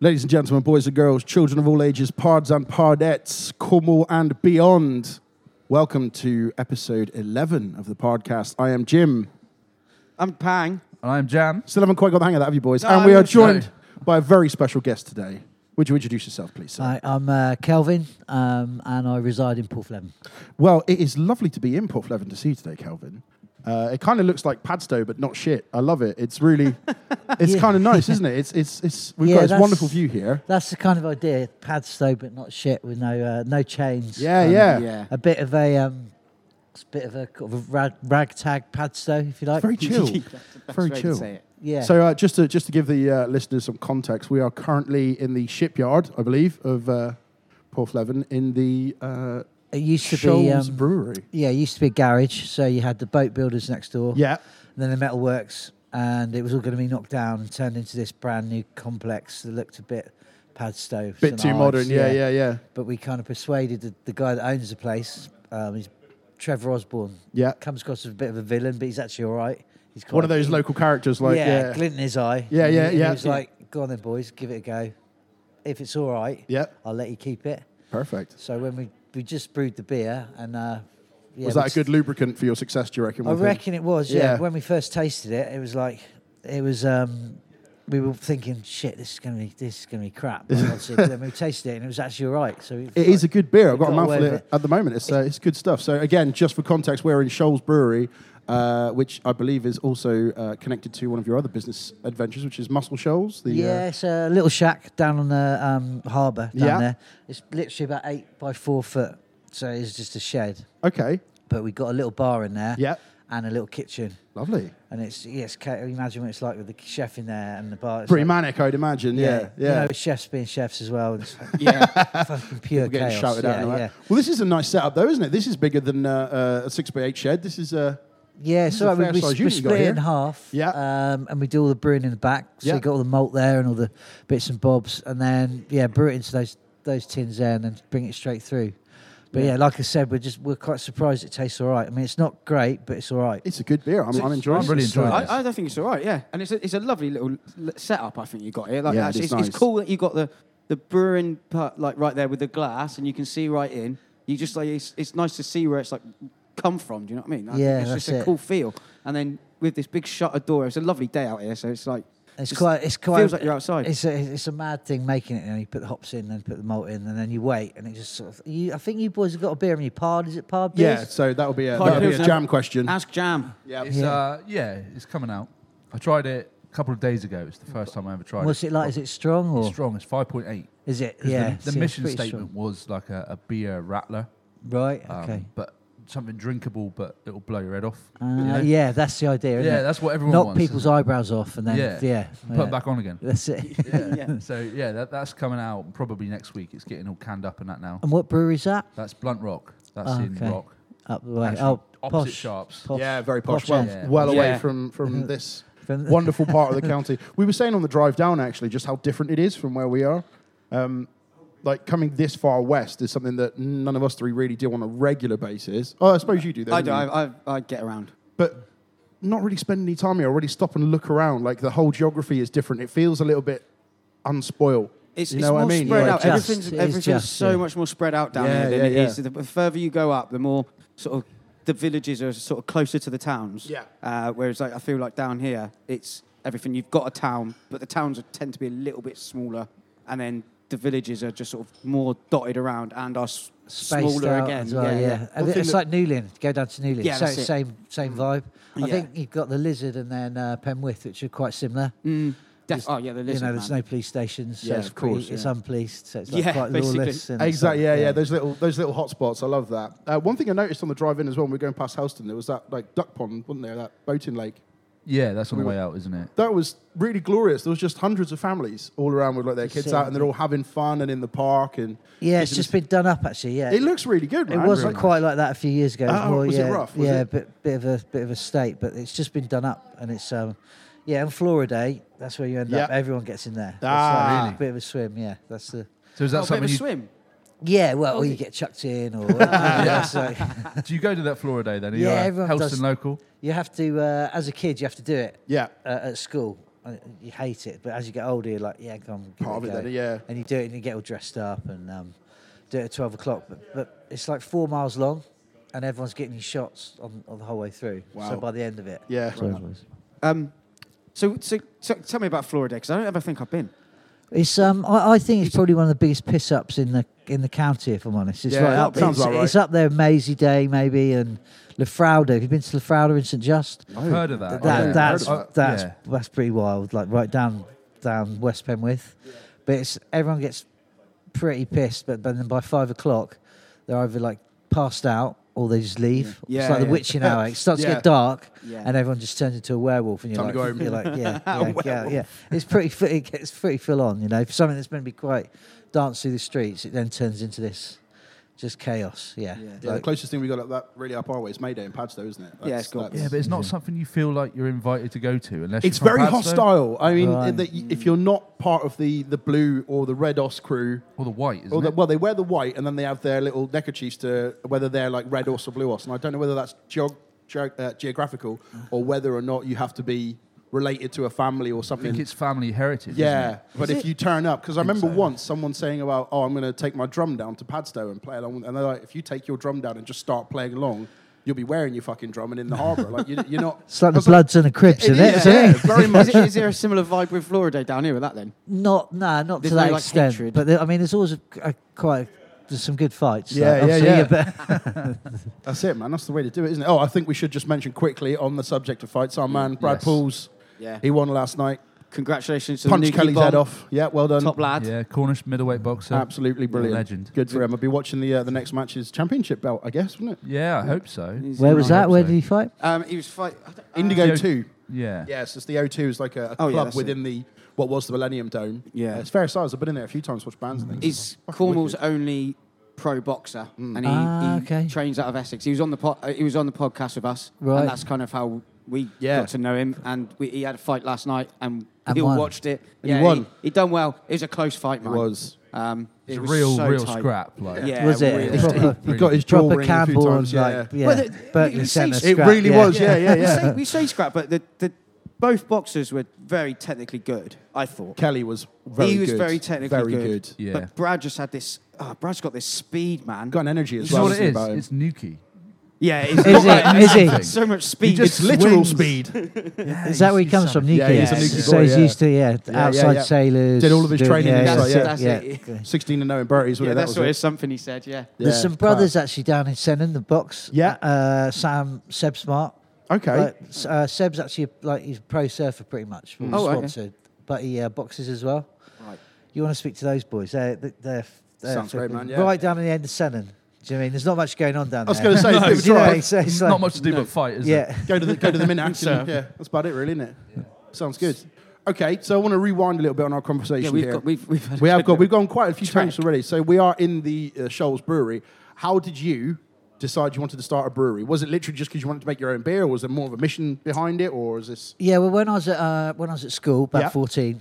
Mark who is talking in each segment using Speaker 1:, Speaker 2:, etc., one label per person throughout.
Speaker 1: Ladies and gentlemen, boys and girls, children of all ages, pards and pardettes, Cornwall and beyond, welcome to episode 11 of the podcast. I am Jim.
Speaker 2: I'm Pang.
Speaker 3: And I'm Jan.
Speaker 1: Still haven't quite got the hang of that, have you, boys?
Speaker 2: No,
Speaker 1: and
Speaker 2: I
Speaker 1: we are
Speaker 2: haven't.
Speaker 1: joined by a very special guest today. Would you introduce yourself, please, sir?
Speaker 4: Hi, I'm uh, Kelvin, um, and I reside in Porthleven.
Speaker 1: Well, it is lovely to be in Porthleven to see you today, Calvin. Uh, it kind of looks like Padstow, but not shit. I love it. It's really, it's
Speaker 4: Yeah.
Speaker 1: kind of nice, isn't it? It's, it's, it's. We've
Speaker 4: Yeah,
Speaker 1: got this
Speaker 4: that's-
Speaker 1: wonderful view here.
Speaker 4: That's the kind of idea: Padstow, but not shit, with no uh, no chains.
Speaker 1: Yeah,
Speaker 4: Um,
Speaker 1: yeah.
Speaker 2: yeah.
Speaker 4: A bit of a um, it's a bit of a kind of a rag, ragtag Padstow, if you like.
Speaker 1: Very chill.
Speaker 2: That's
Speaker 1: Very
Speaker 2: the way to
Speaker 1: chill.
Speaker 2: say it.
Speaker 4: yeah.
Speaker 1: So uh, just to just to give the uh, listeners some context, we are currently in the shipyard, I believe, of uh, Porthleven in the uh,
Speaker 4: it used to be.
Speaker 1: Shoals
Speaker 4: Um,
Speaker 1: Brewery.
Speaker 4: yeah, it used to be a garage. So you had the boat builders next door.
Speaker 1: Yeah,
Speaker 4: And then the metalworks, and it was all going to be knocked down and turned into this brand new complex that looked a bit Padstow.
Speaker 1: bit
Speaker 4: St.
Speaker 1: too
Speaker 4: Ives,
Speaker 1: modern. Yeah, yeah, yeah,
Speaker 4: but we kind of persuaded the, the guy that owns the place. Um, he's Trevor Osborne.
Speaker 1: yeah.
Speaker 4: Comes across as a bit of a villain, but he's actually all right. He's quite
Speaker 1: One of those local characters, like
Speaker 4: yeah,
Speaker 1: yeah,
Speaker 4: glint in his eye.
Speaker 1: Yeah,
Speaker 4: And
Speaker 1: yeah,
Speaker 4: he,
Speaker 1: yeah.
Speaker 4: He was like, "Go on then, boys, give it a go. If it's all right,
Speaker 1: Yeah.
Speaker 4: I'll let you keep it."
Speaker 1: perfect.
Speaker 4: So when we we just brewed the beer and uh, yeah,
Speaker 1: was that
Speaker 4: we
Speaker 1: a
Speaker 4: just-
Speaker 1: good lubricant for your success? Do you reckon?
Speaker 4: I
Speaker 1: with him?
Speaker 4: reckon it was. Yeah.
Speaker 1: Yeah.
Speaker 4: When we first tasted it, it was like it was. um we were thinking, shit, this is gonna be this is gonna be crap. But obviously, then we tasted it, and it was actually all right. So
Speaker 1: It is a good beer. I've got a
Speaker 4: got
Speaker 1: mouthful
Speaker 4: away
Speaker 1: of
Speaker 4: with
Speaker 1: it at the moment. It's, uh, it's good stuff. So, again, just for context, we're in Shoals Brewery, uh, which I believe is also uh, connected to one of your other business adventures, which is Muscle Shoals. The, uh,
Speaker 4: Yeah, it's a little shack down on the um, harbour down
Speaker 1: Yeah.
Speaker 4: there. It's literally about eight by four foot, so it's just a shed.
Speaker 1: okay.
Speaker 4: But we got a little bar in there,
Speaker 1: Yeah.
Speaker 4: and a little kitchen,
Speaker 1: Lovely.
Speaker 4: and it's yes, yeah, imagine what it's like with the chef in there and the bar. It's
Speaker 1: Pretty
Speaker 4: like,
Speaker 1: manic, I'd imagine. Yeah.
Speaker 4: you
Speaker 1: Yeah.
Speaker 4: know, chefs being chefs as well. and It's
Speaker 2: Yeah.
Speaker 4: fucking pure
Speaker 1: We're getting
Speaker 4: chaos.
Speaker 1: shouted
Speaker 4: yeah,
Speaker 1: at. and all
Speaker 4: yeah.
Speaker 1: that. Well, this is a nice setup, though, isn't it? This is bigger than uh, uh, a six by eight shed. This is uh,
Speaker 4: Yeah,
Speaker 1: This is
Speaker 4: so
Speaker 1: a
Speaker 4: we,
Speaker 1: fair
Speaker 4: we,
Speaker 1: size
Speaker 4: we
Speaker 1: unit you got
Speaker 4: split it in
Speaker 1: here.
Speaker 4: half.
Speaker 1: Yeah.
Speaker 4: Um, and we do all the brewing in the back. So
Speaker 1: Yeah.
Speaker 4: you got all the malt there and all the bits and bobs. And then, yeah, brew it into those those tins there and then bring it straight through. But yeah, like I said, we're just we're quite surprised it tastes all right. I mean, it's not great, but it's all right.
Speaker 1: it's a good beer. I'm,
Speaker 2: So-
Speaker 1: I'm enjoying
Speaker 3: I'm really
Speaker 1: it.
Speaker 3: enjoying it.
Speaker 2: I, I don't think it's all right. Yeah, and it's a, it's a lovely little l- setup. I think you got here. Like
Speaker 1: Yeah, it
Speaker 2: actually,
Speaker 1: is
Speaker 2: it's, it's
Speaker 1: nice.
Speaker 2: cool that you got the the brewing part like right there with the glass, and you can see right in. You just like it's, it's nice to see where it's like come from. Do you know what I mean? I think
Speaker 4: Yeah,
Speaker 2: it's just
Speaker 4: that's
Speaker 2: a
Speaker 4: it.
Speaker 2: cool feel. And then with this big shutter door, it's a lovely day out here, so it's like
Speaker 4: It's
Speaker 2: just
Speaker 4: quite. It's quite.
Speaker 2: feels like you're outside.
Speaker 4: It's a it's a mad thing making it. You, know, you put the hops in, then put the malt in, and then you wait, and it just sort of. You, I think you boys have got a beer in your pard. Is it pard beers?
Speaker 1: Yeah. So that'll be a,
Speaker 2: Pint
Speaker 1: that'll be a
Speaker 2: Pilsner.
Speaker 1: jam question.
Speaker 2: ask jam.
Speaker 1: Yeah.
Speaker 3: It's,
Speaker 4: Yeah.
Speaker 3: yeah. Uh, yeah, it's coming out. I tried it a couple of days ago. It's the first time I ever tried
Speaker 4: What's
Speaker 3: it.
Speaker 4: it like? Is it strong or
Speaker 3: It's strong. It's 5.8.
Speaker 4: is it?
Speaker 3: 'Cause
Speaker 4: Yeah.
Speaker 3: the,
Speaker 4: see, it's
Speaker 3: the mission
Speaker 4: pretty
Speaker 3: statement was like a, a beer rattler.
Speaker 4: strong. Right.
Speaker 3: um,
Speaker 4: Okay.
Speaker 3: But something drinkable, but it'll blow your head off.
Speaker 4: Uh,
Speaker 3: you know?
Speaker 4: Yeah, that's the idea. Isn't
Speaker 3: Yeah,
Speaker 4: it?
Speaker 3: that's what everyone
Speaker 4: knock
Speaker 3: wants.
Speaker 4: people's eyebrows off and then yeah,
Speaker 3: Yeah. Put
Speaker 4: yeah.
Speaker 3: it back on again.
Speaker 4: That's it.
Speaker 3: Yeah.
Speaker 2: Yeah.
Speaker 3: So yeah, that, that's coming out probably next week. It's getting all canned up and that now.
Speaker 4: and what brewery's that?
Speaker 3: That's Blunt Rock. That's
Speaker 4: Oh,
Speaker 3: in
Speaker 4: okay.
Speaker 3: Rock.
Speaker 4: Up the way.
Speaker 3: Actually,
Speaker 4: oh,
Speaker 3: opposite
Speaker 4: posh.
Speaker 3: Sharps.
Speaker 4: Posh.
Speaker 1: Yeah, very posh.
Speaker 4: Posh
Speaker 1: well,
Speaker 3: end. Yeah.
Speaker 1: well away
Speaker 2: Yeah.
Speaker 1: from from this
Speaker 4: From the-
Speaker 1: wonderful part of the county. We were saying on the drive down actually just how different it is from where we are. Um, like coming this far west is something that none of us three really do on a regular basis. Oh, I suppose you do. Though,
Speaker 2: I
Speaker 1: don't
Speaker 2: do.
Speaker 1: you?
Speaker 2: I, I, I get around.
Speaker 1: but not really spend any time here. I Already stop and look around. Like the whole geography is different. It feels a little bit unspoiled.
Speaker 2: It's,
Speaker 1: you
Speaker 2: it's
Speaker 1: know
Speaker 2: more
Speaker 1: what I mean?
Speaker 2: spread
Speaker 1: Like,
Speaker 2: out.
Speaker 4: just-
Speaker 2: everything's
Speaker 4: it is
Speaker 2: everything's
Speaker 4: just,
Speaker 2: so
Speaker 4: yeah.
Speaker 2: much more spread out down
Speaker 1: Yeah,
Speaker 2: here than
Speaker 1: yeah,
Speaker 2: it is.
Speaker 1: yeah.
Speaker 2: The, the further you go up, the more sort of the villages are sort of closer to the towns.
Speaker 1: Yeah.
Speaker 2: Uh, whereas like, I feel like down here, it's everything. You've got a town, but the towns are, tend to be a little bit smaller, and then the villages are just sort of more dotted around and are s-
Speaker 4: Spaced
Speaker 2: smaller
Speaker 4: out
Speaker 2: again.
Speaker 4: as well, yeah. A
Speaker 1: One
Speaker 4: bit-
Speaker 1: thing
Speaker 4: It's
Speaker 1: that-
Speaker 4: like Newlyn. Go down to Newlyn.
Speaker 2: Yeah,
Speaker 4: so,
Speaker 2: that's it.
Speaker 4: same same vibe.
Speaker 2: Yeah.
Speaker 4: I think you've got the Lizard and then uh, Penwith, which are quite similar.
Speaker 2: Mm, def-
Speaker 4: Just,
Speaker 2: oh yeah, the lizard
Speaker 4: you know, there's
Speaker 2: man.
Speaker 4: no police stations. So
Speaker 1: Yeah,
Speaker 4: it's
Speaker 1: of course,
Speaker 4: pretty- It's
Speaker 1: yeah.
Speaker 4: unpoliced, so it's like
Speaker 2: Yeah,
Speaker 4: quite
Speaker 2: basically.
Speaker 4: lawless. and
Speaker 1: Exactly.
Speaker 4: stuff,
Speaker 1: Yeah, yeah, Those little those little hotspots. I love that. Uh, one thing I noticed on the drive in as well. When we were going past Helston, there was that like duck pond, wasn't there? That boating lake.
Speaker 3: Yeah, that's on
Speaker 1: We
Speaker 3: the
Speaker 1: were-
Speaker 3: way out, isn't it?
Speaker 1: That was really glorious. There was just hundreds of families all around with like their kids
Speaker 4: Same.
Speaker 1: out, and they're all having fun and in the park. And
Speaker 4: Yeah, it's just been done up actually. Yeah,
Speaker 1: It looks really good.
Speaker 4: It
Speaker 1: man.
Speaker 4: wasn't
Speaker 1: Like-
Speaker 4: quite like that a few years ago. was
Speaker 1: Oh,
Speaker 4: more,
Speaker 1: was it
Speaker 4: yeah,
Speaker 1: rough, was
Speaker 4: yeah,
Speaker 1: it?
Speaker 4: bit bit of a bit of a state, but it's just been done up, and it's um, yeah, and Florida, eh? that's where you end up.
Speaker 1: Yeah.
Speaker 4: Everyone gets in there. It's like
Speaker 1: Ah.
Speaker 4: a bit of a swim, yeah. That's the
Speaker 3: So is that
Speaker 2: Oh, a bit of
Speaker 3: something
Speaker 2: a
Speaker 3: you
Speaker 2: swim.
Speaker 4: yeah. Well, or you get chucked in, or that's like-
Speaker 3: do you go to that Florida day then? Are
Speaker 4: Yeah,
Speaker 3: you a
Speaker 4: everyone
Speaker 3: Helston
Speaker 4: does.
Speaker 3: local.
Speaker 4: you have to uh, as a kid, you have to do it
Speaker 1: Yeah.
Speaker 4: uh, at school. uh, you hate it, but as you get older, you're like, yeah, come on.
Speaker 1: Part
Speaker 4: give
Speaker 1: of
Speaker 4: a
Speaker 1: it,
Speaker 4: go.
Speaker 1: then, yeah.
Speaker 4: And you do it and you get all dressed up and um, do it at 12 o'clock. But, but it's like four miles long and everyone's getting you shots on, on the whole way through.
Speaker 1: Wow.
Speaker 4: So by the end of it.
Speaker 1: Yeah.
Speaker 4: it's like-
Speaker 2: Um, so, so, so tell me about Florida because I don't ever think I've been.
Speaker 4: It's um, I, I think it's probably one of the biggest piss ups in the in the county, if I'm honest. It's
Speaker 1: Yeah,
Speaker 4: like
Speaker 1: that
Speaker 4: up,
Speaker 1: sounds
Speaker 4: it's,
Speaker 1: about right.
Speaker 4: it's up there, Maisie Day maybe, and Lafrauda. Have you been to Lafrauda in St Just?
Speaker 3: I've heard of that.
Speaker 4: That,
Speaker 3: yeah.
Speaker 4: That's
Speaker 3: Oh,
Speaker 4: that's
Speaker 3: yeah.
Speaker 4: that's pretty wild. Like right down down West Penwith, but it's everyone gets pretty pissed. But, but then by five o'clock, they're either like passed out or they just leave.
Speaker 2: Yeah,
Speaker 4: it's like
Speaker 2: yeah.
Speaker 4: the witching hour. It starts to
Speaker 1: Yeah.
Speaker 4: get dark,
Speaker 2: Yeah.
Speaker 4: and everyone just turns into a werewolf, and you're
Speaker 1: Time to
Speaker 4: like,
Speaker 1: go
Speaker 4: you're like, yeah, yeah, yeah, yeah. It's pretty, fu- it gets pretty full on. You know, for something that's meant to be quite dance through the streets, it then turns into this just chaos. Yeah,
Speaker 2: Yeah.
Speaker 1: Yeah, the closest thing we got up that really up our way is Mayday in Padstow, isn't it?
Speaker 2: Yeah, it's got-
Speaker 3: Yeah, but it's not something you feel like you're invited to go to unless
Speaker 1: it's
Speaker 3: you're from
Speaker 1: very hostile.
Speaker 3: Padstow
Speaker 1: I mean,
Speaker 4: Right.
Speaker 1: that y if you're not part of the, the blue or the red os crew,
Speaker 3: or the white. Isn't
Speaker 1: or the,
Speaker 3: it?
Speaker 1: well, they wear the white and then they have their little neckerchiefs to whether they're like red os or blue os, and I don't know whether that's geog- geog- uh, geographical or whether or not you have to be related to a family or
Speaker 3: I
Speaker 1: something.
Speaker 3: think it's family heritage. isn't
Speaker 1: Yeah,
Speaker 3: it?
Speaker 1: but
Speaker 2: Is
Speaker 1: if
Speaker 2: it-
Speaker 1: you turn up, because I remember
Speaker 3: so.
Speaker 1: once someone saying about, oh, I'm going to take my drum down to Padstow and play along, and they're like, if you take your drum down and just start playing along, you'll be wearing your fucking drum and in the harbour, like you, you're not.
Speaker 4: It's
Speaker 1: I
Speaker 4: like the
Speaker 1: was like,
Speaker 4: Bloods and the Cribs,
Speaker 1: It
Speaker 4: isn't it?
Speaker 1: is,
Speaker 4: Isn't it?
Speaker 1: yeah, very
Speaker 2: is,
Speaker 1: much.
Speaker 2: it, is there a similar vibe with Florida down here with that then?
Speaker 4: Not no, not
Speaker 2: There's
Speaker 4: to
Speaker 2: no,
Speaker 4: that
Speaker 2: like,
Speaker 4: extent.
Speaker 2: hatred.
Speaker 4: But there, I mean, there's always a, a quite there's some good fights.
Speaker 1: Yeah, yeah,
Speaker 4: obviously,
Speaker 1: yeah.
Speaker 4: but-
Speaker 1: That's it, man. That's the way to do it, isn't it? Oh, I think we should just mention quickly on the subject of fights. Our man Brad
Speaker 3: Yes.
Speaker 1: Pools,
Speaker 2: Yeah.
Speaker 1: he won last night.
Speaker 2: Congratulations to
Speaker 1: Punched
Speaker 2: the Nuki
Speaker 1: Kelly's
Speaker 2: bomb,
Speaker 1: head off. Yeah, well done.
Speaker 2: top lad.
Speaker 3: Yeah, Cornish middleweight boxer.
Speaker 1: Absolutely brilliant.
Speaker 3: legend.
Speaker 1: Good for him. I'll be watching the uh, the next match's championship belt, I guess, wouldn't
Speaker 2: Uh,
Speaker 1: it?
Speaker 3: Yeah, I hope so.
Speaker 2: He's-
Speaker 4: Where was
Speaker 3: I hope
Speaker 4: that? Where
Speaker 3: so.
Speaker 4: did he fight?
Speaker 2: Um, he was fight. I don't-
Speaker 1: Indigo
Speaker 3: Yeah.
Speaker 1: two.
Speaker 3: Yeah.
Speaker 1: Yes, it's the O2 is like a, a
Speaker 2: Oh, yeah,
Speaker 1: club
Speaker 2: that's
Speaker 1: within the what was the Millennium Dome.
Speaker 2: Yeah.
Speaker 1: Uh, it's fair size. I've been in there a few times, watched bands and things.
Speaker 2: uh, He's Cornwall's only pro boxer, and he,
Speaker 4: Ah,
Speaker 2: he
Speaker 4: okay.
Speaker 2: trains out of Essex. He was on the po- uh, he was on the podcast with us,
Speaker 4: Right.
Speaker 2: and that's kind of how we
Speaker 1: Yeah.
Speaker 2: got to know him. And we, he had a fight last night, and,
Speaker 4: And
Speaker 2: we all
Speaker 4: won.
Speaker 2: watched it.
Speaker 1: And he won.
Speaker 2: He, he done well. It was a close fight, man.
Speaker 1: was.
Speaker 2: Um,
Speaker 3: It's
Speaker 2: it
Speaker 3: a
Speaker 2: was
Speaker 3: real,
Speaker 2: so
Speaker 3: real
Speaker 2: tight.
Speaker 3: scrap. Like,
Speaker 2: Yeah,
Speaker 4: was it
Speaker 2: really.
Speaker 4: proper,
Speaker 1: he got his jaw
Speaker 4: proper
Speaker 1: ring a few
Speaker 4: Campbell
Speaker 1: times.
Speaker 4: and
Speaker 1: Yeah,
Speaker 4: like
Speaker 1: yeah.
Speaker 4: yeah,
Speaker 2: Well, the-
Speaker 4: but
Speaker 2: you
Speaker 4: the
Speaker 2: say
Speaker 4: centre
Speaker 2: it
Speaker 1: it
Speaker 4: scrap,
Speaker 1: really
Speaker 4: yeah.
Speaker 1: was. Yeah, yeah,
Speaker 2: we,
Speaker 1: yeah.
Speaker 2: say, we say scrap, but the, the both boxers were very technically good. I thought.
Speaker 1: Kelly was very
Speaker 2: he was
Speaker 1: good,
Speaker 2: very technically
Speaker 1: very
Speaker 2: good.
Speaker 1: good.
Speaker 3: Yeah.
Speaker 2: But Brad just had this. Oh, Brad's got this speed, man.
Speaker 1: Got an energy as
Speaker 3: you know
Speaker 1: well.
Speaker 3: what it
Speaker 1: isn't
Speaker 3: is?
Speaker 1: about him?
Speaker 3: It's Nuki.
Speaker 2: Yeah, it's
Speaker 4: Is
Speaker 2: got
Speaker 4: it? Is he?
Speaker 2: like so much speed.
Speaker 1: It's literal speed.
Speaker 4: Is that where he comes from? Nuki.
Speaker 1: Yeah, he's
Speaker 2: a Nuki
Speaker 4: So
Speaker 1: boy,
Speaker 4: he's
Speaker 1: yeah.
Speaker 4: used to yeah,
Speaker 1: yeah,
Speaker 4: outside
Speaker 1: yeah.
Speaker 4: sailors.
Speaker 1: Did all of his
Speaker 4: doing-
Speaker 1: training
Speaker 4: yeah,
Speaker 1: inside,
Speaker 4: that's
Speaker 2: yeah.
Speaker 4: it,
Speaker 2: That's
Speaker 4: yeah.
Speaker 1: 16 and 0 in Bertie's.
Speaker 2: Yeah,
Speaker 1: wasn't it?
Speaker 2: that's
Speaker 1: that
Speaker 2: what
Speaker 1: was
Speaker 2: it's something he said. Yeah.
Speaker 1: it.
Speaker 4: There's
Speaker 1: Yeah,
Speaker 4: some
Speaker 1: class.
Speaker 4: brothers actually down in Senin, the box.
Speaker 1: Yeah.
Speaker 4: Uh, Sam Seb Smart.
Speaker 1: Okay.
Speaker 4: Like, s- uh, Seb's actually a- like he's a pro surfer pretty much. but
Speaker 2: Oh, okay.
Speaker 4: sponsored, but he uh, boxes as well.
Speaker 2: Right.
Speaker 4: You want to speak to those boys? They're, they're, they're, they're
Speaker 1: Sounds great,
Speaker 4: flipping-
Speaker 1: man, yeah.
Speaker 4: Right down at the end of Senin. Do you know what I mean there's not much going on down
Speaker 1: I
Speaker 4: there?
Speaker 1: was going to say, it's a bit of a
Speaker 4: You know,
Speaker 1: drive.
Speaker 4: it's- it's like-
Speaker 3: Not much to do but fight, is
Speaker 4: Yeah.
Speaker 3: it?
Speaker 1: go to the go to the minute. yeah, that's about it, really, isn't it? Sounds good. Okay, so I want to rewind a little bit on our conversation
Speaker 2: Yeah, we've
Speaker 1: here.
Speaker 2: got- we've- we've had a
Speaker 1: we have
Speaker 2: good
Speaker 1: got
Speaker 2: bit
Speaker 1: we've
Speaker 2: of
Speaker 1: gone quite a few
Speaker 2: track.
Speaker 1: times already. So we are in the uh, Shoals Brewery. How did you decide you wanted to start a brewery? Was it literally just because you wanted to make your own beer, or was there more of a mission behind it, or is this?
Speaker 4: Yeah, well, when I was at uh, when I was at school, about
Speaker 1: Yeah.
Speaker 4: fourteen,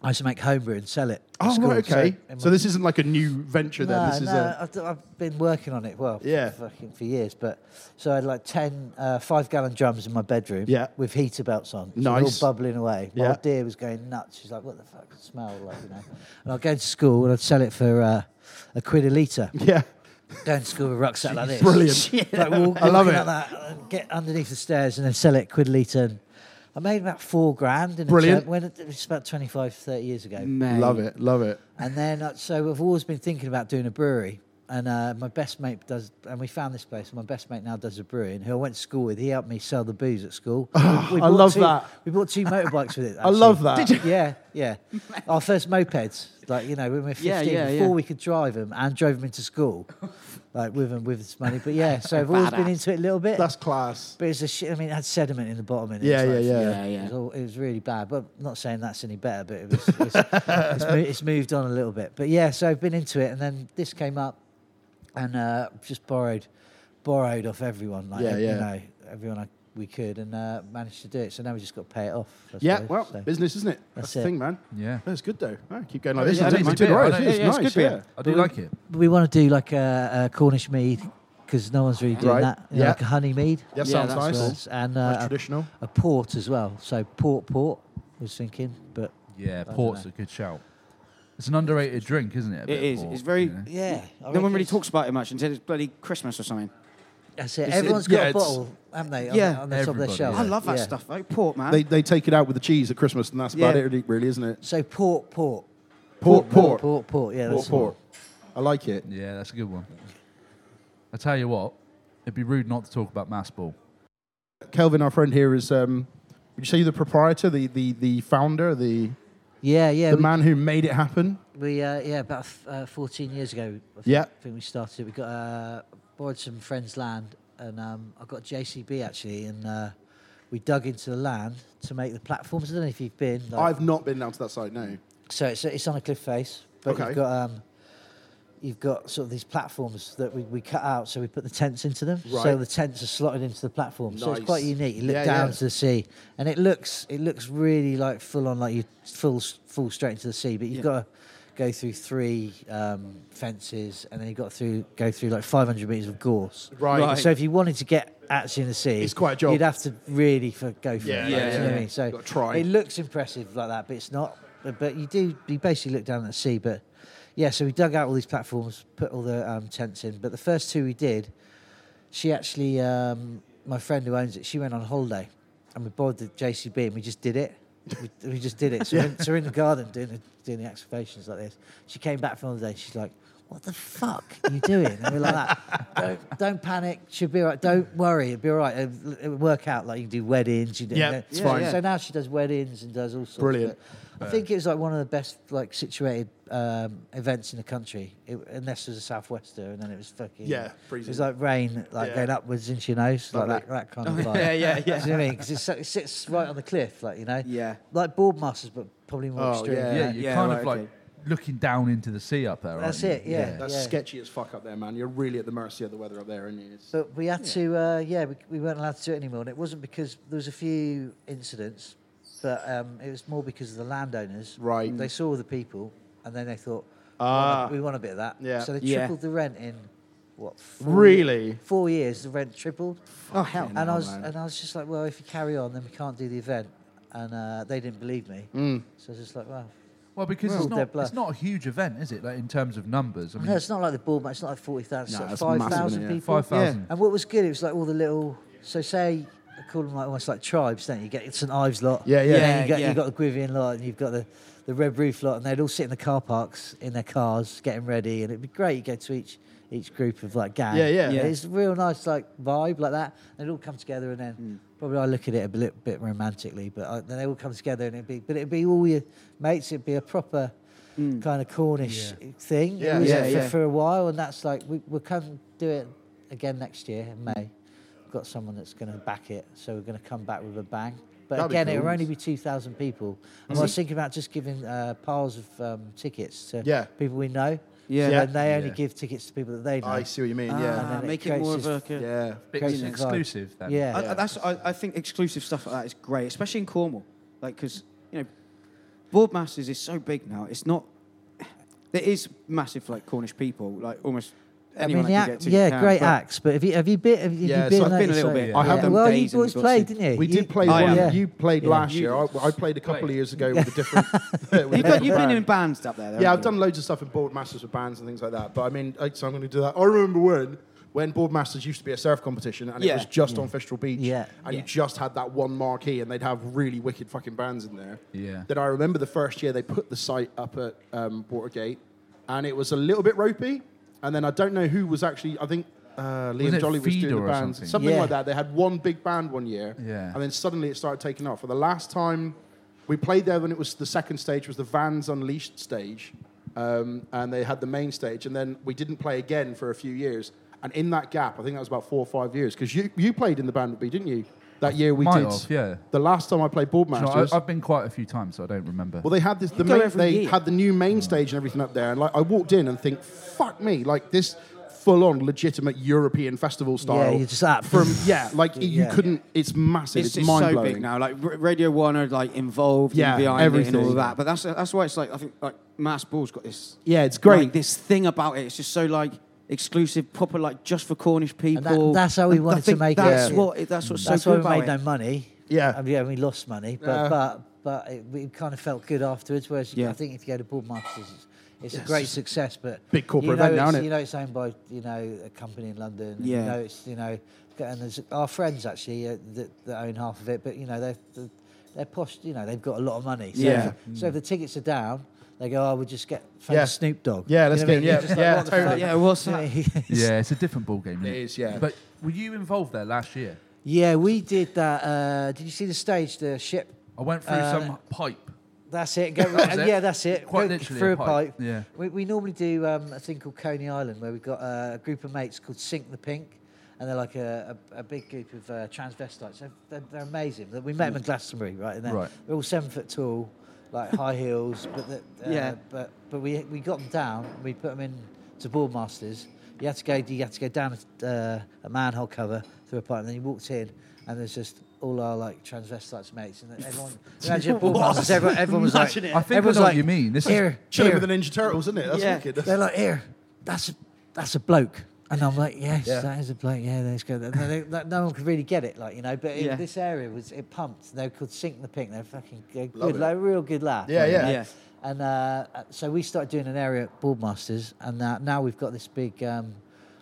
Speaker 4: I used to make homebrew and sell it. at
Speaker 1: Oh,
Speaker 4: school.
Speaker 1: right, okay.
Speaker 4: in
Speaker 1: So,
Speaker 4: my-
Speaker 1: this isn't like a new venture. Then
Speaker 4: no,
Speaker 1: this is
Speaker 4: no,
Speaker 1: a
Speaker 4: I've, I've been working on it. Well,
Speaker 1: Yeah.
Speaker 4: yeah, fucking for years. But so I had like 10 uh, five gallon drums in my bedroom.
Speaker 1: Yeah.
Speaker 4: with heater belts on. So
Speaker 1: Nice.
Speaker 4: they all bubbling away. My
Speaker 1: Yeah.
Speaker 4: old dear was going nuts. She's like, "What the fuck? It smell like you know." And I'd go to school and I'd sell it for uh, a quid a litre.
Speaker 1: yeah,
Speaker 4: Going to school with a rucksack like this.
Speaker 1: brilliant.
Speaker 4: Like, walk,
Speaker 1: I love
Speaker 4: walking
Speaker 1: it.
Speaker 4: Like that and get underneath the stairs and then sell it a quid a litre. And I made about four grand in
Speaker 1: Brilliant.
Speaker 4: a term. When it, it was about 25, 30 years ago.
Speaker 2: Mate.
Speaker 1: love it, love it.
Speaker 4: And then, uh, so I've always been thinking about doing a brewery. And uh, my best mate does, and we found this place. And my best mate now does a brewery, and who I went to school with. He helped me sell the booze at school. we
Speaker 1: I
Speaker 4: bought
Speaker 1: love
Speaker 4: two-
Speaker 1: that.
Speaker 4: We bought two motorbikes with it.
Speaker 1: I love that. Did
Speaker 4: you? Yeah, yeah. Our first mopeds, like you know, when we were fifteen,
Speaker 2: Yeah, yeah,
Speaker 4: before
Speaker 2: yeah.
Speaker 4: we could drive them, and drove them into school, like with them with this money. But yeah, so I've always been
Speaker 2: Badass.
Speaker 4: into it a little bit.
Speaker 1: That's class.
Speaker 4: But it's a shit. I mean, it had sediment in the bottom. In it.
Speaker 1: Yeah,
Speaker 4: It's like-
Speaker 1: yeah, yeah.
Speaker 2: Yeah, yeah.
Speaker 4: It was, all, it was really bad. But I'm not saying that's any better. But it was. It's, it's, mo- it's moved on a little bit. But yeah, so I've been into it, and then this came up, and uh, just borrowed, borrowed off everyone. Like
Speaker 1: Yeah,
Speaker 4: ev-
Speaker 1: yeah.
Speaker 4: You know, everyone I, we could, and uh, managed to do it. So now we just got to pay it off. I
Speaker 1: Yeah,
Speaker 4: suppose,
Speaker 1: well,
Speaker 4: so.
Speaker 1: business, isn't it? That's,
Speaker 4: That's
Speaker 1: the
Speaker 4: it.
Speaker 1: thing, man.
Speaker 3: Yeah.
Speaker 1: That's good though. Ah, keep going like this.
Speaker 2: yeah, I
Speaker 1: until
Speaker 2: don't
Speaker 1: you
Speaker 2: mind
Speaker 1: do the
Speaker 2: beer. I
Speaker 1: right.
Speaker 3: don't-
Speaker 1: It's
Speaker 2: yeah, yeah, it's
Speaker 1: nice,
Speaker 2: good beer.
Speaker 1: yeah.
Speaker 3: I do like it.
Speaker 4: we want to do like a, a Cornish mead because no one's really doing
Speaker 1: Right,
Speaker 4: that. You know,
Speaker 1: yeah.
Speaker 4: like a honey mead.
Speaker 1: That
Speaker 2: Yeah,
Speaker 1: sounds
Speaker 2: that's
Speaker 1: nice.
Speaker 4: And uh,
Speaker 1: Nice
Speaker 4: a
Speaker 1: traditional.
Speaker 4: a port as well. So port port was thinking, but
Speaker 3: Yeah,
Speaker 4: don't
Speaker 3: port's
Speaker 4: know.
Speaker 3: a good shout. It's an underrated drink, isn't it? a bit
Speaker 2: It
Speaker 3: of
Speaker 2: is.
Speaker 3: port,
Speaker 2: It's very.
Speaker 3: you know?
Speaker 4: yeah, I
Speaker 2: No
Speaker 4: reckon
Speaker 2: one really
Speaker 4: it's-
Speaker 2: talks about it much until it's bloody Christmas or something.
Speaker 4: That's it.
Speaker 1: It's- it-
Speaker 4: Everyone's got
Speaker 1: yeah,
Speaker 4: a
Speaker 1: it's-
Speaker 4: bottle, haven't they? On,
Speaker 2: Yeah.
Speaker 4: the, on the top of their
Speaker 3: Everybody,
Speaker 4: shelf.
Speaker 3: yeah.
Speaker 2: I love that
Speaker 4: Yeah.
Speaker 2: stuff though. Port, man.
Speaker 1: They, they take it out with the cheese at Christmas, and that's about
Speaker 2: Yeah.
Speaker 1: it, really, isn't it?
Speaker 4: So port, port,
Speaker 1: Port, port,
Speaker 4: port, port, port. Yeah,
Speaker 1: port,
Speaker 4: that's
Speaker 1: port. I like it.
Speaker 3: Yeah, that's a good one. I tell you what, it'd be rude not to talk about mass ball.
Speaker 1: Kelvin, our friend here, is um, would you say the proprietor, the the the founder, the
Speaker 4: Yeah, yeah.
Speaker 1: the
Speaker 4: we-
Speaker 1: man who made it happen?
Speaker 4: We uh, yeah, about uh, 14 years ago. I think,
Speaker 1: Yeah.
Speaker 4: I think we started. We got uh, borrowed some friends' land, and um, I got JCB actually, and uh, we dug into the land to make the platforms. I don't know if you've been. Like,
Speaker 1: I've not been down to that site. No.
Speaker 4: so it's, it's on a cliff face, but
Speaker 1: Okay.
Speaker 4: you've got um, you've got sort of these platforms that we, we cut out, so we put the tents into them. So
Speaker 1: Right.
Speaker 4: the tents are slotted into the platform, so it's quite
Speaker 1: Nice.
Speaker 4: unique. You look
Speaker 1: Yeah,
Speaker 4: down
Speaker 1: yeah.
Speaker 4: to the sea, and it looks it looks really like full on, like you full full straight into the sea. But you've
Speaker 2: Yeah.
Speaker 4: got to go through three um, fences, and then you've got through go through like 500 meters of gorse.
Speaker 1: Right.
Speaker 2: Right.
Speaker 4: So if you wanted to get actually in the sea,
Speaker 1: It's quite a job.
Speaker 4: You'd have to really for, go for
Speaker 1: Yeah,
Speaker 4: it. like,
Speaker 2: yeah,
Speaker 4: do you know
Speaker 2: yeah.
Speaker 4: what I mean? So
Speaker 1: Gotta try.
Speaker 4: it looks impressive like that, but it's not. But, but you do you basically look down at the sea. But yeah, so we dug out all these platforms, put all the um, tents in. But the first two we did, she actually, um, my friend who owns it, she went on holiday, and we borrowed the JCB and we just did it. We, we just did it. So, we're in, so we're in the garden doing the, doing the excavations like this. She came back from holiday. She's like, "What the fuck are you doing?" And we're like, that. "Don't, don't panic. She'll be all right. Don't worry. It'll be all right. It'll, it'll work out. Like you can do weddings. You do,
Speaker 1: Yeah, it's
Speaker 2: fine.
Speaker 4: So now she does weddings and does all sorts.
Speaker 1: Brilliant.
Speaker 4: Of it. I think it was like one of the best like situated um, events in the country, it, unless there's a southwester, and then it was fucking
Speaker 1: Yeah,
Speaker 4: It
Speaker 1: freezing.
Speaker 4: was like rain, like
Speaker 1: Yeah.
Speaker 4: going upwards into your nose, like that, that kind of vibe.
Speaker 2: yeah, yeah, yeah.
Speaker 4: Do you know what I mean? Because it sits right on the cliff, like you know.
Speaker 2: Yeah.
Speaker 4: Like boardmasters, but probably more
Speaker 1: Oh,
Speaker 4: extreme.
Speaker 1: yeah.
Speaker 3: Yeah, you're
Speaker 2: yeah,
Speaker 3: kind
Speaker 2: right,
Speaker 3: of like
Speaker 2: okay.
Speaker 3: looking down into the sea up there.
Speaker 4: That's
Speaker 3: aren't you?
Speaker 4: it, yeah.
Speaker 1: That's sketchy as fuck up there, man. You're really at the mercy of the weather up there, and it's
Speaker 4: But we had to, uh, yeah, we, we weren't allowed to do it anymore. And it wasn't because there was a few incidents, but um, it was more because of the landowners.
Speaker 1: Right.
Speaker 4: They saw the people, and then they thought,
Speaker 1: Ah.
Speaker 4: we, want a, we want a bit of that.
Speaker 1: Yeah.
Speaker 4: So they
Speaker 2: Yeah.
Speaker 4: tripled the rent in what? Four
Speaker 1: Really?
Speaker 4: Four years, the rent tripled.
Speaker 2: oh hell.
Speaker 4: and I was
Speaker 1: man.
Speaker 4: and I was just like, well, if you carry on, then we can't do the event. And uh, they didn't believe me,
Speaker 1: Mm.
Speaker 4: so I was just like, well,
Speaker 3: Well, because
Speaker 4: Well,
Speaker 3: it's
Speaker 4: they're
Speaker 3: not
Speaker 4: bluff.
Speaker 3: it's not a huge event, is it? Like in terms of numbers, I mean,
Speaker 4: no, it's not like the ball, but it's not like forty thousand,
Speaker 1: Nah,
Speaker 4: it's
Speaker 1: that's
Speaker 4: like
Speaker 1: massive,
Speaker 4: five thousand
Speaker 1: isn't it?
Speaker 4: people.
Speaker 3: five thousand.
Speaker 4: And what was good, it was like all the little. So say I call them like almost like tribes, don't you? You get St Ives lot,
Speaker 1: Yeah, yeah.
Speaker 4: and then
Speaker 2: Yeah,
Speaker 4: you got,
Speaker 2: yeah.
Speaker 4: You've got the Gwyvian lot, and you've got the the Red Roof lot, and they'd all sit in the car parks in their cars, getting ready, and it'd be great. You go to each each group of like gang.
Speaker 1: Yeah, yeah.
Speaker 4: And
Speaker 1: Yeah.
Speaker 4: It's a real nice like vibe like that, and it all come together, and then.
Speaker 1: Hmm.
Speaker 4: Probably I look at it a little bit romantically, but I, then they all come together and it'd be, but it'd be all your mates. It'd be a proper kind of Cornish thing. It
Speaker 1: Hmm. Yeah,
Speaker 4: was
Speaker 2: yeah,
Speaker 4: for-
Speaker 2: yeah.
Speaker 4: for a while, and that's like we, we'll come do it again next year in May. We've got someone that's going to back it, so we're going to come back with a bang. But
Speaker 1: That'd be
Speaker 4: again, it
Speaker 1: cool. Mm-hmm.
Speaker 4: will only be two thousand people. And I was thinking about just giving uh, piles of um, tickets to
Speaker 1: Yeah.
Speaker 4: people we know.
Speaker 2: Yeah.
Speaker 4: so
Speaker 1: Yeah.
Speaker 4: then they only
Speaker 3: Yeah.
Speaker 4: give tickets to people that they know.
Speaker 1: I see what you mean.
Speaker 4: Ah.
Speaker 1: Yeah,
Speaker 4: and then it
Speaker 2: make it more of
Speaker 4: creates
Speaker 2: a.
Speaker 1: yeah.
Speaker 4: Creates
Speaker 3: It's
Speaker 4: a vibe.
Speaker 3: exclusive. Then.
Speaker 4: Yeah.
Speaker 2: I, I- that's, I, I think exclusive stuff like that is great, especially in Cornwall. Like, because, you know, Boardmasters is so big now. It's not. There is massive, like, Cornish people, like, almost.
Speaker 4: I
Speaker 2: anyone
Speaker 4: mean, the
Speaker 2: can get
Speaker 4: act,
Speaker 2: to
Speaker 4: yeah,
Speaker 2: can,
Speaker 4: great
Speaker 2: but-
Speaker 4: acts. But have you have you been? Have you,
Speaker 1: Yeah,
Speaker 4: you
Speaker 1: so
Speaker 4: been?
Speaker 1: I've
Speaker 4: there?
Speaker 2: been a little
Speaker 4: So-
Speaker 2: bit,
Speaker 1: I have yeah. done
Speaker 4: Well, you
Speaker 2: days in
Speaker 4: boys
Speaker 2: Dorset.
Speaker 4: played, didn't you?
Speaker 1: We
Speaker 4: You-
Speaker 1: did play
Speaker 2: Oh,
Speaker 1: one.
Speaker 4: yeah.
Speaker 1: You played
Speaker 4: Yeah.
Speaker 1: last
Speaker 2: You-
Speaker 1: year. I, I played a couple of years ago with a different. with a
Speaker 2: You've,
Speaker 1: different
Speaker 2: been, you've been
Speaker 1: band.
Speaker 2: in bands up there,
Speaker 1: Yeah,
Speaker 2: though.
Speaker 1: I've
Speaker 2: haven't you?
Speaker 1: done loads of stuff in Boardmasters with bands and things like that. But I mean, like, so I'm going to do that. I remember when when Boardmasters used to be a surf competition and
Speaker 2: Yeah.
Speaker 1: it was just on Fistral Beach.
Speaker 4: Yeah.
Speaker 1: And you just had that one marquee and they'd have really wicked fucking bands in there.
Speaker 3: Yeah.
Speaker 1: Then I remember the first year they put the site up at um, Watergate and it was a little bit ropey. And then I don't know who was actually, I think uh, Liam
Speaker 3: it
Speaker 1: Jolly was doing
Speaker 3: Feeder
Speaker 1: the
Speaker 3: or
Speaker 1: bands.
Speaker 3: something?
Speaker 4: Yeah.
Speaker 1: like that. They had one big band one year.
Speaker 3: Yeah.
Speaker 1: And then suddenly it started taking off. For the last time we played there, when it was the second stage, was the Vans Unleashed stage, um, and they had the main stage, and then we didn't play again for a few years. And in that gap, I think that was about four or five years, because you, you played in the band with me, didn't you? That year we
Speaker 3: Might
Speaker 1: did.
Speaker 3: have, yeah.
Speaker 1: The last time I played
Speaker 3: Do you know,
Speaker 1: Boardmasters.
Speaker 3: I, I've been quite a few times, so I don't remember.
Speaker 1: well, they had this. The
Speaker 2: go
Speaker 1: main,
Speaker 2: every
Speaker 1: they
Speaker 2: year.
Speaker 1: had the new main stage and everything up there, and like I walked in and think, "Fuck me!" Like this full-on legitimate European festival style.
Speaker 4: you're just
Speaker 2: ah,
Speaker 4: up.
Speaker 1: from yeah, like you
Speaker 4: Yeah.
Speaker 1: couldn't. It's massive.
Speaker 2: It's,
Speaker 1: It's,
Speaker 2: it's
Speaker 1: mind
Speaker 2: so
Speaker 1: blowing.
Speaker 2: big now. Like R- Radio One are like involved,
Speaker 1: Yeah,
Speaker 2: in behind everything, and all
Speaker 1: everything.
Speaker 2: of that. But that's that's why it's like I think like Mass Ball's got this.
Speaker 1: Yeah, it's great.
Speaker 2: like, this thing about it. It's just so like exclusive, proper like just for Cornish people.
Speaker 4: that's how we
Speaker 2: And I
Speaker 4: wanted to
Speaker 2: think
Speaker 4: make it.
Speaker 2: that's
Speaker 1: Yeah.
Speaker 2: What, it- that's what's
Speaker 4: Mm, That's
Speaker 2: so
Speaker 4: why
Speaker 2: good
Speaker 4: we
Speaker 2: about
Speaker 4: made no
Speaker 2: it.
Speaker 4: money.
Speaker 1: Yeah.
Speaker 4: Um, yeah, we lost money, but
Speaker 1: Yeah.
Speaker 4: but but it, it kind of felt good afterwards. Whereas
Speaker 2: Yeah.
Speaker 4: I think if you go to Boardmasters, it's, it's a great success, but
Speaker 1: big corporate
Speaker 4: you know
Speaker 1: event now,
Speaker 4: it's-
Speaker 1: innit?
Speaker 4: You know, it's owned by you know a company in London. and
Speaker 2: Yeah.
Speaker 4: You know, it's you know, and there's our friends actually uh, that, that own half of it, but you know they're they're- they're posh. You know, they've got a lot of money. So
Speaker 2: Yeah.
Speaker 4: If, so if the tickets are down. They go, oh, we'll just get
Speaker 1: Yeah.
Speaker 4: yeah. Snoop Dogg.
Speaker 1: Yeah,
Speaker 4: You
Speaker 1: let's
Speaker 4: know
Speaker 1: get
Speaker 4: what I
Speaker 1: him,
Speaker 4: mean?
Speaker 1: yeah,
Speaker 4: You're just like,
Speaker 1: yeah,
Speaker 4: what the
Speaker 1: totally.
Speaker 4: fuck?
Speaker 2: Yeah, what's that?
Speaker 4: You know,
Speaker 3: Yeah, it's a different ball game.
Speaker 1: It is, yeah.
Speaker 3: But were you involved there last year?
Speaker 4: Yeah, we did that. Uh, did you see the stage, the ship?
Speaker 3: I went through
Speaker 4: Uh,
Speaker 3: some pipe.
Speaker 4: That's it. Go,
Speaker 3: That was it.
Speaker 4: Yeah, that's it.
Speaker 3: Quite
Speaker 4: Go
Speaker 3: literally
Speaker 4: through
Speaker 3: a pipe, yeah.
Speaker 4: We, we normally do um, a thing called Coney Island, where we've got uh, a group of mates called Sink the Pink, and they're like a, a, a big group of uh, transvestites. They're, they're, they're amazing. We met them in Glastonbury, right? And they're,
Speaker 3: Mm. Right.
Speaker 4: they're all seven foot tall, like high heels, but the, uh,
Speaker 2: Yeah.
Speaker 4: But but we we got them down. We put them in to boardmasters. You had to go. You had to go down a, uh, a manhole cover through a pipe, and then you walked in, and there's just all our like transvestites mates, and everyone. Imagine boardmasters. Everyone, everyone was like,
Speaker 2: Imagine it.
Speaker 3: I think I
Speaker 4: everyone's
Speaker 3: know
Speaker 4: like,
Speaker 3: what you mean. This is
Speaker 4: here,
Speaker 1: Chilling
Speaker 4: here.
Speaker 1: with the Ninja Turtles, isn't it? That's
Speaker 2: Yeah.
Speaker 1: wicked.
Speaker 4: They're like, here, that's a, that's a bloke. And I'm like, yes,
Speaker 1: Yeah.
Speaker 4: that is a bloke. Yeah, that's good. And they, that, no one could really get it, like you know. But in
Speaker 2: Yeah.
Speaker 4: this area was it pumped. They could sink the pink. They're fucking good,
Speaker 1: Love
Speaker 4: good
Speaker 1: it.
Speaker 4: like, real good laugh.
Speaker 1: Yeah,
Speaker 4: like, you
Speaker 1: yeah.
Speaker 4: know?
Speaker 2: Yeah.
Speaker 4: And uh, so we started doing an area at Boardmasters, and uh, now we've got this big, um,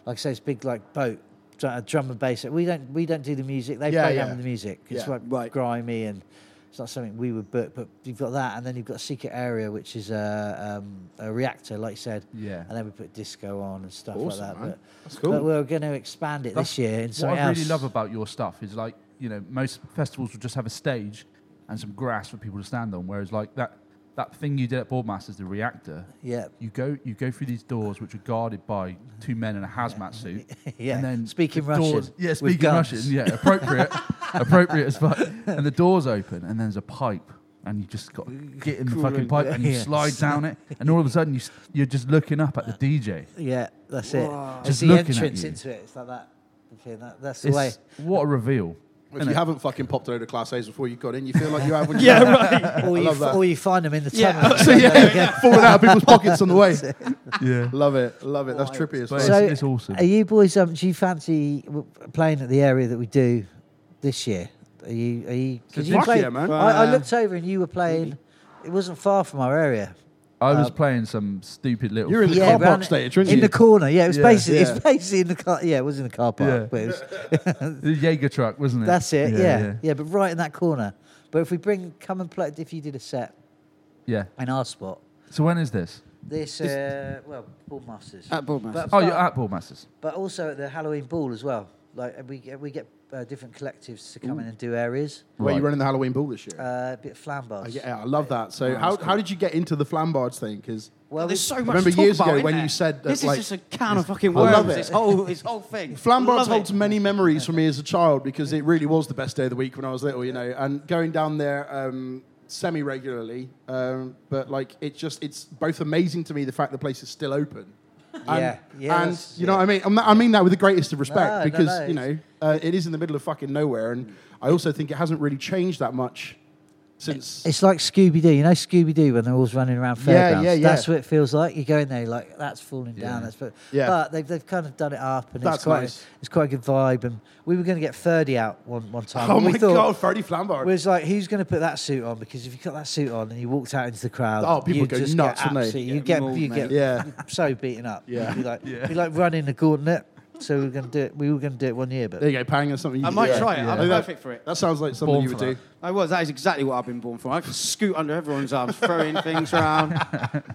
Speaker 4: like I say, this big like boat, dr- uh, drum and bass. We don't we don't do the music. They
Speaker 1: Yeah,
Speaker 4: program
Speaker 1: yeah.
Speaker 4: the music. It's
Speaker 1: Yeah.
Speaker 4: like
Speaker 2: Right.
Speaker 4: grimy and it's not something we would book. But you've got that, and then you've got a secret area, which is a, um, a reactor, like you said.
Speaker 3: Yeah.
Speaker 4: And then we put disco on and stuff
Speaker 1: Awesome,
Speaker 4: like that.
Speaker 1: man.
Speaker 4: But,
Speaker 1: That's cool.
Speaker 4: But we're going to expand it
Speaker 3: That's
Speaker 4: this year. And
Speaker 3: what
Speaker 4: something
Speaker 3: I really
Speaker 4: else.
Speaker 3: love about your stuff is like, you know, most festivals will just have a stage and some grass for people to stand on. Whereas like that that thing you did at Boardmasters, the reactor,
Speaker 4: Yeah.
Speaker 3: you go you go through these doors which are guarded by two men in a hazmat suit.
Speaker 4: Yeah.
Speaker 3: And then
Speaker 4: Speaking
Speaker 3: the doors-
Speaker 4: Russian
Speaker 3: Yeah,
Speaker 4: with
Speaker 3: speaking
Speaker 4: guns.
Speaker 3: Russian. Yeah, appropriate. appropriate as fuck. And the doors open and there's a pipe. And you just got to get in the fucking
Speaker 2: Crawling.
Speaker 3: pipe and you
Speaker 4: Yeah.
Speaker 3: slide down it. And all of a sudden you, s- you're just looking up at the DJ.
Speaker 4: Yeah, that's it.
Speaker 2: Wow.
Speaker 4: It's
Speaker 3: Just
Speaker 4: the
Speaker 3: looking at
Speaker 4: entrance
Speaker 3: you.
Speaker 4: into it. It's like that. the thing, that- That's the way.
Speaker 3: It's, what a reveal.
Speaker 1: If you haven't fucking popped over to Class A's before you got in, you feel like you have when you
Speaker 2: Yeah, right.
Speaker 4: Or
Speaker 1: I
Speaker 4: you,
Speaker 1: love
Speaker 4: f-
Speaker 1: that.
Speaker 4: or you find them in the
Speaker 2: Yeah.
Speaker 4: tunnel.
Speaker 1: So, yeah, yeah, yeah, falling out of people's pockets on the way.
Speaker 3: Yeah.
Speaker 1: Love it, love it. That's trippy as
Speaker 3: But
Speaker 1: fuck.
Speaker 3: it's- it's awesome.
Speaker 4: Are you boys? Um, do you fancy w- playing at the area that we do this year? Are you? Are you? Because you
Speaker 1: Fuck
Speaker 4: played.
Speaker 1: yeah, man.
Speaker 4: I, I
Speaker 2: Uh,
Speaker 4: looked over and you were playing. It wasn't far from our area.
Speaker 3: I was playing some stupid little.
Speaker 1: You're in the
Speaker 4: Yeah,
Speaker 1: car
Speaker 4: round-
Speaker 1: park stage, weren't
Speaker 4: in
Speaker 1: you?
Speaker 4: the corner. Yeah, it was
Speaker 3: Yeah.
Speaker 4: basically. It's
Speaker 1: Yeah.
Speaker 4: basically in the car. Yeah, it was in the car park.
Speaker 3: Yeah.
Speaker 4: But it was,
Speaker 3: the Jaeger truck, wasn't it?
Speaker 4: that's it. Yeah yeah,
Speaker 3: yeah.
Speaker 4: But right in that corner. But if we bring, come and play. If you did a set
Speaker 3: Yeah.
Speaker 4: in our spot,
Speaker 3: So when is this?
Speaker 4: this uh, well, Boardmasters.
Speaker 2: At Bournemouth.
Speaker 4: But-
Speaker 3: Oh, you're at Boardmasters.
Speaker 4: But also at the Halloween ball as well. Like uh, we get, we get uh, different collectives to come in and do areas.
Speaker 1: Where you
Speaker 3: Right.
Speaker 1: running the Halloween ball this year?
Speaker 4: Uh, a bit of flambards.
Speaker 1: Uh, yeah, I love that. So how, how did you get into the flambards thing? Because
Speaker 4: Well,
Speaker 2: There's
Speaker 4: this,
Speaker 2: so much.
Speaker 1: remember
Speaker 2: to talk
Speaker 1: years
Speaker 2: about,
Speaker 1: ago
Speaker 2: isn't
Speaker 1: when
Speaker 2: there?
Speaker 1: you said that,
Speaker 2: this is
Speaker 1: like-
Speaker 2: just a can of fucking
Speaker 1: I
Speaker 2: worms.
Speaker 1: love it.
Speaker 2: This whole this whole thing.
Speaker 1: flambards
Speaker 2: Love it.
Speaker 1: holds many memories for me as a child because it really was the best day of the week when I was little, you know. And going down there um, semi regularly, um, but like it's just it's both amazing to me the fact the place is still open. And,
Speaker 4: Yeah, yeah,
Speaker 1: and
Speaker 4: that's-
Speaker 1: you know what I mean. I'm not- I mean that with the greatest of respect
Speaker 4: No, no,
Speaker 1: because
Speaker 4: no, Mm.
Speaker 1: you know uh, it is in the middle of fucking nowhere, and I also think it hasn't really changed that much since.
Speaker 4: it's like Scooby Doo. You know Scooby Doo when they're always running around fairgrounds.
Speaker 1: yeah, yeah.
Speaker 4: That's what it feels like. You go in there, you're like that's falling down. That's but,
Speaker 1: Yeah.
Speaker 4: but they've, they've kind of done it up, and
Speaker 1: That's
Speaker 4: it's quite
Speaker 1: nice.
Speaker 4: it's quite a good vibe. And we were going to get Ferdy out one one time.
Speaker 1: oh
Speaker 4: and we
Speaker 1: my
Speaker 4: thought,
Speaker 1: god, Ferdy Flambard.
Speaker 4: We was like, who's going to put that suit on? Because if you got that suit on and you walked out into the crowd,
Speaker 1: Oh, people
Speaker 4: you'd
Speaker 1: go
Speaker 4: just
Speaker 1: nuts,
Speaker 4: Get
Speaker 1: wouldn't they?
Speaker 4: absolutely- you
Speaker 2: Yeah,
Speaker 4: get,
Speaker 2: mauled,
Speaker 4: you
Speaker 2: mate.
Speaker 4: get
Speaker 1: Yeah.
Speaker 4: so beaten up.
Speaker 1: Yeah.
Speaker 4: you'd be like, you'd be like running the gauntlet. So we were going to do it. We were going to do it one year, but
Speaker 1: there you go, pang or something. you
Speaker 2: I
Speaker 1: could
Speaker 2: might
Speaker 1: do.
Speaker 2: try it. I'm
Speaker 1: I think that-
Speaker 2: perfect for it.
Speaker 1: That sounds like something
Speaker 3: Born
Speaker 1: you
Speaker 3: for
Speaker 1: would
Speaker 3: that.
Speaker 1: do.
Speaker 2: I was. That is exactly what I've been born for. I can scoot under everyone's arms, throwing things around.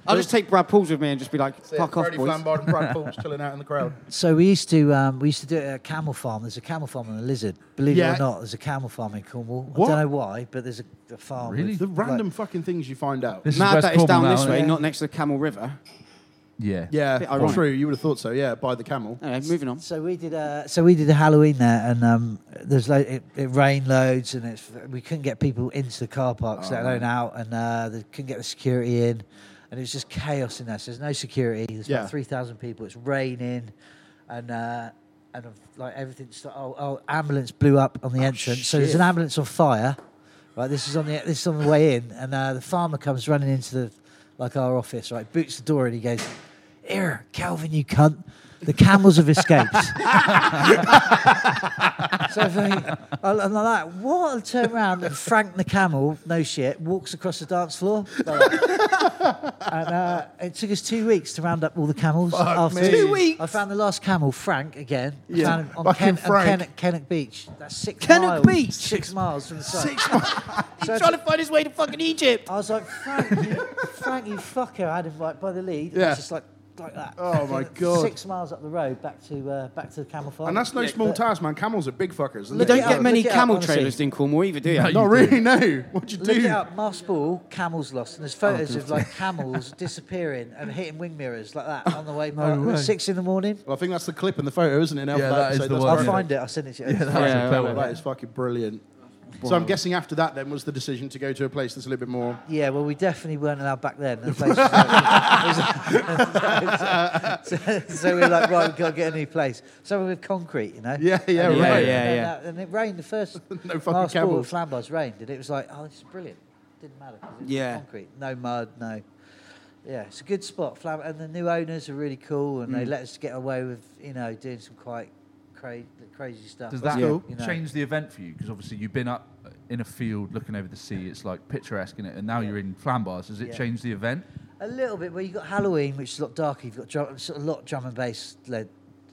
Speaker 2: I'll just take Brad Pauls with me and just be like, "Fuck off,
Speaker 1: Freddie
Speaker 2: boys."
Speaker 1: Flambard and Brad Paul's chilling out in the crowd.
Speaker 4: So we used to um, we used to do it at a camel farm. There's a camel farm and a lizard. Believe
Speaker 1: Yeah.
Speaker 4: it or not, there's a camel farm in Cornwall.
Speaker 1: What?
Speaker 4: I don't know why, but there's a, a farm.
Speaker 3: Really?
Speaker 4: with,
Speaker 1: The
Speaker 4: like-
Speaker 1: random fucking things you find out.
Speaker 3: This
Speaker 2: Mad
Speaker 3: is West
Speaker 2: that it's down
Speaker 3: Cornwall
Speaker 2: this
Speaker 3: now,
Speaker 2: way,
Speaker 3: isn't
Speaker 2: not next to the Camel River.
Speaker 3: it? Yeah.
Speaker 1: yeah,
Speaker 2: bit
Speaker 1: all
Speaker 2: ironic.
Speaker 1: true. You would have thought so. Yeah, by the camel.
Speaker 2: Anyway, moving on.
Speaker 4: So we did a so we did a Halloween there, and um, there's lo- it, it rained loads, and it's, we couldn't get people into the car parks, let
Speaker 1: Oh.
Speaker 4: alone out, and uh, they couldn't get the security in, and it was just chaos in there. So there's no security. There's
Speaker 1: Yeah.
Speaker 4: about three thousand people. It's raining, and uh, and like everything. St- oh, oh, ambulance blew up on
Speaker 1: Oh,
Speaker 4: the entrance. So there's an ambulance on fire. Right, this is on the this is on the way in, and uh, the farmer comes running into the like our office. Right, boots the door, and he goes, "Here, Calvin, you cunt." The camels have escaped. So if I, I'm like, what? I'll turn around and Frank the camel, no shit, walks across the dance floor. They're like- and uh, it took us two weeks to round up all the camels. after
Speaker 1: me. Two
Speaker 2: weeks?
Speaker 4: I found the last camel, Frank, again. I
Speaker 1: Yeah.
Speaker 4: found him on
Speaker 1: Fucking
Speaker 4: Ken,
Speaker 1: Frank.
Speaker 4: on Ken, Kennock Beach. That's six
Speaker 2: Kennock
Speaker 4: miles.
Speaker 2: Beach?
Speaker 4: Six miles from the site.
Speaker 2: He's
Speaker 4: So
Speaker 2: trying to find his way to fucking Egypt.
Speaker 4: I was like, Frank, you, Frank, you fucker! I had him like by the lead. Yeah.
Speaker 1: Yeah.
Speaker 4: It's just like like that.
Speaker 1: Oh, my
Speaker 4: Fucking
Speaker 1: God.
Speaker 4: Six miles up the road, back to uh, back to the camel farm.
Speaker 1: And that's no small task, man. Camels are big fuckers. aren't
Speaker 2: You
Speaker 1: they?
Speaker 2: don't get many
Speaker 4: Look it up,
Speaker 2: camel
Speaker 4: honestly.
Speaker 2: trailers in Cornwall either, do you?
Speaker 3: No.
Speaker 1: Not really, no. What'd you
Speaker 4: Look it
Speaker 1: do?
Speaker 4: up, Mars Ball, camels lost,
Speaker 1: Oh,
Speaker 4: and there's photos of like camels disappearing and hitting wing mirrors like that on the way. back.
Speaker 3: way.
Speaker 4: Six in the morning.
Speaker 1: Well, I think that's the clip in the photo, isn't it? in Alphabet
Speaker 3: that is
Speaker 1: episode?
Speaker 3: the
Speaker 1: That's
Speaker 3: one,
Speaker 4: I'll
Speaker 1: brilliant.
Speaker 3: yeah.
Speaker 4: find it. I'll send it to you.
Speaker 3: that was
Speaker 2: Yeah,
Speaker 3: a
Speaker 2: well,
Speaker 3: clever
Speaker 1: That is fucking brilliant. So I'm guessing after that, then, was the decision to go to a place that's a little bit more.
Speaker 4: Yeah, well, we definitely weren't allowed back then. The place was like- so, so we were like, right, we've got to get a new place. So we were with concrete, you know?
Speaker 1: Yeah, yeah,
Speaker 4: And it
Speaker 1: right.
Speaker 4: rained,
Speaker 2: Yeah, yeah,
Speaker 4: and then that- And it rained the first
Speaker 1: No fucking
Speaker 4: last ball
Speaker 1: camels.
Speaker 4: of Flambars rained, and it was like, oh, this is brilliant. Didn't matter. 'cause it was
Speaker 2: Yeah.
Speaker 4: Concrete, no mud, no. Yeah, it's a good spot. Flam- and the new owners are really cool,
Speaker 1: Mm.
Speaker 4: and they let us get away with, you know, doing some quite cra- crazy stuff.
Speaker 3: Does that
Speaker 2: Yeah.
Speaker 4: You know.
Speaker 3: change the event for you? Because obviously you've been up uh, in a field looking over the sea. It's like picturesque in it, and now
Speaker 4: Yeah.
Speaker 3: you're in Flambars. Does it
Speaker 4: Yeah.
Speaker 3: change the event?
Speaker 4: A little bit, where you've got Halloween, which is a lot darker. You've got drum, sort of a lot of drum and bass led,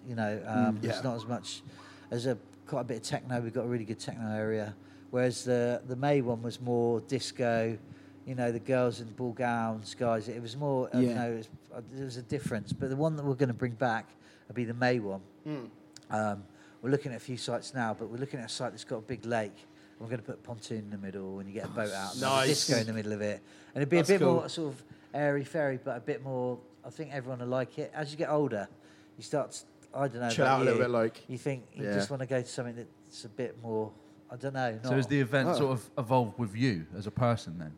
Speaker 4: you know. Um,
Speaker 1: Mm, yeah.
Speaker 4: It's not as much as a quite a bit of techno. We've got a really good techno area. Whereas the the May one was more disco, you know, the girls in ball gowns, guys. It was more, uh, you
Speaker 2: Yeah.
Speaker 4: know, it was, uh, there was a difference. But the one that we're going to bring back will be the May one.
Speaker 1: Mm.
Speaker 4: Um, we're looking at a few sites now, but we're looking at a site that's got a big lake. We're going to put a pontoon in the middle, and you get a boat out, and have a
Speaker 1: Nice.
Speaker 4: disco in the middle of it, and it'd be
Speaker 1: That's
Speaker 4: a bit
Speaker 1: cool.
Speaker 4: more sort of airy fairy, but a bit more. I think everyone will like it. As you get older, you start. To, I don't know.
Speaker 1: Chill
Speaker 4: about
Speaker 1: out a little
Speaker 4: you,
Speaker 1: bit, like,
Speaker 4: you think you
Speaker 1: yeah.
Speaker 4: just want to go to something that's a bit more. I don't know.
Speaker 3: So
Speaker 4: not-
Speaker 3: has the event
Speaker 1: Oh.
Speaker 3: sort of evolved with you as a person then?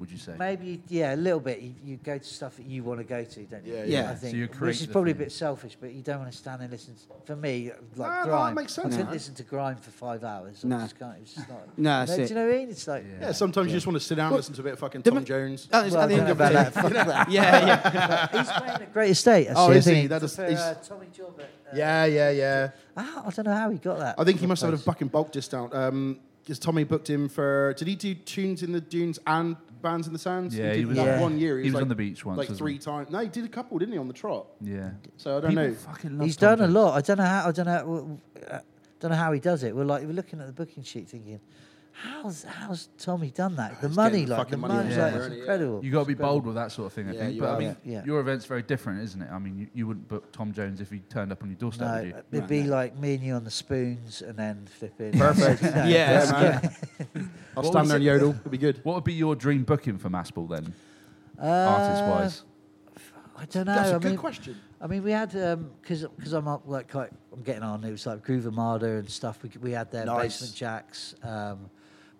Speaker 3: Would you say?
Speaker 4: maybe yeah a little bit. You, you go to stuff that you want to go to, don't you?
Speaker 1: Yeah,
Speaker 2: yeah.
Speaker 4: I
Speaker 2: So
Speaker 4: think,
Speaker 3: you create
Speaker 4: which is
Speaker 3: the
Speaker 4: probably a
Speaker 3: thing.
Speaker 4: bit selfish, but you don't want to stand and listen. To, for me, like
Speaker 1: No, no, that
Speaker 4: grime,
Speaker 1: makes sense,
Speaker 4: I couldn't
Speaker 1: man.
Speaker 4: listen to grime for five hours.
Speaker 2: No.
Speaker 4: I just can't. It's just not.
Speaker 2: No, that's
Speaker 4: do
Speaker 2: it.
Speaker 4: you know what I mean? It's like
Speaker 1: Yeah, sometimes you just want to sit down and listen to a bit of fucking Tom
Speaker 2: Demi-
Speaker 1: Jones.
Speaker 2: That is
Speaker 4: Well,
Speaker 2: at the
Speaker 4: I
Speaker 2: end
Speaker 4: don't
Speaker 2: of
Speaker 4: know
Speaker 2: the
Speaker 4: about that. Fuck that.
Speaker 2: Yeah, yeah.
Speaker 4: he's playing at Great Estate. I
Speaker 1: Oh,
Speaker 4: see.
Speaker 1: is
Speaker 4: I think
Speaker 1: he? That is-
Speaker 4: for,
Speaker 1: he's-
Speaker 4: uh, Tommy Job at, uh,
Speaker 1: Yeah, yeah, yeah.
Speaker 4: Ah, I don't know how he got that.
Speaker 1: I think he must have
Speaker 4: Place.
Speaker 1: had a fucking bulk discount. Um, because Tommy booked him for. Did he do tunes in the dunes and bands in the sands? he,
Speaker 3: Yeah, he
Speaker 1: did
Speaker 3: was-
Speaker 1: that
Speaker 4: Yeah.
Speaker 1: one year.
Speaker 3: He was
Speaker 1: like-
Speaker 3: on the beach once,
Speaker 1: like
Speaker 3: wasn't
Speaker 1: three
Speaker 3: he?
Speaker 1: times. No, he did a couple, didn't he, on the trot?
Speaker 3: Yeah.
Speaker 1: So I don't
Speaker 3: People
Speaker 1: know.
Speaker 3: fucking love
Speaker 4: He's
Speaker 3: Tom
Speaker 4: done a
Speaker 3: Jones.
Speaker 4: lot. I don't know how. I don't know. w- w- uh, Don't know how he does it. We're like we're looking at the booking sheet, thinking, how's how's Tommy done that? The
Speaker 1: He's
Speaker 4: money,
Speaker 1: getting the
Speaker 4: like the
Speaker 1: fucking money
Speaker 4: money's
Speaker 3: from
Speaker 4: like
Speaker 1: somewhere,
Speaker 4: it's
Speaker 1: isn't he?
Speaker 4: incredible.
Speaker 3: You got to be bold with that sort of thing, I
Speaker 1: Yeah,
Speaker 3: think.
Speaker 1: you
Speaker 3: But
Speaker 1: are.
Speaker 3: I mean,
Speaker 4: Yeah.
Speaker 3: your event's very different, isn't it? I mean, you, you wouldn't book Tom Jones if he turned up on your doorstep, would
Speaker 4: No, uh,
Speaker 3: you?
Speaker 4: it'd be like me and you on the spoons, and then flipping.
Speaker 1: Perfect.
Speaker 4: You know,
Speaker 2: Yeah.
Speaker 4: just
Speaker 1: man.
Speaker 4: get-
Speaker 1: I'll
Speaker 3: What
Speaker 1: stand
Speaker 3: was
Speaker 1: there and
Speaker 3: it?
Speaker 1: yodel. It'll be good.
Speaker 3: What would be your dream booking for Maspel then,
Speaker 4: Uh,
Speaker 3: artist-wise?
Speaker 4: I don't know.
Speaker 1: That's
Speaker 4: I
Speaker 1: a good
Speaker 4: mean,
Speaker 1: question.
Speaker 4: I mean, we had because because I'm up like quite I'm getting on. It was like Groove Armada and stuff. We we had their
Speaker 1: Nice.
Speaker 4: basement jacks, um,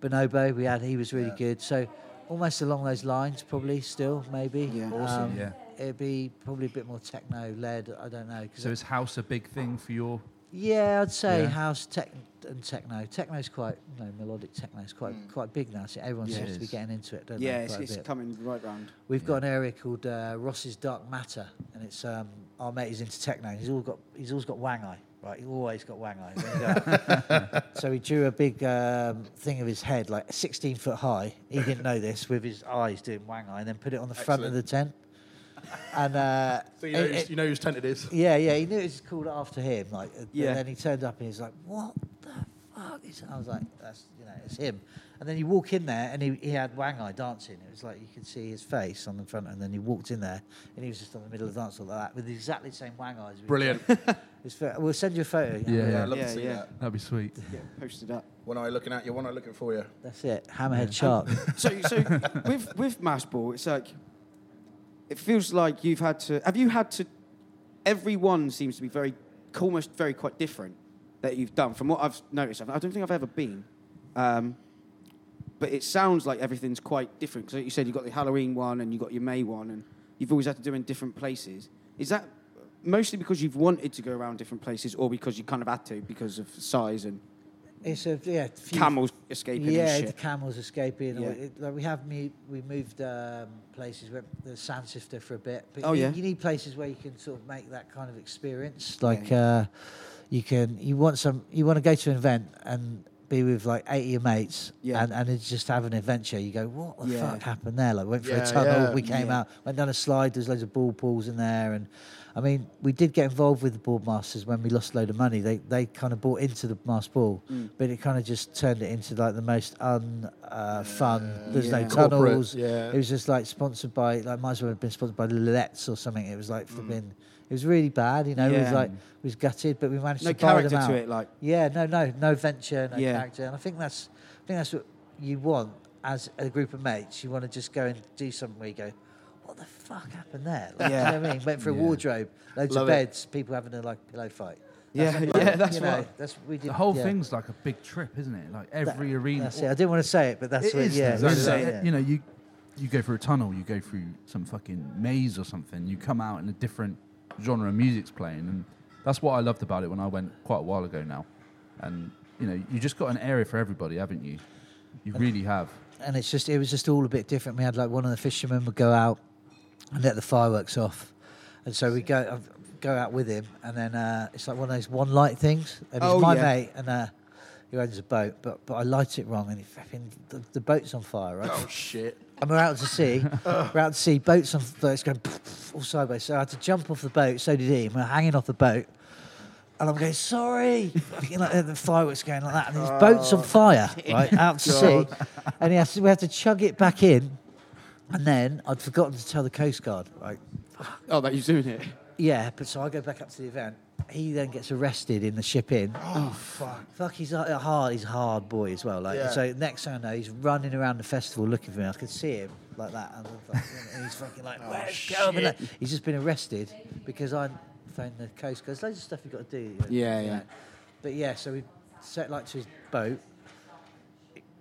Speaker 4: Bonobo. We had he was really good. So almost along those lines, probably still maybe.
Speaker 2: Yeah.
Speaker 4: Awesome.
Speaker 3: Yeah.
Speaker 4: It'd be probably a bit more techno led. I don't know. 'cause
Speaker 3: So is house a big thing for your?
Speaker 4: yeah, I'd say
Speaker 3: Yeah.
Speaker 4: house tech and techno. Techno's quite you know, melodic. Techno's quite quite big now. So everyone
Speaker 3: Yeah, it
Speaker 4: seems to be
Speaker 3: is.
Speaker 4: getting into it. Don't
Speaker 2: Hmm. Yeah,
Speaker 4: they,
Speaker 2: it's,
Speaker 4: quite a
Speaker 2: it's
Speaker 4: bit.
Speaker 2: coming right round.
Speaker 4: We've got an area called uh, Ross's Dark Matter, and it's um, our mate is into techno. and He's all got he's always got wang eye, right? He always got wang eye. when he go out. so he drew a big um, thing of his head, like 16 foot high. He didn't know this with his eyes doing wang eye, and then put it on the front of the tent. And uh,
Speaker 1: So you know,
Speaker 4: it-
Speaker 1: who's-
Speaker 4: it-
Speaker 1: you know whose tent it is.
Speaker 4: yeah, yeah, he knew it was called after him. Like, uh,
Speaker 2: Yeah.
Speaker 4: And then he turned up and he's like, "What the fuck is?" I was like, "That's you know, it's him." And then you walk in there and he, he had Wang Eye dancing. It was like you could see his face on the front. And then you walked in there and he was just on the middle of the dance floor like that with exactly the same Wang Eyes.
Speaker 1: Brilliant.
Speaker 4: It's fair. We'll send you a photo. you know.
Speaker 3: Yeah.
Speaker 1: Yeah, I'd love
Speaker 2: Yeah,
Speaker 1: to see
Speaker 2: yeah.
Speaker 1: that.
Speaker 3: That'd be sweet.
Speaker 2: Yeah, posted up.
Speaker 1: One eye looking at you, one eye looking for you.
Speaker 4: That's it. Hammerhead Shark.
Speaker 2: So, so with with Mashball, it's like it feels like you've had to. Have you had to? Everyone seems to be very, almost very quite different that you've done. From what I've noticed, I don't think I've ever been. Um, but it sounds like everything's quite different. So you said you've got the Halloween one and you've got your May one, and you've always had to do in different places. Is that mostly because you've wanted to go around different places, or because you kind of had to because of size and
Speaker 4: it's a yeah. few-
Speaker 2: camels escaping
Speaker 4: Yeah,
Speaker 2: and
Speaker 4: the
Speaker 2: shit?
Speaker 4: camels escaping.
Speaker 2: Yeah.
Speaker 4: Or it, like we have mu- we moved um, places. We went to the sand sifter for a bit. But
Speaker 2: Oh,
Speaker 4: you,
Speaker 2: yeah.
Speaker 4: you need places where you can sort of make that kind of experience. Like, uh, you can you want some you want to go to an event and be with like 80 of your mates
Speaker 2: Yeah.
Speaker 4: and, and it's just have an adventure you go what the
Speaker 2: Yeah.
Speaker 4: fuck happened there like went through
Speaker 1: Yeah,
Speaker 4: a tunnel
Speaker 1: yeah.
Speaker 4: we came
Speaker 2: Yeah.
Speaker 4: out went down a slide there's loads of ball pools in there and I mean we did get involved with the board masters when we lost a load of money they they kind of bought into the mass ball
Speaker 2: Mm.
Speaker 4: but it kind of just turned it into like the most un uh, fun there's
Speaker 2: Yeah.
Speaker 4: no
Speaker 1: Corporate,
Speaker 4: tunnels
Speaker 1: yeah.
Speaker 4: it was just like sponsored by like might as well have been sponsored by Lilette's or something it was like flipping it was really bad you know it was
Speaker 2: Mm. Yeah.
Speaker 4: like it was gutted but we managed
Speaker 2: No
Speaker 4: to buy
Speaker 2: character
Speaker 4: them out.
Speaker 2: to it, like
Speaker 4: Yeah, no, no, no venture, no
Speaker 2: Yeah.
Speaker 4: character, and I think that's, I think that's what you want as a group of mates. You want to just go and do something where you go, what the fuck happened there? Like,
Speaker 2: Yeah.
Speaker 4: you know what I mean, went for a
Speaker 3: Yeah.
Speaker 4: wardrobe, loads
Speaker 1: Love it.
Speaker 4: of beds, people having a like pillow fight.
Speaker 2: Yeah,
Speaker 4: what-
Speaker 2: yeah, that's
Speaker 4: you know,
Speaker 2: right.
Speaker 4: That's we did.
Speaker 3: The whole
Speaker 4: yeah.
Speaker 3: thing's like a big trip, isn't it? Like
Speaker 4: That-
Speaker 3: every arena.
Speaker 4: That's it. I didn't want to say it, but that's
Speaker 3: It
Speaker 4: what.
Speaker 3: is
Speaker 4: yeah,
Speaker 3: things
Speaker 4: yeah,
Speaker 3: like that.
Speaker 4: yeah.
Speaker 3: You know, you you go through a tunnel, you go through some fucking maze or something. You come out and a different genre of music's playing, and that's what I loved about it when I went quite a while ago now. And you know, you just got an area for everybody, haven't you? You really have.
Speaker 4: and it's just it was just all a bit different. We had like one of the fishermen would go out and let the fireworks off, and so we go uh, go out with him, and then uh, it's like one of those one light things. And it's
Speaker 2: Oh,
Speaker 4: my
Speaker 2: yeah.
Speaker 4: mate and uh, who owns a boat, but but I light it wrong, and he flipping the, the boat's on fire, right?
Speaker 1: Oh shit!
Speaker 4: and we're out to sea. we're out to sea. Boats on boats going all sideways. So I had to jump off the boat. So did he. And we're hanging off the boat. And I'm going, sorry. Fucking like, the fireworks going like that. And his boat's on fire, right? Out to sea. And he has to, we had to chug it back in. And then I'd forgotten to tell the Coast Guard, right?
Speaker 2: oh, that you're doing it.
Speaker 4: Yeah, but so I go back up to the event. He then gets arrested in the ship in. Oh, fuck. Fuck, he's a hard, he's a hard boy as well. Like,
Speaker 1: Yeah.
Speaker 4: so next thing I know, he's running around the festival looking for me. I could see him like that, and, I'm like, and he's fucking like, "Where's Calvin?" Like, he's just been arrested because I phoned the coast. Guard. There's loads of stuff you got to do.
Speaker 2: Yeah,
Speaker 4: you
Speaker 2: yeah.
Speaker 4: know. But yeah, so we set light to his boat,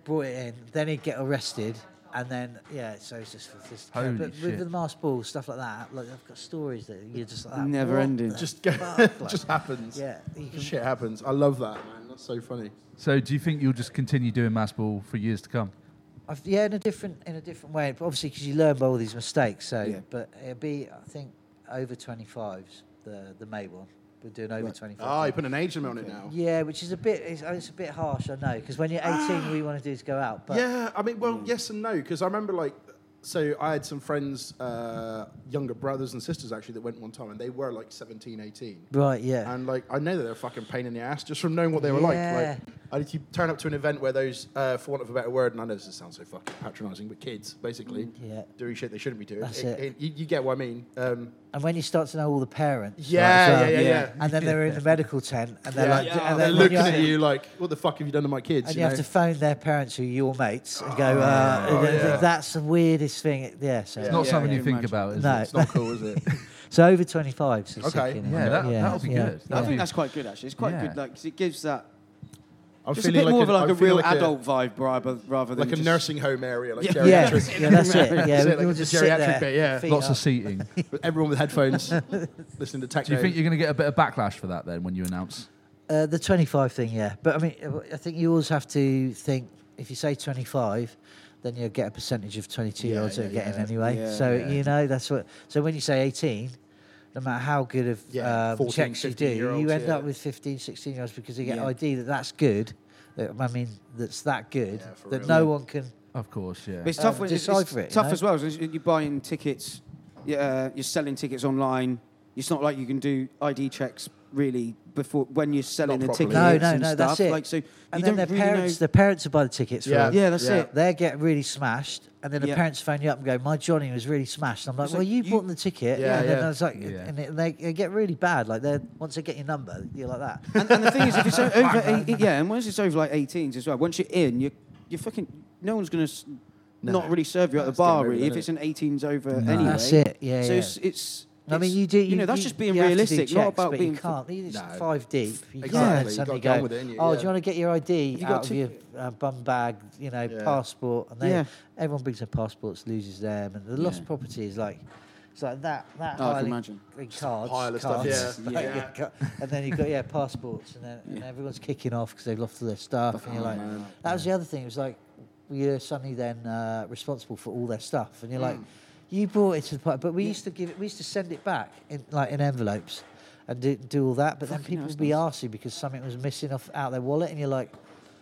Speaker 4: brought it in, then he'd get arrested, and then yeah, so it's just it's just
Speaker 3: Holy
Speaker 4: but
Speaker 3: shit.
Speaker 4: with the masked ball stuff like that, like I've got stories that you're just like that,
Speaker 2: Never
Speaker 4: what
Speaker 2: ending.
Speaker 4: the
Speaker 1: Just go,
Speaker 4: fuck, like,
Speaker 1: just happens.
Speaker 4: yeah, you can,
Speaker 1: Shit happens. I love that, man. That's so funny.
Speaker 3: So, do you think you'll just continue doing mass ball for years to come?
Speaker 4: I've, yeah, in a different in a different way, but obviously because you learn by all these mistakes. So,
Speaker 2: Yeah.
Speaker 4: but it'll be I think over 25s the the May one. We're doing over 25s.
Speaker 1: Ah, you put an age limit on it now.
Speaker 4: yeah, which is a bit it's, oh, it's a bit harsh, I know, because when you're 18, all you want to do is go out. But
Speaker 1: Ah. yeah, I mean, well, yes and no, because I remember like, so I had some friends, uh, younger brothers and sisters actually, that went one time, and they were like 17, 18.
Speaker 4: right, yeah.
Speaker 1: And like, I know that they're a fucking pain in the ass just from knowing what they were like.
Speaker 4: Yeah.
Speaker 1: Like, and if you turn up to an event where those, uh, for want of a better word, and I know this sounds so fucking patronising, but kids basically
Speaker 4: yeah.
Speaker 1: doing shit they shouldn't be doing.
Speaker 4: That's it.
Speaker 1: you, you get what I mean? Um,
Speaker 4: And when you start to know all the parents, like, as
Speaker 1: Yeah,
Speaker 4: well,
Speaker 1: yeah, yeah, yeah.
Speaker 4: And then they're in the medical tent, and they're
Speaker 1: yeah.
Speaker 4: like,
Speaker 1: Yeah,
Speaker 4: and
Speaker 1: they're
Speaker 4: then when
Speaker 1: looking
Speaker 4: you're-
Speaker 1: at you like, what the fuck have you done to my kids?
Speaker 4: and
Speaker 1: you
Speaker 4: you have
Speaker 1: know?
Speaker 4: to phone their parents who are your mates and go, uh,
Speaker 1: Oh,
Speaker 4: th- th-
Speaker 1: yeah.
Speaker 4: that's the weirdest thing. it- Yeah, so
Speaker 1: It's
Speaker 3: It's not
Speaker 1: Yeah,
Speaker 3: something
Speaker 2: yeah,
Speaker 3: you think
Speaker 2: imagine.
Speaker 3: about, is
Speaker 4: No.
Speaker 3: it?
Speaker 1: it's not cool, is it?
Speaker 4: so over 25. So
Speaker 1: Okay.
Speaker 4: second,
Speaker 3: Yeah, that,
Speaker 4: yeah,
Speaker 3: that'll be
Speaker 4: yeah,
Speaker 3: good.
Speaker 4: yeah.
Speaker 2: I think that's quite good actually. It's quite
Speaker 3: Yeah.
Speaker 2: good, like 'cause it gives that
Speaker 1: I'm
Speaker 2: just a bit
Speaker 1: feeling
Speaker 2: more of like
Speaker 1: I'm
Speaker 2: a
Speaker 1: feeling
Speaker 2: real
Speaker 1: like
Speaker 2: adult vibe, rather rather than
Speaker 1: like a
Speaker 2: just-
Speaker 1: nursing home area, like
Speaker 2: Yeah.
Speaker 4: Yeah,
Speaker 1: geriatric.
Speaker 4: yeah, that's it. Yeah,
Speaker 1: That's
Speaker 4: we
Speaker 1: it, like
Speaker 4: all
Speaker 1: it's a
Speaker 4: just sit
Speaker 1: geriatric
Speaker 4: there,
Speaker 1: bit, yeah.
Speaker 4: feet
Speaker 3: Lots
Speaker 4: up.
Speaker 3: of seating. do
Speaker 1: With everyone with headphones listening to techno.
Speaker 3: you think you're going to get a bit of backlash for that then when you announce?
Speaker 4: Uh, the 25 thing, yeah. But I mean, uh, I think you always have to think if you say 25, then you'll get a percentage of 22 year olds
Speaker 1: Yeah,
Speaker 4: that are
Speaker 1: yeah,
Speaker 4: getting
Speaker 1: yeah.
Speaker 4: anyway.
Speaker 2: Yeah,
Speaker 4: so,
Speaker 2: yeah.
Speaker 4: you know, that's what. So when you say 18, no matter how good of
Speaker 1: Yeah,
Speaker 4: um,
Speaker 1: 14,
Speaker 4: checks you do,
Speaker 1: 15-year-olds,
Speaker 4: you end
Speaker 1: yeah.
Speaker 4: up with 15, 16 year olds because they get
Speaker 2: Yeah.
Speaker 4: ID that that's good. That, I mean, that's that good
Speaker 1: Yeah, for
Speaker 4: that
Speaker 1: real.
Speaker 4: no one can.
Speaker 3: Of course, yeah.
Speaker 2: But it's tough.
Speaker 4: Um,
Speaker 2: when it's, it's
Speaker 4: decipher it, you
Speaker 2: tough
Speaker 4: know?
Speaker 2: as well. So you're buying tickets. Yeah, you're selling tickets online. It's not like you can do ID checks really before when you're selling the
Speaker 1: Not
Speaker 2: tickets
Speaker 1: properly.
Speaker 4: No, no,
Speaker 2: and
Speaker 4: no,
Speaker 2: stuff.
Speaker 4: that's it.
Speaker 2: Like so,
Speaker 4: And
Speaker 2: you don't
Speaker 4: then their
Speaker 2: really
Speaker 4: parents,
Speaker 2: know.
Speaker 4: their parents will buy the tickets for
Speaker 1: Yeah.
Speaker 4: them.
Speaker 2: yeah, that's
Speaker 1: Yeah.
Speaker 2: it.
Speaker 4: they get really smashed, and then the
Speaker 2: Yeah.
Speaker 4: parents phone you up and go, "My Johnny was really smashed." And I'm like,
Speaker 2: It's
Speaker 4: "Well,
Speaker 2: like,
Speaker 4: you
Speaker 2: you-
Speaker 4: bought the ticket."
Speaker 1: Yeah,
Speaker 4: and
Speaker 1: yeah.
Speaker 4: Then I was like,
Speaker 3: Yeah.
Speaker 4: and it, they, they get really bad. Like they once they get your number, you're like that.
Speaker 2: And, and the thing is, if it's o- over, eight, yeah, and once it's over like 18s as well, once you're in, you you fucking no one's gonna s not really serve you at the
Speaker 1: That's getting
Speaker 2: bar
Speaker 1: rid of
Speaker 2: really.
Speaker 1: it,
Speaker 2: If it's
Speaker 1: isn't
Speaker 2: an 18s over anyway,
Speaker 4: That's it, yeah,
Speaker 2: So
Speaker 4: yeah.
Speaker 2: it's, it's
Speaker 4: I mean,
Speaker 2: it's-
Speaker 4: you do. You,
Speaker 2: know, that's
Speaker 4: you-
Speaker 2: just being
Speaker 4: you have to do
Speaker 2: realistic, not
Speaker 4: checks,
Speaker 2: about
Speaker 4: but
Speaker 2: being.
Speaker 4: you can't. It's
Speaker 1: No.
Speaker 4: five deep. You
Speaker 1: Exactly,
Speaker 4: can't
Speaker 1: you gotta
Speaker 4: suddenly
Speaker 1: get on
Speaker 4: go,
Speaker 1: with it, ain't you?
Speaker 4: "Oh,
Speaker 1: Yeah.
Speaker 4: do you want to get your ID
Speaker 2: You got
Speaker 4: out of
Speaker 2: to-
Speaker 4: your uh, bum bag? You know,
Speaker 1: Yeah.
Speaker 4: passport." And they,
Speaker 2: Yeah.
Speaker 4: everyone brings their passports, loses them, and the lost
Speaker 2: Yeah.
Speaker 4: property is like. It's like that. That
Speaker 2: Oh, I can
Speaker 4: highly-
Speaker 2: imagine.
Speaker 4: in cards,
Speaker 1: pile of stuff,
Speaker 4: cards,
Speaker 1: yeah.
Speaker 4: like,
Speaker 1: Yeah.
Speaker 4: yeah, ca- and then you've got yeah passports, and then and everyone's kicking off because they've lost all their stuff, and you're like, that was the other thing. It was like you're suddenly then uh, responsible for all their stuff,
Speaker 1: Mm.
Speaker 4: and you're like, you brought it to the party, but we used to give it, we used to send it back in like in envelopes. and do, do all that. But then
Speaker 2: Fucking
Speaker 4: people
Speaker 2: hell,
Speaker 4: would
Speaker 2: that's
Speaker 4: be arsey because something was missing off out their wallet, and you're like,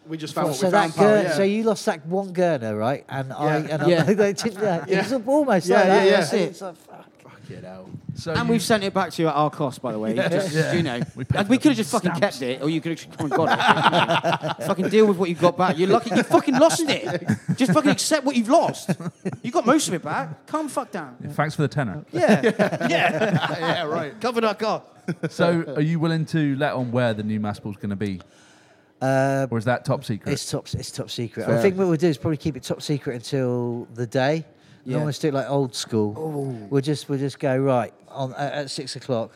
Speaker 1: We just found what
Speaker 4: so
Speaker 1: we found.
Speaker 4: that
Speaker 1: pal,
Speaker 4: Gur-
Speaker 1: yeah.
Speaker 4: so you lost that one Gurner, right? And I
Speaker 1: Yeah.
Speaker 4: and
Speaker 2: Yeah.
Speaker 4: I, they did that.
Speaker 1: Yeah.
Speaker 4: It was almost
Speaker 1: Yeah,
Speaker 4: like
Speaker 1: yeah,
Speaker 4: that.
Speaker 1: yeah.
Speaker 4: That's it. It's like, fuck.
Speaker 1: Fucking hell.
Speaker 3: So
Speaker 2: and
Speaker 3: you-
Speaker 2: we've sent it back to you at our cost, by the way. Just, You know,
Speaker 3: We
Speaker 2: we,
Speaker 3: paid
Speaker 2: and we
Speaker 3: for
Speaker 2: could have just fucking
Speaker 3: stamps.
Speaker 2: kept it, or you could have just come and got it. fucking deal with what you got back. You're lucky. You fucking lost it. Just fucking accept what you've lost. You got most of it back. Calm the fuck down.
Speaker 3: thanks for the tenor.
Speaker 2: Yeah, yeah.
Speaker 1: yeah, right.
Speaker 2: Covered our cost.
Speaker 3: so are you willing to let on where the new mass ball's going to be,
Speaker 4: Uh,
Speaker 3: or is that top secret?
Speaker 4: It's top. It's top secret.
Speaker 1: Fair.
Speaker 4: I think what we'll do is probably keep it top secret until the day.
Speaker 2: Yeah.
Speaker 4: And almost do it like old school. We'll just we'll just go right on at, at six o'clock.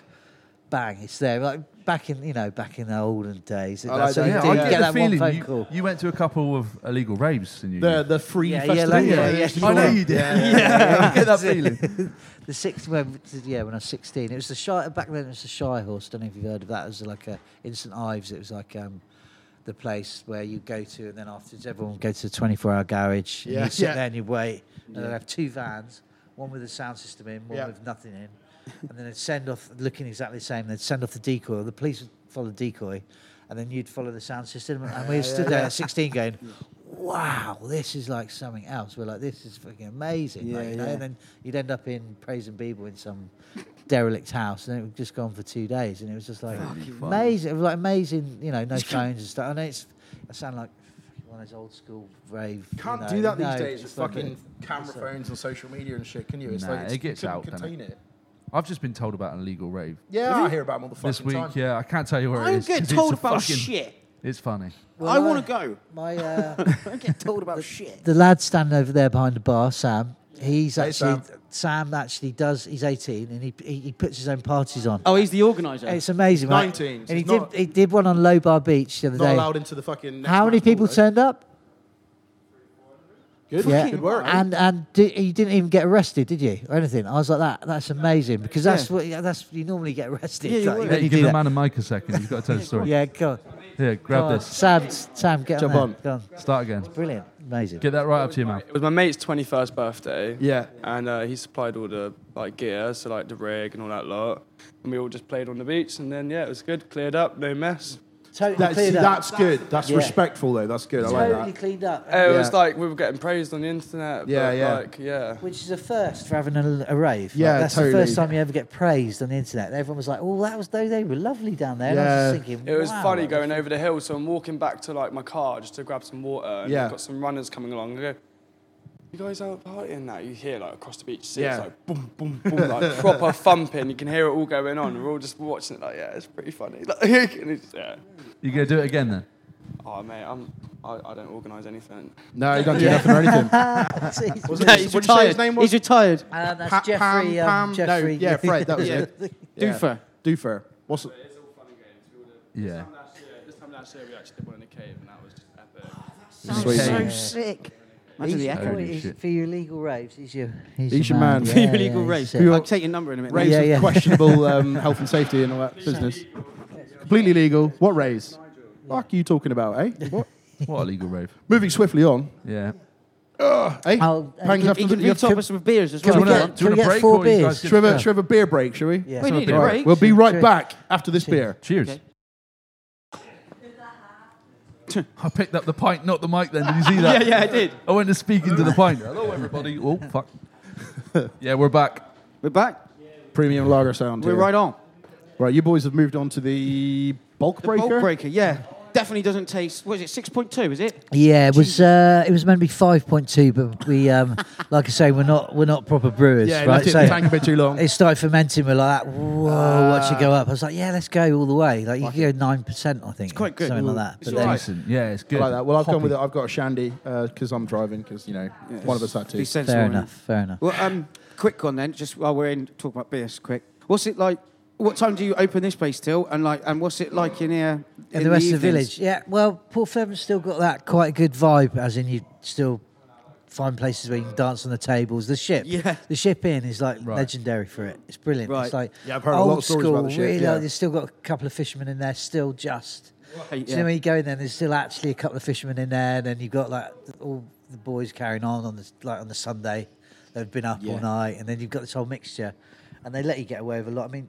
Speaker 4: Bang! It's there. Like back in you know back in the olden days.
Speaker 1: I
Speaker 4: that's
Speaker 1: like
Speaker 4: what
Speaker 1: that.
Speaker 4: you
Speaker 1: Yeah,
Speaker 4: did.
Speaker 1: I
Speaker 4: get that
Speaker 3: the
Speaker 4: one
Speaker 3: feeling
Speaker 4: phone
Speaker 3: you,
Speaker 4: call.
Speaker 3: you went to a couple of illegal raves in you.
Speaker 1: The the free
Speaker 4: Yeah, yeah,
Speaker 1: festival.
Speaker 4: like- yeah, yeah,
Speaker 3: I know you did. I get that feeling.
Speaker 4: The sixth when yeah when I was sixteen. It was the shy back then. It was the shy horse. Don't know if you've heard of that. It was like a in St Ives. It was like um. The place where you go to, and then afterwards everyone would go to the 24-hour garage. And
Speaker 1: Yeah,
Speaker 4: you sit
Speaker 1: yeah.
Speaker 4: there and you wait. And they'd have two vans, one with a sound system in, one
Speaker 1: Yeah.
Speaker 4: with nothing in. and then they'd send off, looking exactly the same, they'd send off the decoy. The police would follow the decoy, and then you'd follow the sound system. And we stood there at 16 going, wow, this is like something else. We're like, this is fucking amazing. like,
Speaker 2: Yeah,
Speaker 4: you know?
Speaker 2: yeah.
Speaker 4: And then you'd end up in Praise and Beeble in some derelict house, and it was just gone for two days. And it was just like amazing. It was like amazing, you know, no phones and stuff. I know it's, I sound like one of those old school rave. you
Speaker 1: Can't
Speaker 4: know,
Speaker 1: do that these
Speaker 4: no,
Speaker 1: days with
Speaker 4: it's not
Speaker 1: fucking
Speaker 4: good.
Speaker 1: camera phones and social media and shit, can you? It's
Speaker 3: Nah,
Speaker 1: like it's,
Speaker 3: it gets
Speaker 1: you couldn't
Speaker 3: out, doesn't
Speaker 1: contain
Speaker 3: it?
Speaker 1: it.
Speaker 3: I've just been told about an illegal rave
Speaker 1: Yeah, I hear about them all the fucking
Speaker 3: this week.
Speaker 1: time.
Speaker 3: Yeah, I can't tell you where
Speaker 2: I
Speaker 3: it
Speaker 2: don't
Speaker 3: is. 'cause
Speaker 2: get
Speaker 3: it's
Speaker 2: told
Speaker 3: a
Speaker 2: about
Speaker 3: fucking-
Speaker 2: shit.
Speaker 3: It's funny.
Speaker 4: Well,
Speaker 2: I want to go.
Speaker 4: My uh,
Speaker 2: I don't get told about shit.
Speaker 4: the lad standing over there behind the bar, Sam. He's
Speaker 1: Hey,
Speaker 4: actually
Speaker 1: Sam.
Speaker 4: Sam. actually does. He's 18 and he he, he puts his own parties on.
Speaker 2: Oh, he's the organizer.
Speaker 4: It's amazing. right?
Speaker 1: 19, so
Speaker 4: And he
Speaker 1: it's
Speaker 4: did
Speaker 1: not-
Speaker 4: he did one on Low Bar Beach the other
Speaker 1: Not
Speaker 4: day.
Speaker 1: allowed into the fucking. next
Speaker 4: How many
Speaker 1: man's ball,
Speaker 4: people
Speaker 1: though.
Speaker 4: turned up?
Speaker 1: Good,
Speaker 4: Yeah.
Speaker 1: good work.
Speaker 4: And and di- you didn't even get arrested, did you, or anything? I was like that. That's amazing because that's what that's you normally get arrested.
Speaker 2: Yeah, you
Speaker 4: don't
Speaker 2: would.
Speaker 4: you,
Speaker 2: Yeah,
Speaker 3: Yeah,
Speaker 4: when
Speaker 3: you
Speaker 4: you
Speaker 3: give
Speaker 4: do
Speaker 3: the
Speaker 4: that.
Speaker 3: man a mic a second. You've got to tell the story.
Speaker 4: Yeah, go on.
Speaker 3: Here,
Speaker 4: Go
Speaker 3: grab
Speaker 4: on.
Speaker 3: this.
Speaker 4: Sam, Sam, get
Speaker 1: Jump
Speaker 4: on, there.
Speaker 1: on.
Speaker 4: Go on.
Speaker 3: Start again.
Speaker 4: Brilliant, amazing.
Speaker 3: Get that right up to your mouth.
Speaker 5: It was my mate's 21st birthday.
Speaker 1: Yeah.
Speaker 5: And uh, he supplied all the like gear, so like the rig and all that lot. And we all just played on the beach, and then yeah, it was good. Cleared up, no mess.
Speaker 4: Totally
Speaker 1: That's,
Speaker 4: cleaned up.
Speaker 1: that's good. That's
Speaker 4: Yeah.
Speaker 1: respectful though. That's good. I like
Speaker 4: totally
Speaker 1: that.
Speaker 4: cleaned up.
Speaker 5: Uh, It was
Speaker 1: Yeah.
Speaker 5: like we were getting praised on the internet.
Speaker 1: Yeah,
Speaker 5: but,
Speaker 1: yeah.
Speaker 5: Like, yeah.
Speaker 4: Which is a first for having a, a rave. Like,
Speaker 1: Yeah,
Speaker 4: that's the
Speaker 1: totally.
Speaker 4: first time you ever get praised on the internet. Everyone was like, "Oh, that was they, they were lovely down there." And I was
Speaker 1: Yeah.
Speaker 4: just thinking,
Speaker 5: It was
Speaker 4: wow,
Speaker 5: funny
Speaker 4: that
Speaker 5: going over the hill, so I'm walking back to like my car just to grab some water. And
Speaker 1: Yeah.
Speaker 5: I've got some runners coming along. I go, you guys out partying now? You hear like across the beach, see
Speaker 1: Yeah.
Speaker 5: it's like boom, boom, boom, like proper thumping. You can hear it all going on. We're all just watching it, like yeah, it's pretty funny. Like, and it's, yeah.
Speaker 3: You going to do it again then?
Speaker 5: Oh mate, I'm, I, I don't organise anything.
Speaker 1: No, you don't do nothing or anything.
Speaker 4: was-
Speaker 1: Was
Speaker 4: Uh,
Speaker 1: it- what did you say his name was?
Speaker 2: He's retired.
Speaker 4: that's
Speaker 1: Pa-
Speaker 4: Jeffrey.
Speaker 1: Pam,
Speaker 4: um,
Speaker 1: Pam-
Speaker 4: Jeffrey.
Speaker 1: No, yeah, Fred. That was it. Yeah.
Speaker 2: Doofer.
Speaker 1: Doofer. What's it?
Speaker 5: It's all fun and games. We
Speaker 3: Yeah.
Speaker 5: last year, this time last year, we actually did one in a cave, and that was just epic.
Speaker 4: Sounds
Speaker 1: Sweet.
Speaker 4: so sick.
Speaker 2: Imagine the
Speaker 4: He's-
Speaker 2: echo.
Speaker 3: Holy
Speaker 4: he's-
Speaker 3: shit.
Speaker 4: For your legal raves, he's your he's,
Speaker 1: He's your man.
Speaker 2: For
Speaker 4: Yeah,
Speaker 2: your legal
Speaker 4: yeah,
Speaker 2: race.
Speaker 4: he's sick.
Speaker 2: I'll take your number in a minute.
Speaker 1: Raves
Speaker 4: Yeah,
Speaker 1: of
Speaker 4: yeah.
Speaker 1: questionable um, health and safety and all that business. Completely legal. What raves? Fuck you talking about, eh? What?
Speaker 3: What a legal rave.
Speaker 1: Moving swiftly on.
Speaker 3: Yeah.
Speaker 1: Hey,
Speaker 4: I'll-
Speaker 1: Pangs
Speaker 4: He
Speaker 1: after
Speaker 2: He
Speaker 1: the-
Speaker 2: can
Speaker 1: you have
Speaker 2: retop
Speaker 1: to-
Speaker 2: us with beers as
Speaker 4: Can
Speaker 2: well.
Speaker 4: we
Speaker 3: Do you
Speaker 4: get-
Speaker 3: want to do you
Speaker 4: can we
Speaker 3: wanna
Speaker 4: get
Speaker 3: break
Speaker 4: four
Speaker 3: or you
Speaker 4: beers?
Speaker 3: guys
Speaker 1: should
Speaker 3: good
Speaker 1: we have a-
Speaker 3: to
Speaker 1: should we have a beer break, shall we?
Speaker 4: Yeah.
Speaker 2: We
Speaker 3: Sounds
Speaker 2: need a
Speaker 3: alright.
Speaker 2: break.
Speaker 1: We'll be right
Speaker 4: Cheers.
Speaker 1: back after this beer.
Speaker 3: go? Cheers.
Speaker 2: Okay.
Speaker 3: I picked up the pint, not the mic then. Did you see that?
Speaker 2: Yeah, yeah, I did.
Speaker 3: I went to speak into the pint. Hello, everybody. Oh, fuck. Yeah, we're back.
Speaker 2: We're back.
Speaker 1: Premium lager sound.
Speaker 2: We're
Speaker 1: here.
Speaker 2: right on.
Speaker 1: Right, you boys have moved on to the bulk
Speaker 2: The
Speaker 1: breaker.
Speaker 2: Bolt breaker, yeah. Definitely doesn't taste. What is it? Six point two? Is it?
Speaker 4: Yeah, it was uh, it was meant to be five point two, but we um, like I say, we're not we're not proper brewers,
Speaker 1: Yeah,
Speaker 4: right?
Speaker 1: left it in the tank a bit too long.
Speaker 4: It started fermenting. We're like, whoa, watch it go up. I was like, yeah, let's go all the way. Like you could go nine percent, I think. It's
Speaker 2: quite good.
Speaker 4: something
Speaker 2: Ooh.
Speaker 4: like that.
Speaker 2: It's
Speaker 4: But then-
Speaker 2: alright.
Speaker 3: Decent. Yeah, it's
Speaker 1: I
Speaker 3: good.
Speaker 1: like that. Well, I've gone
Speaker 3: Hoppy.
Speaker 1: with it. I've got a shandy because I'm driving. Because you know, one of us had to.
Speaker 2: Be sensible.
Speaker 4: Fair
Speaker 2: innit?
Speaker 4: enough. Fair enough.
Speaker 2: Well, um, quick one then. Just while we're in, talk about beers. Quick. What's it like? What time do you open this place till? And like, and what's it like in here?
Speaker 4: And
Speaker 2: in
Speaker 4: the rest of the
Speaker 2: evenings?
Speaker 4: village. Yeah, well, Port Pheasant's still got that quite good vibe, as in you still find places where you can dance on the tables. The ship,
Speaker 2: Yeah.
Speaker 4: the ship inn is like
Speaker 3: Right.
Speaker 4: legendary for it. It's brilliant.
Speaker 2: Right.
Speaker 4: It's like
Speaker 1: Yeah, I've heard a
Speaker 4: old
Speaker 1: lot of stories
Speaker 4: school.
Speaker 1: about the ship,
Speaker 4: Really,
Speaker 1: yeah.
Speaker 4: like, they've still got a couple of fishermen in there, still just.
Speaker 2: Right,
Speaker 4: So then
Speaker 2: yeah.
Speaker 4: when you go in there, there's still actually a couple of fishermen in there, and then you've got like all the boys carrying on on the like on the Sunday, they've been up all
Speaker 2: Yeah.
Speaker 4: night, and then you've got this whole mixture, and they let you get away with a lot. I mean,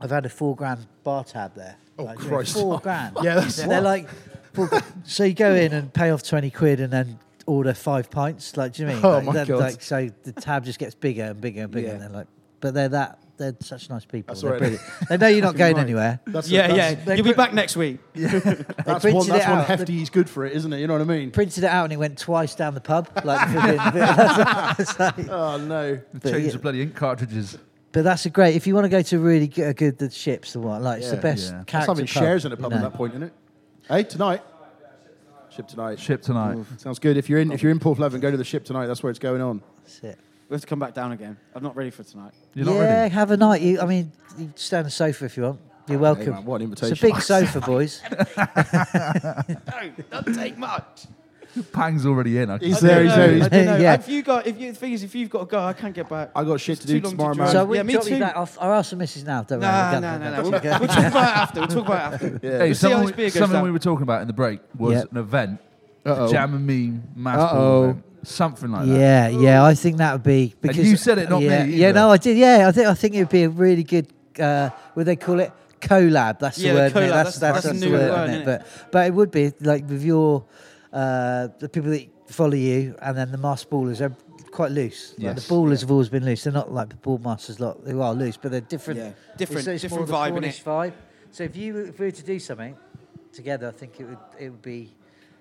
Speaker 4: I've had a four grand bar tab there.
Speaker 1: Oh,
Speaker 4: Like, you know,
Speaker 1: Christ.
Speaker 4: Four grand.
Speaker 1: Yeah, that's-
Speaker 4: They're they're like, four, so you go in and pay off twenty quid and then order five pints. Like, do you mean?
Speaker 1: Oh,
Speaker 4: like,
Speaker 1: my
Speaker 4: they're-
Speaker 1: God.
Speaker 4: Like, so the tab just gets bigger and bigger and bigger.
Speaker 2: Yeah.
Speaker 4: And they're like, but they're that. They're such nice people.
Speaker 1: That's
Speaker 4: they're
Speaker 1: right.
Speaker 4: brilliant. They know you're not going
Speaker 1: Right.
Speaker 4: anywhere.
Speaker 1: That's
Speaker 2: yeah,
Speaker 1: that's,
Speaker 2: yeah. You'll be back next week.
Speaker 1: That's
Speaker 4: printed
Speaker 1: one. That's
Speaker 4: it
Speaker 1: one
Speaker 4: out.
Speaker 1: hefty. He's good for it, isn't it? You know what I mean?
Speaker 4: Printed it out and it went twice down the pub. Like, that's like-
Speaker 1: Oh no.
Speaker 4: But
Speaker 3: Change
Speaker 4: yeah.
Speaker 3: the bloody ink cartridges.
Speaker 4: But that's a great. If you want to go to really g- a good the ships and what, like it's the
Speaker 1: Yeah.
Speaker 4: best
Speaker 3: Yeah.
Speaker 1: That's
Speaker 4: character.
Speaker 1: having shares in a pub
Speaker 4: you
Speaker 1: at
Speaker 4: know.
Speaker 1: that point, isn't it? Hey, tonight. Ship tonight. Mm.
Speaker 3: Ship tonight.
Speaker 1: Sounds good. If you're in, if you're in Port Pleasant, go to the ship tonight. That's where it's going on.
Speaker 4: That's it.
Speaker 2: We have to come back down again. I'm not ready for tonight.
Speaker 3: You're
Speaker 4: yeah,
Speaker 3: not ready.
Speaker 4: have a night. You, I mean, you stand on the sofa if you want. You're welcome.
Speaker 1: man, what an
Speaker 4: It's a
Speaker 1: invitation.
Speaker 4: big sofa, boys.
Speaker 2: Don't take much.
Speaker 3: Pang's already in. I can
Speaker 1: He's
Speaker 3: see
Speaker 1: there.
Speaker 3: it.
Speaker 1: He's there. He's
Speaker 2: I don't know.
Speaker 4: Yeah.
Speaker 2: If you got, if you, the thing is, if you've got to go, I can't get back.
Speaker 1: I got shit to
Speaker 2: Too
Speaker 1: do
Speaker 2: long to
Speaker 1: tomorrow,
Speaker 2: drive.
Speaker 1: man.
Speaker 4: so we
Speaker 2: Yeah, me
Speaker 4: drop you
Speaker 2: too.
Speaker 4: back off. I'll ask the missus now. Don't worry.
Speaker 2: No,
Speaker 4: we'll
Speaker 2: no,
Speaker 4: go-
Speaker 2: no, no.
Speaker 4: that's
Speaker 2: We'll, we'll
Speaker 4: okay.
Speaker 2: talk about it after. We'll talk about it after.
Speaker 1: Yeah.
Speaker 3: Hey,
Speaker 2: We'll see how
Speaker 3: something,
Speaker 2: this beer
Speaker 3: we,
Speaker 2: goes
Speaker 3: something
Speaker 2: down.
Speaker 3: we were talking about in the break was
Speaker 4: Yep.
Speaker 3: an event,
Speaker 1: Uh-oh.
Speaker 3: a jam and me mass
Speaker 1: Uh-oh.
Speaker 3: ball event, something like that.
Speaker 4: Yeah, yeah. I think that would be because
Speaker 3: you said it, not me
Speaker 4: yeah, Yeah,
Speaker 3: either.
Speaker 4: no, I did. Yeah, I think I think it would be a really good. Uh, what do they call it? Collab. That's
Speaker 2: Yeah,
Speaker 4: the word. innit?
Speaker 2: collab, that's-
Speaker 4: That's, that's,
Speaker 2: that's a
Speaker 4: the
Speaker 2: new
Speaker 4: word.
Speaker 2: word,
Speaker 4: innit?
Speaker 2: innit?
Speaker 4: But but it would be like with your uh, the people that follow you, and then the mass ballers are quite loose. Like
Speaker 3: Yes.
Speaker 4: the ballers have always been loose. They're not like the ball masters lot who are loose, but they're different.
Speaker 2: Yeah. Different-
Speaker 4: it's- it's
Speaker 2: different
Speaker 4: more
Speaker 2: vibe,
Speaker 4: the Cornish
Speaker 2: innit?
Speaker 4: vibe. So if you if we were to do something together, I think it would it would be.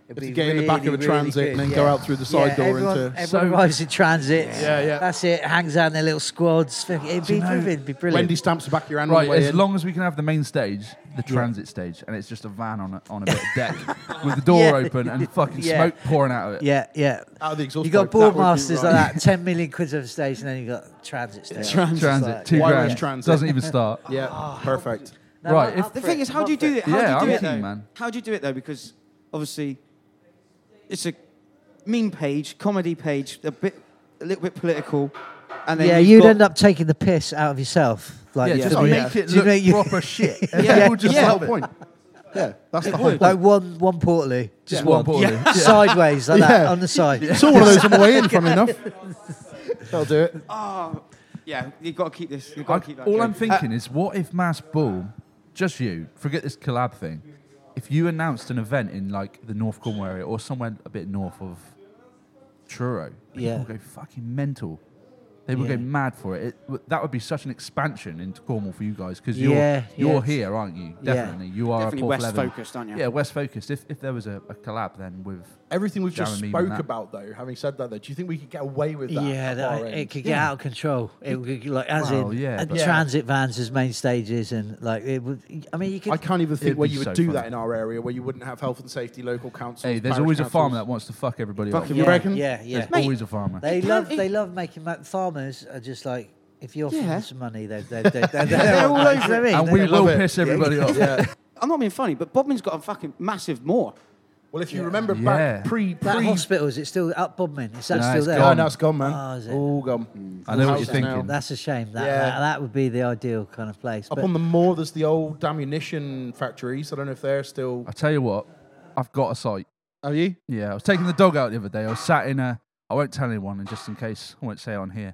Speaker 4: It'd
Speaker 1: It's
Speaker 4: be
Speaker 1: to get in the back of a
Speaker 4: really, really
Speaker 1: transit and
Speaker 4: good,
Speaker 1: then go
Speaker 4: yeah.
Speaker 1: out through the side
Speaker 4: Yeah,
Speaker 1: door
Speaker 4: everyone,
Speaker 1: into-
Speaker 4: everyone
Speaker 3: So-
Speaker 4: arrives in transit.
Speaker 1: Yeah, yeah.
Speaker 4: That's it. Hangs out in their little squads. Fuck, It'd be, it'd be brilliant.
Speaker 1: Wendy stamps the back of your hand. on
Speaker 3: Right,
Speaker 1: the way
Speaker 3: as
Speaker 1: in.
Speaker 3: long as we can have the main stage, the transit stage, and it's just a van on a, on a bit of deck with the door
Speaker 4: Yeah.
Speaker 3: open and fucking
Speaker 4: Yeah.
Speaker 3: smoke pouring out of it.
Speaker 4: yeah, yeah.
Speaker 1: out of the exhaust
Speaker 4: You got
Speaker 1: pipe, that would be right.
Speaker 4: boardmasters like that, ten million quid of stage, and then you got transit stage.
Speaker 3: Transit,
Speaker 4: like-
Speaker 3: two
Speaker 1: Why
Speaker 3: grand,
Speaker 1: was transit?
Speaker 3: doesn't even start.
Speaker 1: Yeah,
Speaker 4: Oh.
Speaker 1: perfect.
Speaker 4: No,
Speaker 3: Right,
Speaker 4: I'm
Speaker 3: if-
Speaker 4: up
Speaker 2: The
Speaker 4: for
Speaker 2: thing
Speaker 4: it,
Speaker 2: is, how do you
Speaker 4: up for
Speaker 2: do that?
Speaker 4: it.
Speaker 2: How
Speaker 3: Yeah,
Speaker 2: do
Speaker 3: I'm
Speaker 2: you do it
Speaker 3: keen,
Speaker 2: though?
Speaker 3: man.
Speaker 2: How do you do it though? Because obviously, it's a meme page, comedy page, a bit, a little bit political, and then
Speaker 4: Yeah, you'd end up taking the piss out of yourself. Like,
Speaker 3: Yeah,
Speaker 4: for
Speaker 3: just
Speaker 4: me.
Speaker 3: make it
Speaker 4: Oh, Do you know
Speaker 3: look
Speaker 4: you-
Speaker 3: proper shit.
Speaker 4: Yeah.
Speaker 3: People just
Speaker 2: Yeah.
Speaker 3: love
Speaker 1: The
Speaker 3: it.
Speaker 1: whole point. Yeah, that's the whole
Speaker 2: would.
Speaker 1: point.
Speaker 4: like one one portly, just
Speaker 3: Yeah. One
Speaker 4: one,
Speaker 3: portly. Yeah.
Speaker 4: sideways like that
Speaker 1: Yeah.
Speaker 4: on the side.
Speaker 1: I saw one of those on the way in, funnily enough. That'll do it.
Speaker 2: Oh, yeah, you've got to keep this. You've
Speaker 3: I,
Speaker 2: got to keep that.
Speaker 3: all
Speaker 2: going.
Speaker 3: I'm thinking is, what if Mass Ball, just you, forget this collab thing, if you announced an event in like the North Cornwall area or somewhere a bit north of Truro, people
Speaker 4: Yeah.
Speaker 3: would go fucking mental. They would
Speaker 4: Yeah.
Speaker 3: go mad for it. it. w- That would be such an expansion into Cornwall for you guys because
Speaker 4: Yeah,
Speaker 3: you're you're
Speaker 4: yeah.
Speaker 3: here, aren't you?
Speaker 4: Yeah.
Speaker 3: Definitely, you are. a
Speaker 2: Definitely
Speaker 3: Port
Speaker 2: West
Speaker 3: Pleasant.
Speaker 2: focused, aren't you?
Speaker 3: Yeah, West focused. If if there was a, a collab, then with
Speaker 1: Everything we've just
Speaker 3: Jeremy
Speaker 1: spoke
Speaker 3: Matt.
Speaker 1: about, though, having said that, though, do you think we could get away with that?
Speaker 4: Yeah,
Speaker 1: at
Speaker 4: that,
Speaker 1: our
Speaker 4: it
Speaker 1: end?
Speaker 4: could get out of control. It would like as
Speaker 3: Well,
Speaker 4: in
Speaker 3: yeah,
Speaker 4: uh,
Speaker 3: but-
Speaker 4: transit vans as main stages, and like it would. I mean, you could.
Speaker 1: I can't even think
Speaker 3: It'd
Speaker 1: where
Speaker 3: be
Speaker 1: you would
Speaker 3: so
Speaker 1: do
Speaker 3: fun.
Speaker 1: that in our area, where you wouldn't have health and safety, local council.
Speaker 3: hey, there's always a farmer that wants to fuck everybody up.
Speaker 2: Fucking
Speaker 1: You
Speaker 4: yeah,
Speaker 1: reckon?
Speaker 4: Yeah, yeah.
Speaker 3: There's always a farmer.
Speaker 4: They
Speaker 2: You
Speaker 4: love
Speaker 2: can't
Speaker 4: they
Speaker 2: eat-
Speaker 4: love making ma- farmers are just like if you offer
Speaker 2: Yeah.
Speaker 4: them some money they they they they're, they're all
Speaker 2: over
Speaker 4: over
Speaker 2: it.
Speaker 4: it.
Speaker 3: and we will
Speaker 1: love it.
Speaker 3: piss everybody off.
Speaker 2: I'm not being funny, but Bobman's got a fucking massive moor.
Speaker 1: Well, if you remember
Speaker 3: Yeah.
Speaker 1: back pre
Speaker 4: that
Speaker 1: pre.
Speaker 4: hospital is it still up Bodmin? Is that
Speaker 3: No,
Speaker 4: still
Speaker 3: it's
Speaker 4: there?
Speaker 1: Oh,
Speaker 3: gone.
Speaker 1: no, it's gone, man.
Speaker 4: Oh, is it?
Speaker 1: All gone.
Speaker 3: Mm. I
Speaker 1: Full
Speaker 3: know what you're
Speaker 1: houses now.
Speaker 3: thinking.
Speaker 4: That's a shame. That,
Speaker 1: Yeah.
Speaker 4: that that would be the ideal kind of place.
Speaker 1: Up
Speaker 4: but-
Speaker 1: on the moor, there's the old ammunition factories. I don't know if they're still.
Speaker 3: I tell you what, I've got a site.
Speaker 1: Have you?
Speaker 3: Yeah, I was taking the dog out the other day. I was sat in a. I won't tell anyone, and just in case, I won't say it on here.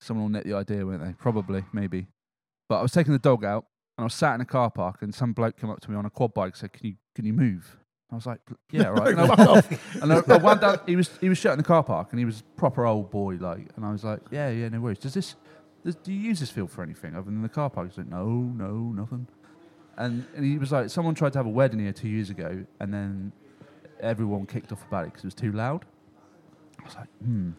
Speaker 3: Someone will net the idea, won't they? Probably, maybe. But I was taking the dog out, and I was sat in a car park, and some bloke came up to me on a quad bike, said, "Can you can you move?" I was like, "Yeah, right." And I-
Speaker 1: Fuck off.
Speaker 3: and I, I wound down, he was he was shut in the car park, and he was proper old boy like, and I was like, yeah, yeah, no worries. Does this, does, do you use this field for anything other than the car park? He's like, no, no, nothing. And and he was like, someone tried to have a wedding here two years ago, and then everyone kicked off about it because it was too loud. I was like, hmm,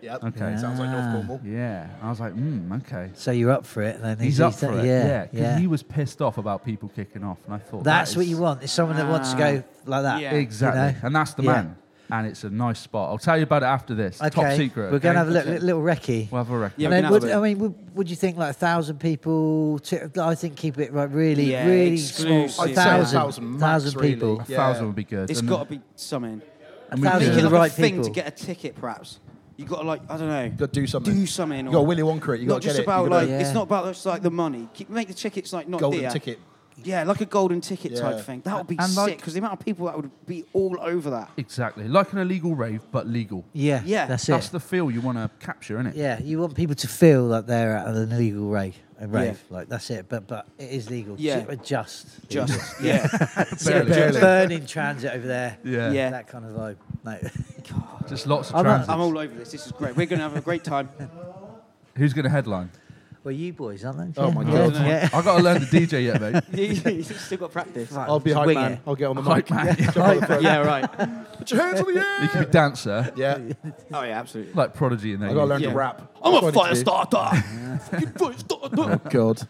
Speaker 1: Yep.
Speaker 3: Okay.
Speaker 1: It sounds like
Speaker 4: Ah.
Speaker 1: North Cornwall.
Speaker 3: yeah. I was like, hmm, okay.
Speaker 4: so you're up for it, and then
Speaker 3: He's up for it, yeah,
Speaker 4: Yeah,
Speaker 3: because he was pissed off about people kicking off, and I thought
Speaker 4: That's
Speaker 3: that
Speaker 4: what
Speaker 3: is- Ah.
Speaker 4: you want. Is someone that wants to go like that.
Speaker 2: Yeah.
Speaker 3: exactly,
Speaker 4: You know?
Speaker 3: and that's the
Speaker 4: Yeah.
Speaker 3: man, and it's a nice spot. I'll tell you about it after this. Top secret.
Speaker 4: We're
Speaker 3: okay?
Speaker 4: gonna have a little, little recce.
Speaker 3: We'll have a record.
Speaker 2: Yeah, we
Speaker 4: And
Speaker 2: can
Speaker 4: then
Speaker 2: have
Speaker 4: would,
Speaker 2: a
Speaker 4: I mean, would, would you think like a thousand people? To, I think keep it like really,
Speaker 2: Yeah,
Speaker 4: really
Speaker 2: exclusive. I'd
Speaker 4: small.
Speaker 2: say a
Speaker 4: thousand,
Speaker 1: thousand max,
Speaker 4: thousand
Speaker 1: really.
Speaker 4: people.
Speaker 3: A
Speaker 1: Yeah.
Speaker 3: thousand would be good.
Speaker 2: It's
Speaker 3: And
Speaker 2: got to be something.
Speaker 4: A
Speaker 3: we
Speaker 4: thousand
Speaker 3: could-
Speaker 4: to
Speaker 2: Make it
Speaker 4: the
Speaker 2: like
Speaker 4: right
Speaker 2: a thing
Speaker 4: people.
Speaker 2: to get a ticket, perhaps. You got to like I don't know.
Speaker 1: You got to do something.
Speaker 2: Do something.
Speaker 1: You
Speaker 2: or-
Speaker 1: got to Willy Wonka it. You got
Speaker 2: not
Speaker 1: to get
Speaker 2: just
Speaker 1: it. You
Speaker 2: about
Speaker 1: gotta-
Speaker 2: like
Speaker 4: Yeah.
Speaker 2: it's not about just like the money. Keep, make the tickets like not
Speaker 1: golden
Speaker 2: dear.
Speaker 1: ticket.
Speaker 2: Yeah, like a golden ticket type
Speaker 1: Yeah.
Speaker 2: thing. That would be
Speaker 3: And, like-
Speaker 2: sick because the amount of people that would be all over that.
Speaker 3: exactly. Like an illegal rave, but legal.
Speaker 4: Yeah,
Speaker 2: Yeah,
Speaker 4: that's it.
Speaker 3: That's the feel you want to capture, innit?
Speaker 4: yeah, you want people to feel like they're at an illegal rave. a rave. Like that's it. But but it is legal.
Speaker 2: Yeah.
Speaker 4: Ju- just legal.
Speaker 2: Just yeah.
Speaker 4: So
Speaker 3: Barely.
Speaker 4: burning transit over there.
Speaker 3: Yeah.
Speaker 2: Yeah.
Speaker 4: That kind of vibe. No.
Speaker 3: Just lots of
Speaker 4: I'm not-
Speaker 3: transits.
Speaker 2: I'm all over this. This is great. We're gonna have a great time.
Speaker 3: Who's going to headline?
Speaker 4: well, you boys, aren't they?
Speaker 1: Oh my
Speaker 4: Yeah.
Speaker 1: God.
Speaker 4: Yeah. yeah.
Speaker 3: I've got to learn the DJ yet, mate.
Speaker 2: You've still got practice.
Speaker 4: Fuck,
Speaker 1: I'll be
Speaker 4: just
Speaker 1: hype
Speaker 4: wing
Speaker 1: man.
Speaker 4: it.
Speaker 1: I'll get on the
Speaker 3: Hype
Speaker 1: mic.
Speaker 3: man.
Speaker 1: Jump on the front.
Speaker 2: yeah, right.
Speaker 1: Put your hands on the air.
Speaker 3: You could be dancer,
Speaker 1: Yeah,
Speaker 2: Oh yeah, absolutely.
Speaker 3: like Prodigy, and
Speaker 1: I
Speaker 3: then
Speaker 1: gotta learn
Speaker 2: Yeah.
Speaker 1: to rap.
Speaker 2: I'm a
Speaker 1: That's what I
Speaker 2: fire
Speaker 1: need to do.
Speaker 2: starter. Fucking fire starter.
Speaker 1: God.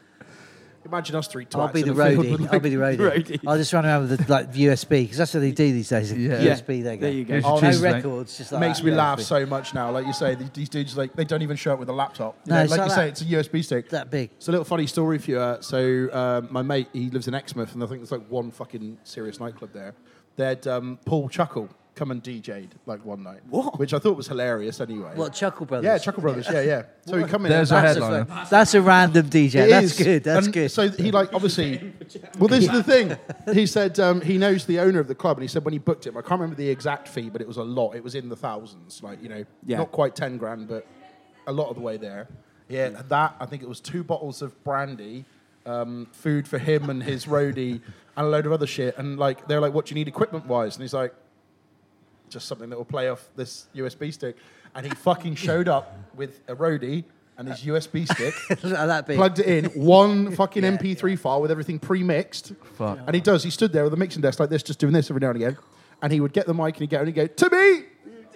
Speaker 1: Imagine us three twats.
Speaker 4: I'll be
Speaker 1: in
Speaker 4: the
Speaker 1: a field
Speaker 4: roadie.
Speaker 1: with,
Speaker 4: I'll
Speaker 1: like-
Speaker 4: be the roadie.
Speaker 2: roadie.
Speaker 4: I'll just run around with the like USB because that's what they do these days.
Speaker 3: Yeah. Yeah.
Speaker 4: USB. There you go.
Speaker 2: There you go.
Speaker 3: Here's your
Speaker 1: Oh,
Speaker 4: No
Speaker 3: cheese, mate.
Speaker 4: records. Just like
Speaker 1: makes
Speaker 4: that.
Speaker 1: me
Speaker 4: Yeah.
Speaker 1: laugh so much now. Like you say, th- these dudes like they don't even show up with a laptop. You
Speaker 4: No,
Speaker 1: know,
Speaker 4: it's
Speaker 1: like
Speaker 4: not
Speaker 1: you
Speaker 4: that-
Speaker 1: say, it's a USB stick.
Speaker 4: That big.
Speaker 1: It's a little funny story for you. Uh, so um, my mate, he lives in Exmouth, and I think there's like one fucking serious nightclub there. They had um, Paul Chuckle come and DJ'd like one night,
Speaker 2: What?
Speaker 1: which I thought was hilarious. Anyway,
Speaker 4: What Chuckle Brothers?
Speaker 1: yeah, Chuckle Brothers. Yeah, yeah. So he come in.
Speaker 3: There's
Speaker 1: and-
Speaker 3: a
Speaker 4: That's
Speaker 3: headliner.
Speaker 4: a, that's a random DJ.
Speaker 1: It is.
Speaker 4: that's good. That's
Speaker 1: And
Speaker 4: good.
Speaker 1: So he like obviously. Well, this is the thing. He said um, he knows the owner of the club, and he said when he booked him, I can't remember the exact fee, but it was a lot. It was in the thousands, like you know,
Speaker 2: Yeah.
Speaker 1: not quite ten grand, but a lot of the way there. Yeah, that I think it was two bottles of brandy, um, food for him and his roadie, and a load of other shit. And like they're like, "What do you need equipment wise?" And he's like, "Just something that will play off this USB stick." And he fucking showed up with a roadie and his USB stick
Speaker 4: Like that big.
Speaker 1: plugged it in, one fucking MP3 file with everything pre-mixed.
Speaker 3: Fuck.
Speaker 1: And he does. He stood there with a mixing desk like this, just doing this every now and again. And he would get the mic and he'd go and he'd go to me.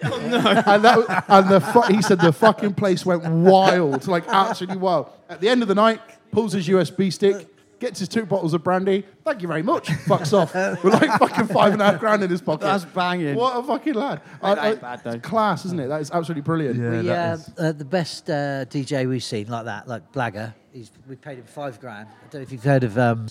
Speaker 2: Oh,
Speaker 1: and that, and the fu- he said the fucking place went wild, like absolutely wild. At the end of the night, pulls his USB stick, gets his two bottles of brandy. Thank you very much. Fucks off with like fucking five and a half grand in his pocket.
Speaker 2: That's banging.
Speaker 1: What a fucking lad!
Speaker 2: That ain't bad, though.
Speaker 1: it's class, isn't it? That is absolutely brilliant.
Speaker 3: Yeah,
Speaker 4: we,
Speaker 3: that
Speaker 4: uh,
Speaker 3: is-
Speaker 4: uh, the best uh, DJ we've seen like that, like Blagger. He's, we paid him five grand. I don't know if you've heard of. Um,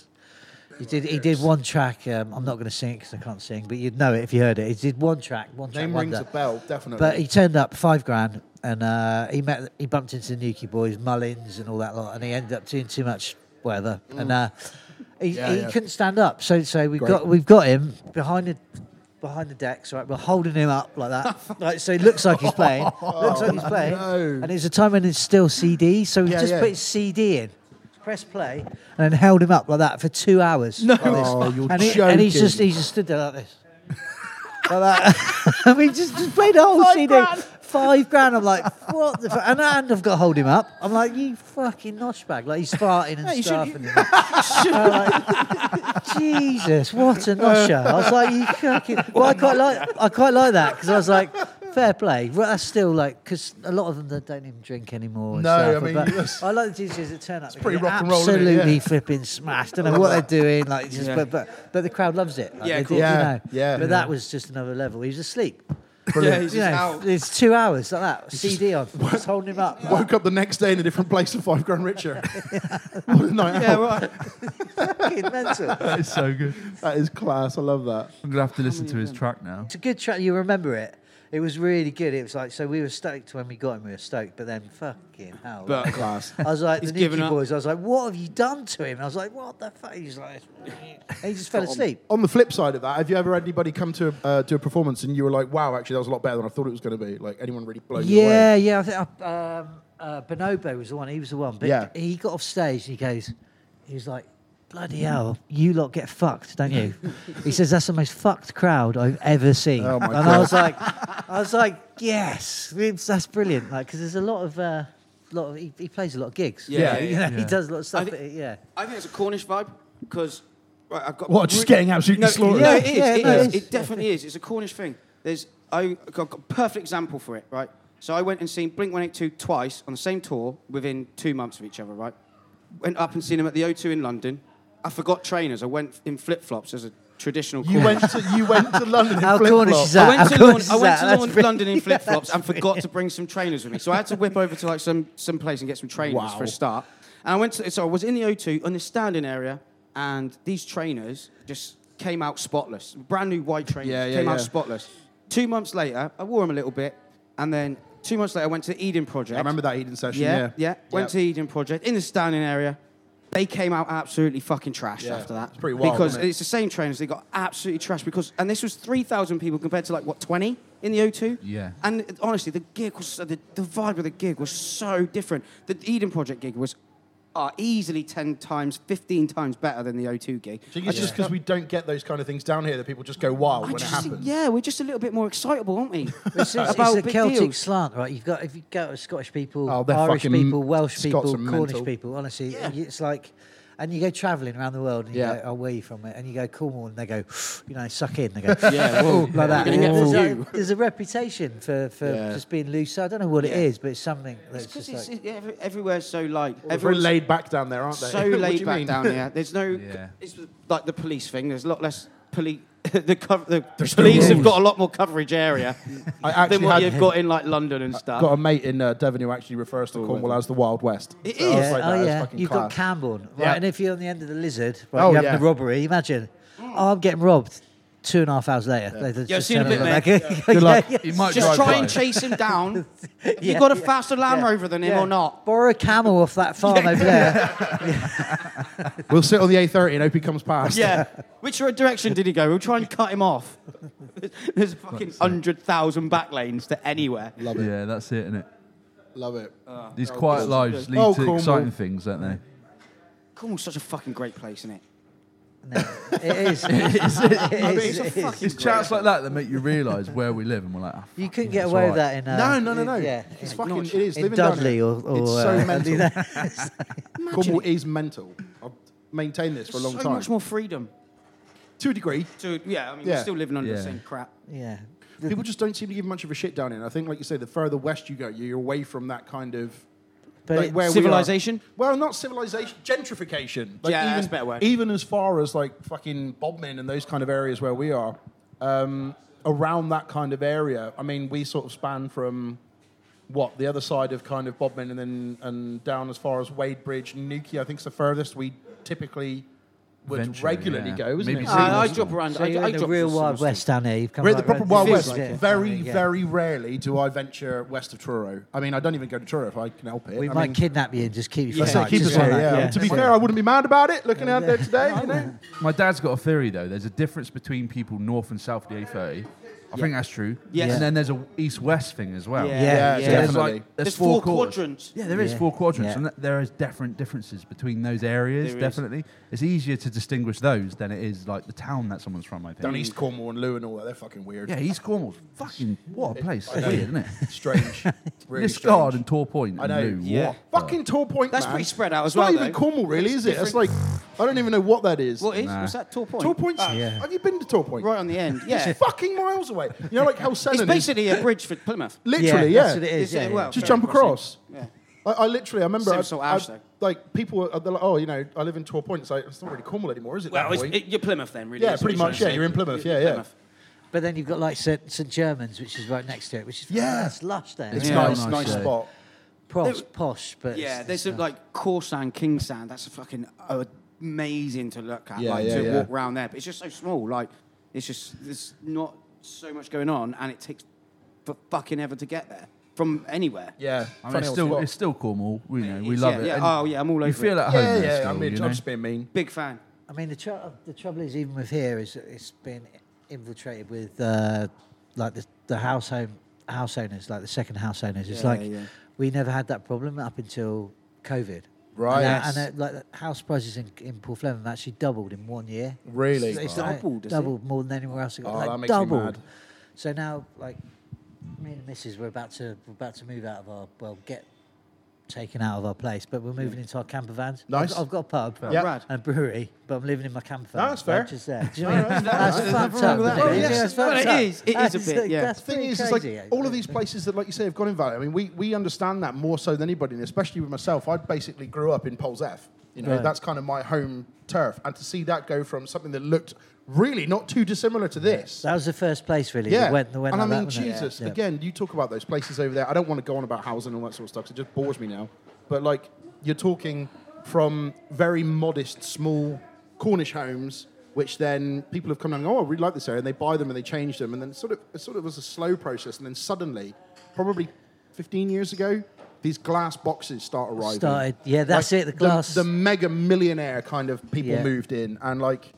Speaker 4: he did. He did one track. Um, I'm not going to sing it because I can't sing, but you'd know it if you heard it. He did one track. One track
Speaker 1: Name rings
Speaker 4: wonder.
Speaker 1: a bell, definitely.
Speaker 4: But he turned up five grand, and uh, he met he bumped into the Nuki boys, Mullins, and all that lot, and he ended up doing too much whatever, and uh, he,
Speaker 1: Mm. Yeah,
Speaker 4: he
Speaker 1: yeah.
Speaker 4: couldn't stand up. So so we've
Speaker 1: Great.
Speaker 4: got we've got him behind the behind the decks, right? We're holding him up like that, like so. He looks like he's playing, looks like he's playing,
Speaker 1: Oh, no.
Speaker 4: and it's a time when it's still CD, so we
Speaker 1: Yeah,
Speaker 4: just
Speaker 1: yeah.
Speaker 4: put his CD in. Press play and then held him up like that for two hours. No,
Speaker 1: oh, you're
Speaker 4: and, he,
Speaker 1: joking.
Speaker 4: and he's just he just stood there like this. like that. we just, just played the whole CD. Five grand. I'm like, what the fuck? And, and I've got to hold him up. I'm like, you fucking noshbag. Like, he's farting and
Speaker 2: you
Speaker 4: stuff.
Speaker 2: shouldn't-
Speaker 4: And I'm like, Jesus, what a nosher. I was like, you fucking. Well, I quite like, I quite like that because I was like, fair play. Well, that's still like, because a lot of them that don't even drink anymore. and
Speaker 1: No, I
Speaker 4: stuff,
Speaker 1: mean,
Speaker 4: but
Speaker 1: that's-
Speaker 4: I like the DJs that turn up. It's
Speaker 1: pretty rock and roll, isn't it?
Speaker 4: Absolutely
Speaker 1: Yeah.
Speaker 4: flipping smashed. Don't know what they're doing. Like, just,
Speaker 2: Yeah.
Speaker 4: but, but but the crowd loves it. Like,
Speaker 2: Yeah,
Speaker 4: they
Speaker 2: of
Speaker 4: do,
Speaker 2: course.
Speaker 1: Yeah,
Speaker 4: you know.
Speaker 1: yeah.
Speaker 4: But that was just another level. He was asleep.
Speaker 2: Yeah, he's
Speaker 4: You
Speaker 2: just
Speaker 4: know,
Speaker 2: out.
Speaker 4: it's two hours like that. CD on, just holding him up.
Speaker 1: Woke up the next day in a different place and five grand richer. what a night
Speaker 2: Yeah,
Speaker 1: out.
Speaker 2: right.
Speaker 4: Fucking mental.
Speaker 3: That is so good.
Speaker 1: That is class. I love that.
Speaker 3: I'm gonna have to listen to his track now.
Speaker 4: It's a good track. You remember it. It was really good. It was like so we were stoked when we got him. We were stoked, but then fucking hell.
Speaker 2: But-
Speaker 1: Class.
Speaker 4: I was like
Speaker 2: He's
Speaker 4: the
Speaker 2: given
Speaker 4: Nuki
Speaker 2: up.
Speaker 4: boys. I was like, what have you done to him? I was like, what the fuck? He's like, and he just fell asleep.
Speaker 1: On the flip side of that, have you ever had anybody come to uh, do a performance and you were like, "Wow, actually, that was a lot better than I thought it was going to be"? Like anyone really blown you
Speaker 4: Yeah,
Speaker 1: away?
Speaker 4: yeah. I think I, um, uh, Bonobo was the one. He was the one. But
Speaker 1: Yeah.
Speaker 4: he got off stage. and He goes, he was like, bloody hell, you lot get fucked, don't you? he says that's the most fucked crowd I've ever seen.
Speaker 1: Oh, my
Speaker 4: and I
Speaker 1: God.
Speaker 4: was like, I was like, yes, it's- that's brilliant. Like, because there's a lot of. Uh, lot of, he, he plays a lot of gigs.
Speaker 2: Yeah, Yeah.
Speaker 4: you know, he
Speaker 3: yeah.
Speaker 4: does a lot of stuff.
Speaker 2: I thi-
Speaker 4: but yeah,
Speaker 2: I think it's a Cornish vibe because right, I've got
Speaker 1: What, just
Speaker 2: re-
Speaker 1: getting absolutely
Speaker 2: no,
Speaker 1: slaughtered?
Speaker 2: No, it is.
Speaker 4: Yeah,
Speaker 2: it,
Speaker 4: no,
Speaker 2: is.
Speaker 4: it is.
Speaker 2: it definitely is. It's a Cornish thing. There's I I've got a perfect example for it. Right, so I went and seen Blink One Eight Two twice on the same tour within two months of each other. Right, went up and seen them at the O2 in London. I forgot trainers. I went in flip flops as a traditional.
Speaker 1: You
Speaker 2: Cornish-
Speaker 1: went to you went to London
Speaker 4: How
Speaker 1: in flip
Speaker 4: Cornish is
Speaker 1: flop.
Speaker 4: that?
Speaker 2: I went
Speaker 4: How
Speaker 2: to,
Speaker 4: cool
Speaker 2: Lon-
Speaker 4: is
Speaker 2: I went
Speaker 4: that?
Speaker 2: to
Speaker 4: That's
Speaker 2: Lon-
Speaker 4: brilliant.
Speaker 2: London in flip flops and forgot to bring some trainers with me. So I had to whip over to like some, some place and get some trainers
Speaker 1: Wow.
Speaker 2: for a start. And I went to, so I was in the O2 on the standing area, and these trainers just came out spotless. Brand new white trainers
Speaker 1: Yeah, yeah,
Speaker 2: came out
Speaker 1: yeah.
Speaker 2: spotless. Two months later, I wore them a little bit, and then two months later, I went to the Eden Project.
Speaker 1: I remember that Eden session.
Speaker 2: Yeah,
Speaker 1: Yeah,
Speaker 2: yeah. Went to Eden Project in the standing area. They came out absolutely fucking trash
Speaker 1: Yeah.
Speaker 2: after that.
Speaker 1: It's pretty wild,
Speaker 2: because
Speaker 1: isn't it?
Speaker 2: it's the same trainers. They got absolutely trash because, and this was three thousand people compared to like what twenty in the O2.
Speaker 3: Yeah.
Speaker 2: And it- honestly, the gig was the, the vibe of the gig was so different. The Eden Project gig was are easily 10 times, 15 times better than the O2 gig.
Speaker 1: Do you think it's just because we don't get those kind of things down here that people just go wild
Speaker 2: I
Speaker 1: when it
Speaker 2: just think,
Speaker 1: happens?
Speaker 2: yeah, we're just a little bit more excitable, aren't we?
Speaker 4: It's, it's,
Speaker 2: About
Speaker 4: it's a
Speaker 2: big
Speaker 4: Celtic
Speaker 2: deals.
Speaker 4: slant, right? You've got if you go to Scottish people,
Speaker 1: Oh, they're
Speaker 4: Irish
Speaker 1: fucking-
Speaker 4: people, Welsh
Speaker 1: Scots
Speaker 4: people,
Speaker 1: are
Speaker 4: Cornish
Speaker 1: mental.
Speaker 4: people. Honestly, it's like, and you go travelling around the world, and you
Speaker 1: Yeah.
Speaker 4: go, "Oh, where are you from?" mate?" And you go Cornwall, and they go, you know, suck in. They go,
Speaker 2: yeah, well,
Speaker 4: like that.
Speaker 2: gonna get
Speaker 4: there's,
Speaker 2: from
Speaker 4: a,
Speaker 2: you.
Speaker 4: there's a reputation for, for
Speaker 1: Yeah.
Speaker 4: just being loose. So I don't know what it
Speaker 2: Yeah.
Speaker 4: is, but it's something that's
Speaker 2: It's because
Speaker 4: just like,
Speaker 2: everywhere's so like
Speaker 1: They're very
Speaker 2: everyone's
Speaker 1: laid back down there, aren't they?
Speaker 2: so
Speaker 1: What do
Speaker 2: laid
Speaker 1: you
Speaker 2: back
Speaker 1: mean?
Speaker 2: down here. There's no
Speaker 3: Yeah.
Speaker 2: it's like the police thing. There's a lot less police. the, cov the police have got a lot more coverage area
Speaker 1: I
Speaker 2: than
Speaker 1: actually
Speaker 2: what
Speaker 1: had
Speaker 2: you've got in like London and stuff.
Speaker 1: got a mate in uh, Devon who actually refers to Cornwall as the Wild West.
Speaker 2: It
Speaker 1: I was
Speaker 2: is.
Speaker 1: like,
Speaker 4: oh
Speaker 1: that is
Speaker 4: yeah,
Speaker 1: fucking
Speaker 4: you've got
Speaker 1: class.
Speaker 4: Camborne, right?
Speaker 1: Yeah.
Speaker 4: And if you're on the end of the lizard, right,
Speaker 1: Oh,
Speaker 4: you're having
Speaker 1: yeah.
Speaker 4: a robbery. Imagine, oh, I'm getting robbed. Two and a half hours later, they just
Speaker 2: Yeah, I've seen a
Speaker 4: turn
Speaker 2: bit,
Speaker 4: up
Speaker 2: mate.
Speaker 4: like,
Speaker 1: Good luck.
Speaker 4: yeah, yeah.
Speaker 3: He might
Speaker 2: Just
Speaker 3: drive
Speaker 2: try
Speaker 3: by.
Speaker 2: and chase him down. Have
Speaker 4: Yeah,
Speaker 2: you got a
Speaker 4: yeah,
Speaker 2: faster Land Rover than him or not?
Speaker 4: Borrow a camel off that farm over there.
Speaker 1: We'll sit on the A30 and hope he comes past.
Speaker 2: Yeah. Which direction did he go? We'll try and cut him off. There's fucking hundred thousand back lanes to anywhere.
Speaker 1: Love it.
Speaker 3: Yeah, that's it, innit?
Speaker 1: Love it.
Speaker 3: These quiet lives lead
Speaker 1: Oh,
Speaker 3: to
Speaker 1: Cornwall.
Speaker 3: exciting things, don't they?
Speaker 2: Cornwall's such a fucking great place, isn't it?
Speaker 4: No, it is. it is.
Speaker 2: it's a
Speaker 4: it is.
Speaker 2: fucking
Speaker 3: It's chats like that that make you realise where we live, and we're like, ah,
Speaker 4: You
Speaker 3: fuck,
Speaker 4: couldn't
Speaker 3: yeah,
Speaker 4: get
Speaker 3: it's
Speaker 4: away
Speaker 3: all
Speaker 4: with
Speaker 3: right.
Speaker 4: that in. Uh,
Speaker 1: No, no, no, no.
Speaker 4: Yeah,
Speaker 1: It's
Speaker 4: in-
Speaker 1: fucking.
Speaker 2: not-
Speaker 1: It is
Speaker 4: in
Speaker 1: living down
Speaker 4: Dudley
Speaker 1: here.
Speaker 4: or, or
Speaker 1: It's so
Speaker 4: uh,
Speaker 1: mental. Cornwall is mental. I've maintained this for a long
Speaker 2: so
Speaker 1: time.
Speaker 2: much more freedom.
Speaker 1: to a degree,
Speaker 2: To yeah, I mean,
Speaker 1: Yeah.
Speaker 2: we're still living under
Speaker 3: Yeah.
Speaker 2: the same crap.
Speaker 4: yeah.
Speaker 1: people just don't seem to give much of a shit down here. And I think, like you say, the further west you go, you're away from that kind of.
Speaker 4: But
Speaker 1: like,
Speaker 4: it-
Speaker 1: where we are.
Speaker 2: civilization?
Speaker 1: well, not civilization, gentrification. Like,
Speaker 2: Yeah,
Speaker 1: even,
Speaker 2: that's a better word.
Speaker 1: Even as far as like fucking Bodmin and those kind of areas where we are, um, around that kind of area, I mean, we sort of span from what the other side of kind of Bodmin and then and down as far as Wade Bridge, Nuki. I think is the furthest we typically would
Speaker 3: Eventually,
Speaker 1: regularly
Speaker 3: yeah.
Speaker 1: go, isn't
Speaker 3: Maybe
Speaker 1: it?
Speaker 3: Seymour's
Speaker 2: I, I
Speaker 3: one.
Speaker 2: drop around.
Speaker 4: So
Speaker 2: I,
Speaker 4: you're
Speaker 2: I
Speaker 4: in the
Speaker 2: drop
Speaker 4: real
Speaker 2: some
Speaker 4: wild
Speaker 2: stuff.
Speaker 4: west down here. You've come
Speaker 1: We're at the
Speaker 4: right
Speaker 1: proper
Speaker 4: round-
Speaker 1: Wild
Speaker 4: it
Speaker 1: West.
Speaker 4: feels like it.
Speaker 1: Very,
Speaker 4: Yeah.
Speaker 1: very rarely do I venture west of Truro. I mean, I don't even go to Truro if I can help it.
Speaker 4: We
Speaker 1: I
Speaker 4: might
Speaker 1: mean,
Speaker 4: kidnap you and just keep you. for
Speaker 1: that's
Speaker 4: the
Speaker 1: it,
Speaker 4: night,
Speaker 1: keep us
Speaker 4: just
Speaker 1: here,
Speaker 4: like
Speaker 1: yeah.
Speaker 4: that,
Speaker 1: I mean, To be fair, I wouldn't be mad about it looking out there today, you know?
Speaker 3: My dad's got a theory though. There's a difference between people north and south of the A30. I think that's true.
Speaker 2: Yes.
Speaker 3: And then there's a east-west thing as well.
Speaker 1: Yeah,
Speaker 2: Yeah.
Speaker 4: yeah,
Speaker 1: yeah.
Speaker 4: yeah.
Speaker 3: There's, like,
Speaker 1: Definitely.
Speaker 3: there's,
Speaker 2: There's
Speaker 3: four,
Speaker 2: four
Speaker 3: quarters.
Speaker 2: quadrants.
Speaker 3: Yeah, there is
Speaker 4: Yeah.
Speaker 3: four quadrants,
Speaker 4: Yeah.
Speaker 3: and th- there is different differences between those areas.
Speaker 2: There is.
Speaker 3: definitely, it's easier to distinguish those than it is like the town that someone's from. I think.
Speaker 1: Down East Cornwall and Lou and all that, they're fucking weird.
Speaker 3: Yeah, East Cornwall's fucking what a place.
Speaker 1: I know.
Speaker 3: Weird, isn't it?
Speaker 1: Strange. really
Speaker 3: Liscard
Speaker 1: strange.
Speaker 3: and Tor Point.
Speaker 1: I know.
Speaker 3: And Lou,
Speaker 2: Yeah.
Speaker 3: What the-
Speaker 1: Fucking Tall Point,
Speaker 2: That's
Speaker 1: man.
Speaker 2: pretty spread out as
Speaker 1: It's
Speaker 2: well,
Speaker 1: not even
Speaker 2: though.
Speaker 1: Cornwall, really, is it? That's like, I don't even know what that is.
Speaker 2: What is?
Speaker 3: Nah.
Speaker 2: What's that tall point?
Speaker 1: Tall Point's.
Speaker 4: yeah.
Speaker 1: Have you been to Tall Point?
Speaker 2: Right on the end. Yeah.
Speaker 1: It's fucking miles away. You know, like Helsingin.
Speaker 2: It's
Speaker 1: is-
Speaker 2: basically a bridge for Plymouth.
Speaker 1: Literally,
Speaker 4: That's what it is.
Speaker 2: Is it?
Speaker 4: yeah, yeah.
Speaker 2: Well,
Speaker 1: Just
Speaker 2: fair
Speaker 1: jump
Speaker 2: enough,
Speaker 1: across.
Speaker 2: Yeah.
Speaker 1: I, I literally, I remember,
Speaker 2: Same
Speaker 1: I,
Speaker 2: sort of
Speaker 1: I-
Speaker 2: house, though.
Speaker 1: like people, are, they're like, oh, you know, I live in Tor Point. It's like it's not really Cornwall anymore, is it?
Speaker 2: Well,
Speaker 1: that
Speaker 2: it's,
Speaker 1: point?
Speaker 2: it, you're Plymouth then, really.
Speaker 1: Yeah,
Speaker 2: is what
Speaker 1: pretty
Speaker 2: you're
Speaker 1: much,
Speaker 2: trying to
Speaker 1: yeah,
Speaker 2: say.
Speaker 1: you're in Plymouth, yeah,
Speaker 2: You're
Speaker 1: yeah.
Speaker 2: Plymouth.
Speaker 4: But then you've got like St. St. Germans, which is right next to it, which is
Speaker 1: Yeah.
Speaker 4: that's lush there.
Speaker 1: it's
Speaker 4: It's
Speaker 3: Yeah.
Speaker 1: nice,
Speaker 3: nice,
Speaker 1: nice
Speaker 3: yeah.
Speaker 1: spot.
Speaker 4: posh, posh, but
Speaker 2: Yeah,
Speaker 4: it's,
Speaker 2: there's
Speaker 4: it's
Speaker 2: some, like Corsand, King Sand. That's a fucking oh, amazing to look at.
Speaker 1: Yeah,
Speaker 2: like
Speaker 1: yeah,
Speaker 2: to
Speaker 1: yeah.
Speaker 2: walk around there, but it's just so small. Like it's just there's not so much going on, and it takes for fucking ever to get there from anywhere.
Speaker 1: Yeah,
Speaker 3: I mean,
Speaker 1: funny
Speaker 3: it's
Speaker 1: old
Speaker 3: still
Speaker 1: spot.
Speaker 3: it's still Cornwall. We know we
Speaker 2: It's-
Speaker 3: love
Speaker 2: yeah,
Speaker 3: it.
Speaker 2: yeah.
Speaker 3: and
Speaker 2: Oh, yeah, I'm all over
Speaker 3: You feel
Speaker 2: it.
Speaker 3: at home
Speaker 1: yeah,
Speaker 3: there
Speaker 1: yeah.
Speaker 3: still,
Speaker 1: I mean,
Speaker 3: you
Speaker 1: I'm
Speaker 3: know?
Speaker 1: just being mean.
Speaker 2: Big fan.
Speaker 4: I mean, the, tr- the trouble is, even with here, is that it's been infiltrated with uh, like the, the house home house owners, like the second house owners. It's
Speaker 2: Yeah,
Speaker 4: like
Speaker 2: yeah.
Speaker 4: we never had that problem up until COVID.
Speaker 1: Right.
Speaker 4: And, uh, and,
Speaker 1: Yes.
Speaker 4: uh, like the house prices in, in Port Fleming have actually doubled in one year.
Speaker 1: Really?
Speaker 4: It's, it's
Speaker 2: Wow.
Speaker 4: like
Speaker 2: Doubled, is it?
Speaker 4: doubled more than anywhere else.
Speaker 1: Oh,
Speaker 4: like
Speaker 1: that makes me
Speaker 4: doubled.
Speaker 1: mad.
Speaker 4: So now, like me and the missus, we're about to we're about to move out of our well get taken out of our place, but we're moving into our camper vans. I've
Speaker 1: Hmm. Nice.
Speaker 4: got- I've, got a pub
Speaker 1: Yeah.
Speaker 2: Rad.
Speaker 4: and a brewery, but I'm living in my camper van.
Speaker 1: No, that's fair.
Speaker 4: Like, just there. Do you know what I mean? That's
Speaker 1: There's
Speaker 4: fucked
Speaker 2: nothing
Speaker 4: up.
Speaker 2: wrong with that.
Speaker 4: isn't
Speaker 1: Oh,
Speaker 4: it?
Speaker 1: yes.
Speaker 4: That's
Speaker 2: Well,
Speaker 4: fucked
Speaker 2: it
Speaker 4: up.
Speaker 2: is. It
Speaker 4: That's
Speaker 2: is a bit,
Speaker 4: like-
Speaker 2: yeah.
Speaker 4: That's
Speaker 1: The thing
Speaker 4: pretty
Speaker 1: is, is
Speaker 4: crazy.
Speaker 1: like all of these places that, like you say, have gone invalid. I mean, we, we understand that more so than anybody, and especially with myself. I basically grew up in Poles F. You know,
Speaker 4: Right.
Speaker 1: that's kind of my home turf, and to see that go from something that looked really not too dissimilar to this.
Speaker 4: That was the first place really.
Speaker 1: Yeah.
Speaker 4: That went, that went
Speaker 1: and
Speaker 4: like
Speaker 1: I mean,
Speaker 4: that, wasn't it?
Speaker 1: Jesus,
Speaker 4: Yeah.
Speaker 1: again, you talk about those places over there. I don't want to go on about housing and all that sort of stuff 'cause it just bores me now. But like, you're talking from very modest, small Cornish homes, which then people have come down and go, oh, I really like this area. And they buy them and they change them. And then sort of, it sort of was a slow process. And then suddenly, probably 15 years ago, these glass boxes start arriving.
Speaker 4: Started- yeah, that's it, the glass-
Speaker 1: The, mega millionaire kind of people
Speaker 4: Yeah.
Speaker 1: moved in. And like,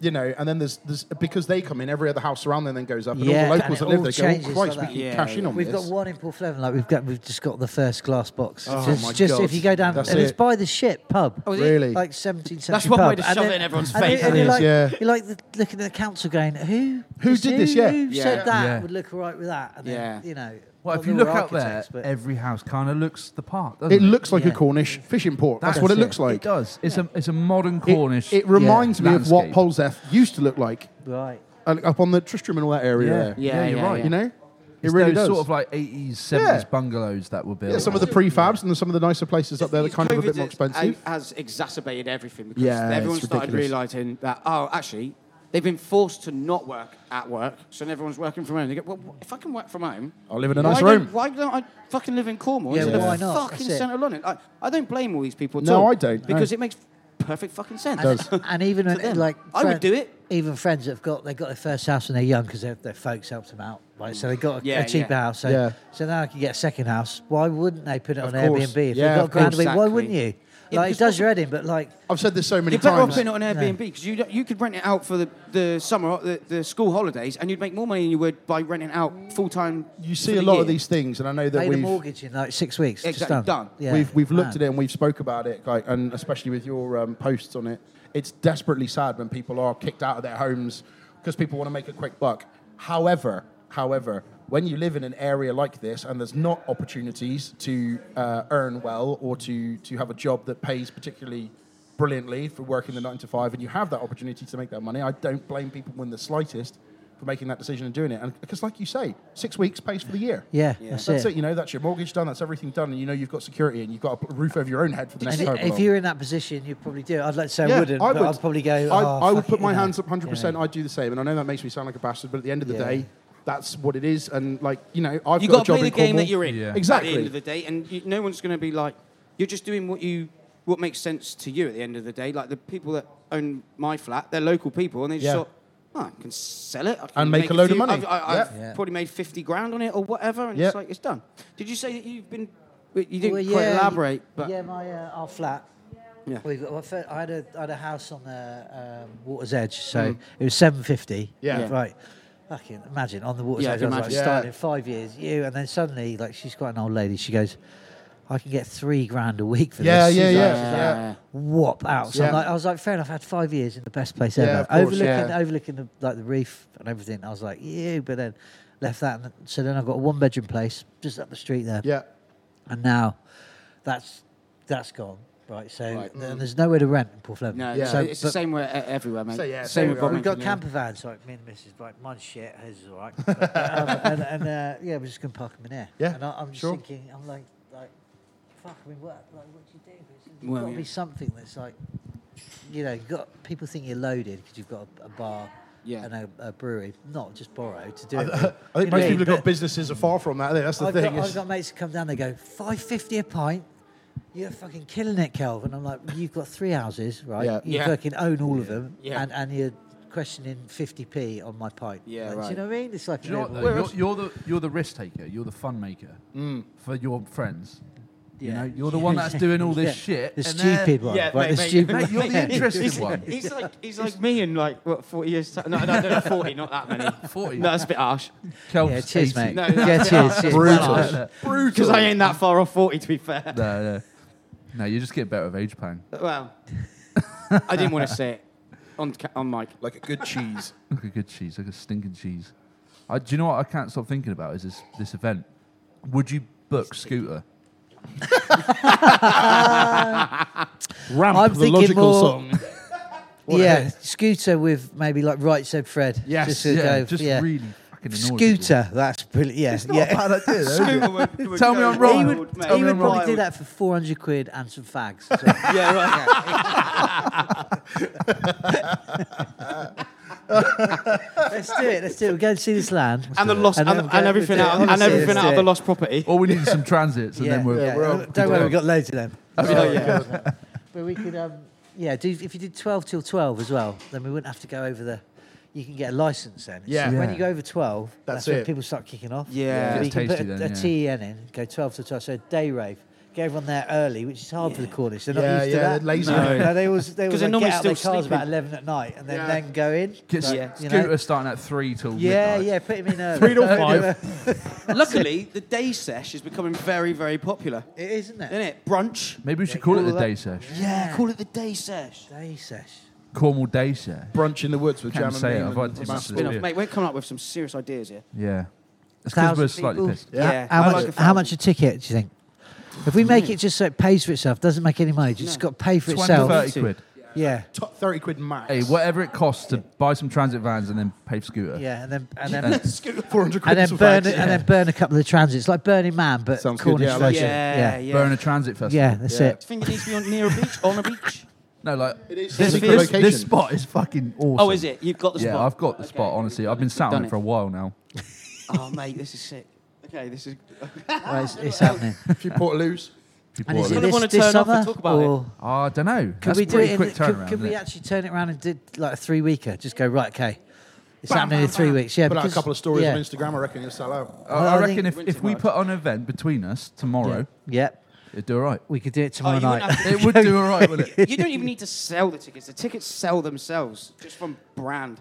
Speaker 1: you know, and then there's, there's because they come in, every other house around them then goes up, and
Speaker 4: Yeah,
Speaker 1: all the
Speaker 4: and
Speaker 1: locals
Speaker 4: it
Speaker 1: that live
Speaker 4: all
Speaker 1: there go,
Speaker 4: changes
Speaker 1: oh, Christ,
Speaker 4: like
Speaker 1: we can
Speaker 2: that."
Speaker 1: cash in
Speaker 2: Yeah,
Speaker 1: on
Speaker 4: We've
Speaker 1: this.
Speaker 4: got one in Porthlevin. Like we've got, we've just got the first glass box.
Speaker 1: Oh
Speaker 4: just,
Speaker 1: my
Speaker 4: just
Speaker 1: God.
Speaker 4: if you go down,
Speaker 1: That's
Speaker 4: and it's
Speaker 1: it.
Speaker 4: by the ship pub.
Speaker 2: Oh, is it?
Speaker 1: really?
Speaker 4: Like 17th century
Speaker 2: That's one way
Speaker 4: pub.
Speaker 2: to
Speaker 4: And
Speaker 2: shove
Speaker 4: then-
Speaker 2: it in everyone's
Speaker 4: and
Speaker 2: face.
Speaker 4: then- and
Speaker 2: isn't
Speaker 4: you're
Speaker 2: it?
Speaker 4: like,
Speaker 1: Yeah.
Speaker 4: you're like the, looking at the council going, who
Speaker 1: Who
Speaker 4: is
Speaker 1: did this? Yeah.
Speaker 4: Who
Speaker 2: Yeah.
Speaker 4: said that?
Speaker 3: Yeah.
Speaker 4: Would look right with that. And then,
Speaker 2: Yeah.
Speaker 4: you know.
Speaker 3: Well, if
Speaker 4: not
Speaker 3: you
Speaker 4: that we're
Speaker 3: look out there,
Speaker 4: architects, but-
Speaker 3: every house kind of looks the part, doesn't
Speaker 1: it
Speaker 3: it?
Speaker 1: looks like a
Speaker 4: Yeah.
Speaker 1: Cornish fishing port. That's, what it, looks
Speaker 3: It
Speaker 1: like.
Speaker 3: does. It's a it's a modern
Speaker 1: It,
Speaker 3: Cornish.
Speaker 1: it reminds
Speaker 3: yeah,
Speaker 1: me of what
Speaker 3: landscape.
Speaker 1: Polzeth used to look like
Speaker 4: right.
Speaker 1: uh, up on the Tristram and all that area
Speaker 3: Yeah.
Speaker 1: there.
Speaker 2: Yeah,
Speaker 3: you're
Speaker 2: yeah,
Speaker 3: right.
Speaker 2: yeah.
Speaker 1: You know, it
Speaker 3: It's
Speaker 1: really
Speaker 3: those
Speaker 1: does.
Speaker 3: sort of like 80s, 70s bungalows that were built.
Speaker 1: yeah, some of the prefabs and some of the nicer places up there that are kind of a bit more expensive.
Speaker 2: Has exacerbated everything because
Speaker 1: Yeah, it's
Speaker 2: everyone started
Speaker 1: ridiculous.
Speaker 2: realizing that oh, actually, they've been forced to not work at work, so everyone's working from home. They go, well, if I can work from home,
Speaker 1: I'll live in a
Speaker 2: why
Speaker 1: nice
Speaker 2: don't-
Speaker 1: room.
Speaker 2: Why don't I fucking live in Cornwall
Speaker 4: Yeah,
Speaker 2: instead
Speaker 1: why
Speaker 2: of
Speaker 4: not?
Speaker 2: fucking
Speaker 4: That's it.
Speaker 2: central London? I, I don't blame all these people. At
Speaker 1: No,
Speaker 2: all,
Speaker 1: I don't, no.
Speaker 2: because it makes perfect fucking sense.
Speaker 4: And, and even
Speaker 2: To
Speaker 4: when,
Speaker 2: them.
Speaker 4: like
Speaker 2: I would
Speaker 4: friend-
Speaker 2: do it.
Speaker 4: Even friends that have got they got their first house when they're young because their, their folks helped them out, right? So they got a,
Speaker 2: Yeah,
Speaker 4: a cheaper
Speaker 2: yeah.
Speaker 4: house. So,
Speaker 1: Yeah.
Speaker 4: so now I can get a second house. Why wouldn't they put it on
Speaker 1: course.
Speaker 4: Airbnb if
Speaker 1: Yeah,
Speaker 4: you've got
Speaker 1: of
Speaker 4: a grand?
Speaker 2: course.
Speaker 4: away? Why wouldn't you?
Speaker 2: Yeah,
Speaker 4: like
Speaker 2: because
Speaker 4: it does
Speaker 2: what-
Speaker 4: your head in, but like
Speaker 1: I've said this so many
Speaker 2: You're better off
Speaker 1: times.
Speaker 2: putting it on Airbnb because you, don't- you could rent it out for the, the summer, the, the school holidays, and you'd make more money than you would by renting it out full time.
Speaker 1: You see a lot of these things, and I know that
Speaker 4: paid a
Speaker 1: we've
Speaker 4: mortgage in like six weeks. Just
Speaker 2: Exactly,
Speaker 4: done.
Speaker 2: done.
Speaker 4: Yeah,
Speaker 1: We've, we've looked at it and we've spoke about it, like, and especially with your um, posts on it, it's desperately sad when people are kicked out of their homes because people want to make a quick buck. However, however, when you live in an area like this and there's not opportunities to uh, earn well or to, to have a job that pays particularly brilliantly for working the nine to five and you have that opportunity to make that money, I don't blame people in the slightest for making that decision and doing it. And because, like you say, six weeks pays for the year.
Speaker 4: Yeah, Yeah. that's it.
Speaker 1: it. You know, that's your mortgage done, that's everything done, and you know you've got security and you've got a roof over your own head for the
Speaker 4: And
Speaker 1: next
Speaker 4: i-
Speaker 1: time.
Speaker 4: if you're in that position, you'd probably do it. I'd like to say
Speaker 1: Yeah,
Speaker 4: I wouldn't,
Speaker 1: I
Speaker 4: but
Speaker 1: would.
Speaker 4: I'd probably go.
Speaker 1: I,
Speaker 4: "Oh,
Speaker 1: I would
Speaker 4: fuck it,"
Speaker 1: put
Speaker 4: you
Speaker 1: my
Speaker 4: know.
Speaker 1: hands up 100%.
Speaker 4: Yeah.
Speaker 1: I'd do the same. And I know that makes me sound like a bastard, but at the end of the
Speaker 4: Yeah.
Speaker 1: day, that's what it is. And, like, you know, I've
Speaker 2: You've
Speaker 1: got a
Speaker 2: got to
Speaker 1: job
Speaker 2: play the
Speaker 1: in
Speaker 2: game that
Speaker 1: Cornwall.
Speaker 2: you're in.
Speaker 3: Yeah.
Speaker 1: Exactly.
Speaker 2: At the end of the day, and you, no one's going to be like, you're just doing what you, what makes sense to you. At the end of the day, like the people that own my flat, they're local people, and they just
Speaker 1: Yeah.
Speaker 2: thought, oh, I can sell it I can
Speaker 1: And make a load of
Speaker 2: few-
Speaker 1: money.
Speaker 2: I've, I, I've
Speaker 1: Yeah.
Speaker 4: Yeah.
Speaker 2: probably made fifty grand on it or whatever, and
Speaker 1: Yeah.
Speaker 2: it's like it's done. Did you say that you've been? You didn't
Speaker 4: Well,
Speaker 2: quite
Speaker 4: yeah,
Speaker 2: elaborate, but
Speaker 4: yeah, my uh, our flat.
Speaker 2: Yeah.
Speaker 4: We've got, well, fir- I had a I had a house on the um, water's edge, so it was seven fifty.
Speaker 1: Yeah.
Speaker 2: Hmm. Yeah.
Speaker 4: right. Fucking imagine on the water's
Speaker 2: Yeah, I
Speaker 4: edge. I
Speaker 2: can
Speaker 4: was like,
Speaker 2: imagine.
Speaker 1: Yeah.
Speaker 4: starting in five years, you, and then suddenly, like, she's quite an old lady. She goes, "I can get three grand a week for
Speaker 1: Yeah,
Speaker 4: this."
Speaker 1: yeah,
Speaker 4: She's like-
Speaker 1: yeah.
Speaker 4: she's like,
Speaker 2: Yeah.
Speaker 4: Whop out. So I'm
Speaker 1: Yeah.
Speaker 4: like, I was like, fair enough. I had five years in the best place
Speaker 1: Yeah,
Speaker 4: ever,
Speaker 1: of course,
Speaker 4: overlooking
Speaker 1: yeah.
Speaker 4: overlooking the like the reef and everything. I was like, yeah, but then left that, and so then I've got a one bedroom place just up the street there
Speaker 1: Yeah.
Speaker 4: and now that's that's gone, right? So
Speaker 1: Right.
Speaker 4: th- there's nowhere to rent in Porthlevin.
Speaker 2: No,
Speaker 1: Yeah.
Speaker 2: so it's the
Speaker 4: but-
Speaker 2: same way e- everywhere, mate.
Speaker 1: So, yeah,
Speaker 2: same
Speaker 1: there
Speaker 2: with
Speaker 1: we are.
Speaker 2: Bob
Speaker 4: We've got
Speaker 2: Anthony.
Speaker 4: camper vans, like me and Mrs. Like mine's shit, hers is all right. But, uh, and and uh, yeah, we're just gonna park them in there.
Speaker 1: Yeah,
Speaker 4: and I, I'm just
Speaker 1: sure.
Speaker 4: thinking, I'm like, like, fuck, I mean, what, like, what do you do? There's
Speaker 2: Well,
Speaker 4: got to
Speaker 2: yeah.
Speaker 4: be something that's like, you know, you've got people think you're loaded because you've got a, a bar.
Speaker 2: Yeah.
Speaker 4: And a, a brewery, not just borrow to do
Speaker 1: I,
Speaker 4: it.
Speaker 1: I
Speaker 4: with.
Speaker 1: think
Speaker 4: You know what
Speaker 1: most
Speaker 4: I mean?
Speaker 1: people have
Speaker 4: But-
Speaker 1: got businesses are far from that. eh? That's the
Speaker 4: I've
Speaker 1: thing.
Speaker 4: got, I've
Speaker 1: is-
Speaker 4: got mates that come down. They go five fifty a pint. You're fucking killing it, Kelvin. I'm like, you've got three houses, right?
Speaker 1: Yeah.
Speaker 4: You
Speaker 2: Yeah.
Speaker 4: fucking own all of them,
Speaker 2: Yeah.
Speaker 4: and, and you're questioning fifty p on my pint.
Speaker 2: Yeah,
Speaker 4: Like, Do you
Speaker 2: right.
Speaker 4: know what I mean? It's like
Speaker 3: Do you know
Speaker 4: a
Speaker 3: what,
Speaker 4: bit
Speaker 3: though?
Speaker 4: of
Speaker 3: You're,
Speaker 4: a-
Speaker 3: you're the you're the risk taker. You're the fun maker
Speaker 1: Mm.
Speaker 3: for your friends.
Speaker 4: Yeah.
Speaker 3: You know, you're the one that's doing all this
Speaker 4: Yeah.
Speaker 3: shit.
Speaker 4: The
Speaker 3: and they're-
Speaker 4: stupid one,
Speaker 2: Yeah,
Speaker 4: right?
Speaker 2: mate,
Speaker 4: the
Speaker 2: mate,
Speaker 4: stupid.
Speaker 3: Mate, you're the interesting
Speaker 2: He's-
Speaker 3: one.
Speaker 2: He's like he's like me in like what forty years. ti- No, no, no, no, forty, not that many.
Speaker 3: 40.
Speaker 2: No, that's a bit harsh.
Speaker 3: Kelv's
Speaker 4: yeah, cheers,
Speaker 3: 80.
Speaker 4: mate.
Speaker 2: No,
Speaker 4: yeah,
Speaker 2: that's-
Speaker 4: cheers, cheers.
Speaker 1: Brutal.
Speaker 2: Because I ain't that far off forty, to be fair.
Speaker 3: No, no. No, you just get better with age, pang.
Speaker 2: Well, I didn't want to say it on ca- on mic.
Speaker 1: like a good cheese.
Speaker 3: Look a good cheese, like a stinking cheese. I, do you know what I can't stop thinking about is this this event? Would you book Scooter?
Speaker 1: Ramp, the
Speaker 4: I'm thinking
Speaker 1: logical
Speaker 4: more-
Speaker 1: song.
Speaker 4: Yeah, scooter with maybe like right said Fred.
Speaker 1: Yes,
Speaker 4: just, to go-
Speaker 3: just
Speaker 4: yeah.
Speaker 3: really fucking annoyed. at you.
Speaker 4: Scooter, that's brilliant. Yeah,
Speaker 3: It's not
Speaker 4: yeah.
Speaker 3: a bad idea, though, is it?
Speaker 2: Tell
Speaker 3: Tell me I'm wrong.
Speaker 4: He
Speaker 3: Wild,
Speaker 4: would,
Speaker 3: mate.
Speaker 4: he
Speaker 3: Tell me
Speaker 4: would
Speaker 3: I'm
Speaker 4: probably
Speaker 3: wrong.
Speaker 4: do that for 400 quid and some fags. as well.
Speaker 2: Yeah, right.
Speaker 4: let's do it. Let's do it. We'll go and see this land.
Speaker 2: And the lost
Speaker 4: And
Speaker 2: and,
Speaker 4: then
Speaker 2: and,
Speaker 4: we'll go-
Speaker 2: everything
Speaker 4: we'll do
Speaker 2: out
Speaker 4: it.
Speaker 2: of, and
Speaker 4: Honestly,
Speaker 2: everything
Speaker 4: let's
Speaker 2: out of
Speaker 4: do
Speaker 2: the
Speaker 4: it.
Speaker 2: lost property.
Speaker 3: Or we needed some transits, and
Speaker 4: Yeah.
Speaker 3: then we're
Speaker 1: Yeah, we're all-
Speaker 4: Don't worry, we've got loads of them.
Speaker 2: Oh, yeah.
Speaker 4: But we could, um, yeah, do, if you did 12 till 12 as well, then we wouldn't have to go over the. You can get a license then. It's
Speaker 1: Yeah.
Speaker 4: like When
Speaker 3: Yeah.
Speaker 4: you go over 12, that's,
Speaker 1: That's
Speaker 4: when
Speaker 1: it.
Speaker 4: people start kicking off.
Speaker 2: Yeah.
Speaker 4: So
Speaker 2: It's
Speaker 4: you can put
Speaker 3: tasty
Speaker 4: a, E
Speaker 3: then,
Speaker 4: a
Speaker 3: yeah.
Speaker 4: TEN in, go 12 till 12, so a day rave. get everyone there early, which is hard for the Cornish. They're not
Speaker 1: Yeah,
Speaker 4: used to
Speaker 1: yeah,
Speaker 4: that.
Speaker 1: they're lazy.
Speaker 4: No.
Speaker 1: No.
Speaker 4: they always they always
Speaker 2: 'Cause they're
Speaker 4: like,
Speaker 2: normally
Speaker 4: get out their
Speaker 2: still
Speaker 4: cars about
Speaker 2: sleeping.
Speaker 4: eleven at night and then
Speaker 1: Yeah.
Speaker 4: then go in.
Speaker 3: Get
Speaker 4: But,
Speaker 3: s-
Speaker 4: you know,
Speaker 3: scooter starting at three till
Speaker 4: yeah,
Speaker 3: midnight.
Speaker 4: yeah, put him in early.
Speaker 1: Three to five.
Speaker 2: Luckily, the day sesh is becoming very, very popular.
Speaker 4: It is, isn't
Speaker 2: Isn't
Speaker 4: it?
Speaker 2: it? Brunch.
Speaker 3: Maybe we should call it
Speaker 2: all
Speaker 3: the
Speaker 2: that-
Speaker 3: day sesh.
Speaker 2: Yeah, call it the day sesh.
Speaker 4: Day sesh.
Speaker 3: Cornwall day sesh.
Speaker 1: Brunch in the woods with
Speaker 3: Can't
Speaker 1: jam and
Speaker 3: say it,
Speaker 1: bean
Speaker 3: I've
Speaker 1: and
Speaker 3: had too
Speaker 1: mass
Speaker 3: much of it.
Speaker 1: ball.
Speaker 3: Yeah.
Speaker 2: Mate, we're coming up with some serious ideas here.
Speaker 3: Yeah. It's because we're
Speaker 4: Thousand
Speaker 3: slightly
Speaker 4: people.
Speaker 3: pissed.
Speaker 2: Yeah.
Speaker 4: How,
Speaker 2: I
Speaker 4: much,
Speaker 2: like a
Speaker 4: how
Speaker 2: thousand.
Speaker 4: much a ticket do you think? If we make it just so it pays for itself, doesn't make any money, just
Speaker 2: Hmm. No.
Speaker 4: got to pay for
Speaker 3: 20,
Speaker 4: itself.
Speaker 3: 30 quid.
Speaker 4: Yeah,
Speaker 1: Top 30 quid max.
Speaker 3: Hey, whatever it costs to buy some transit vans and then pay for scooter.
Speaker 4: yeah, and then and then
Speaker 3: And-
Speaker 1: 400 quid
Speaker 4: and then
Speaker 1: for
Speaker 4: burn
Speaker 1: fags.
Speaker 4: and then burn a couple of the transits, like Burning Man, but
Speaker 1: Sounds good,
Speaker 4: Cornish
Speaker 1: yeah, I like
Speaker 4: version.
Speaker 2: Yeah, yeah.
Speaker 3: Burn a
Speaker 2: Do
Speaker 3: transit
Speaker 4: yeah,
Speaker 3: festival.
Speaker 4: yeah, that's
Speaker 1: Yeah.
Speaker 4: it.
Speaker 2: you think it needs to be on, near a beach? On a beach?
Speaker 3: No, like
Speaker 1: It is
Speaker 2: This
Speaker 1: a secret
Speaker 2: feels-
Speaker 3: this,
Speaker 1: location.
Speaker 3: this spot is fucking awesome.
Speaker 2: Oh, is it? You've got the
Speaker 3: Yeah,
Speaker 2: spot.
Speaker 3: I've got the
Speaker 2: Okay.
Speaker 3: spot. Honestly, I've been sat
Speaker 2: Done
Speaker 3: on it for a while now.
Speaker 2: Oh, mate, this is sick. Okay, this is.
Speaker 4: Well, it's, it's happening.
Speaker 1: If you port lose,
Speaker 3: People are
Speaker 4: And is it
Speaker 2: Kinda
Speaker 4: this,
Speaker 2: wanna
Speaker 4: this
Speaker 2: turn off and
Speaker 4: summer?
Speaker 2: talk about it.
Speaker 4: or
Speaker 3: Oh, I don't know.
Speaker 4: could
Speaker 3: That's
Speaker 4: we do
Speaker 3: pretty
Speaker 4: it?
Speaker 3: quick
Speaker 4: in,
Speaker 3: turnaround.
Speaker 4: could, could
Speaker 3: isn't
Speaker 4: we
Speaker 3: it?
Speaker 4: actually turn it around and did like a three weeker? Just go right, okay. It's
Speaker 1: Bam,
Speaker 4: happening in
Speaker 1: bam,
Speaker 4: three
Speaker 1: bam.
Speaker 4: weeks. Yeah,
Speaker 1: put out a
Speaker 4: because-
Speaker 1: couple of stories
Speaker 4: yeah.
Speaker 1: on Instagram. I reckon you'll sell out.
Speaker 3: I-
Speaker 4: Well,
Speaker 3: I
Speaker 4: I
Speaker 3: reckon
Speaker 4: think-
Speaker 3: if, if we
Speaker 2: Wintermarch.
Speaker 3: put on an event between us tomorrow,
Speaker 4: Yeah. Yep,
Speaker 3: it'd do all right.
Speaker 4: we could do it tomorrow
Speaker 2: Oh, you wouldn't
Speaker 4: night.
Speaker 2: have
Speaker 3: It would do all right, wouldn't it?
Speaker 2: You don't even need to sell the tickets. The tickets sell themselves just from brand.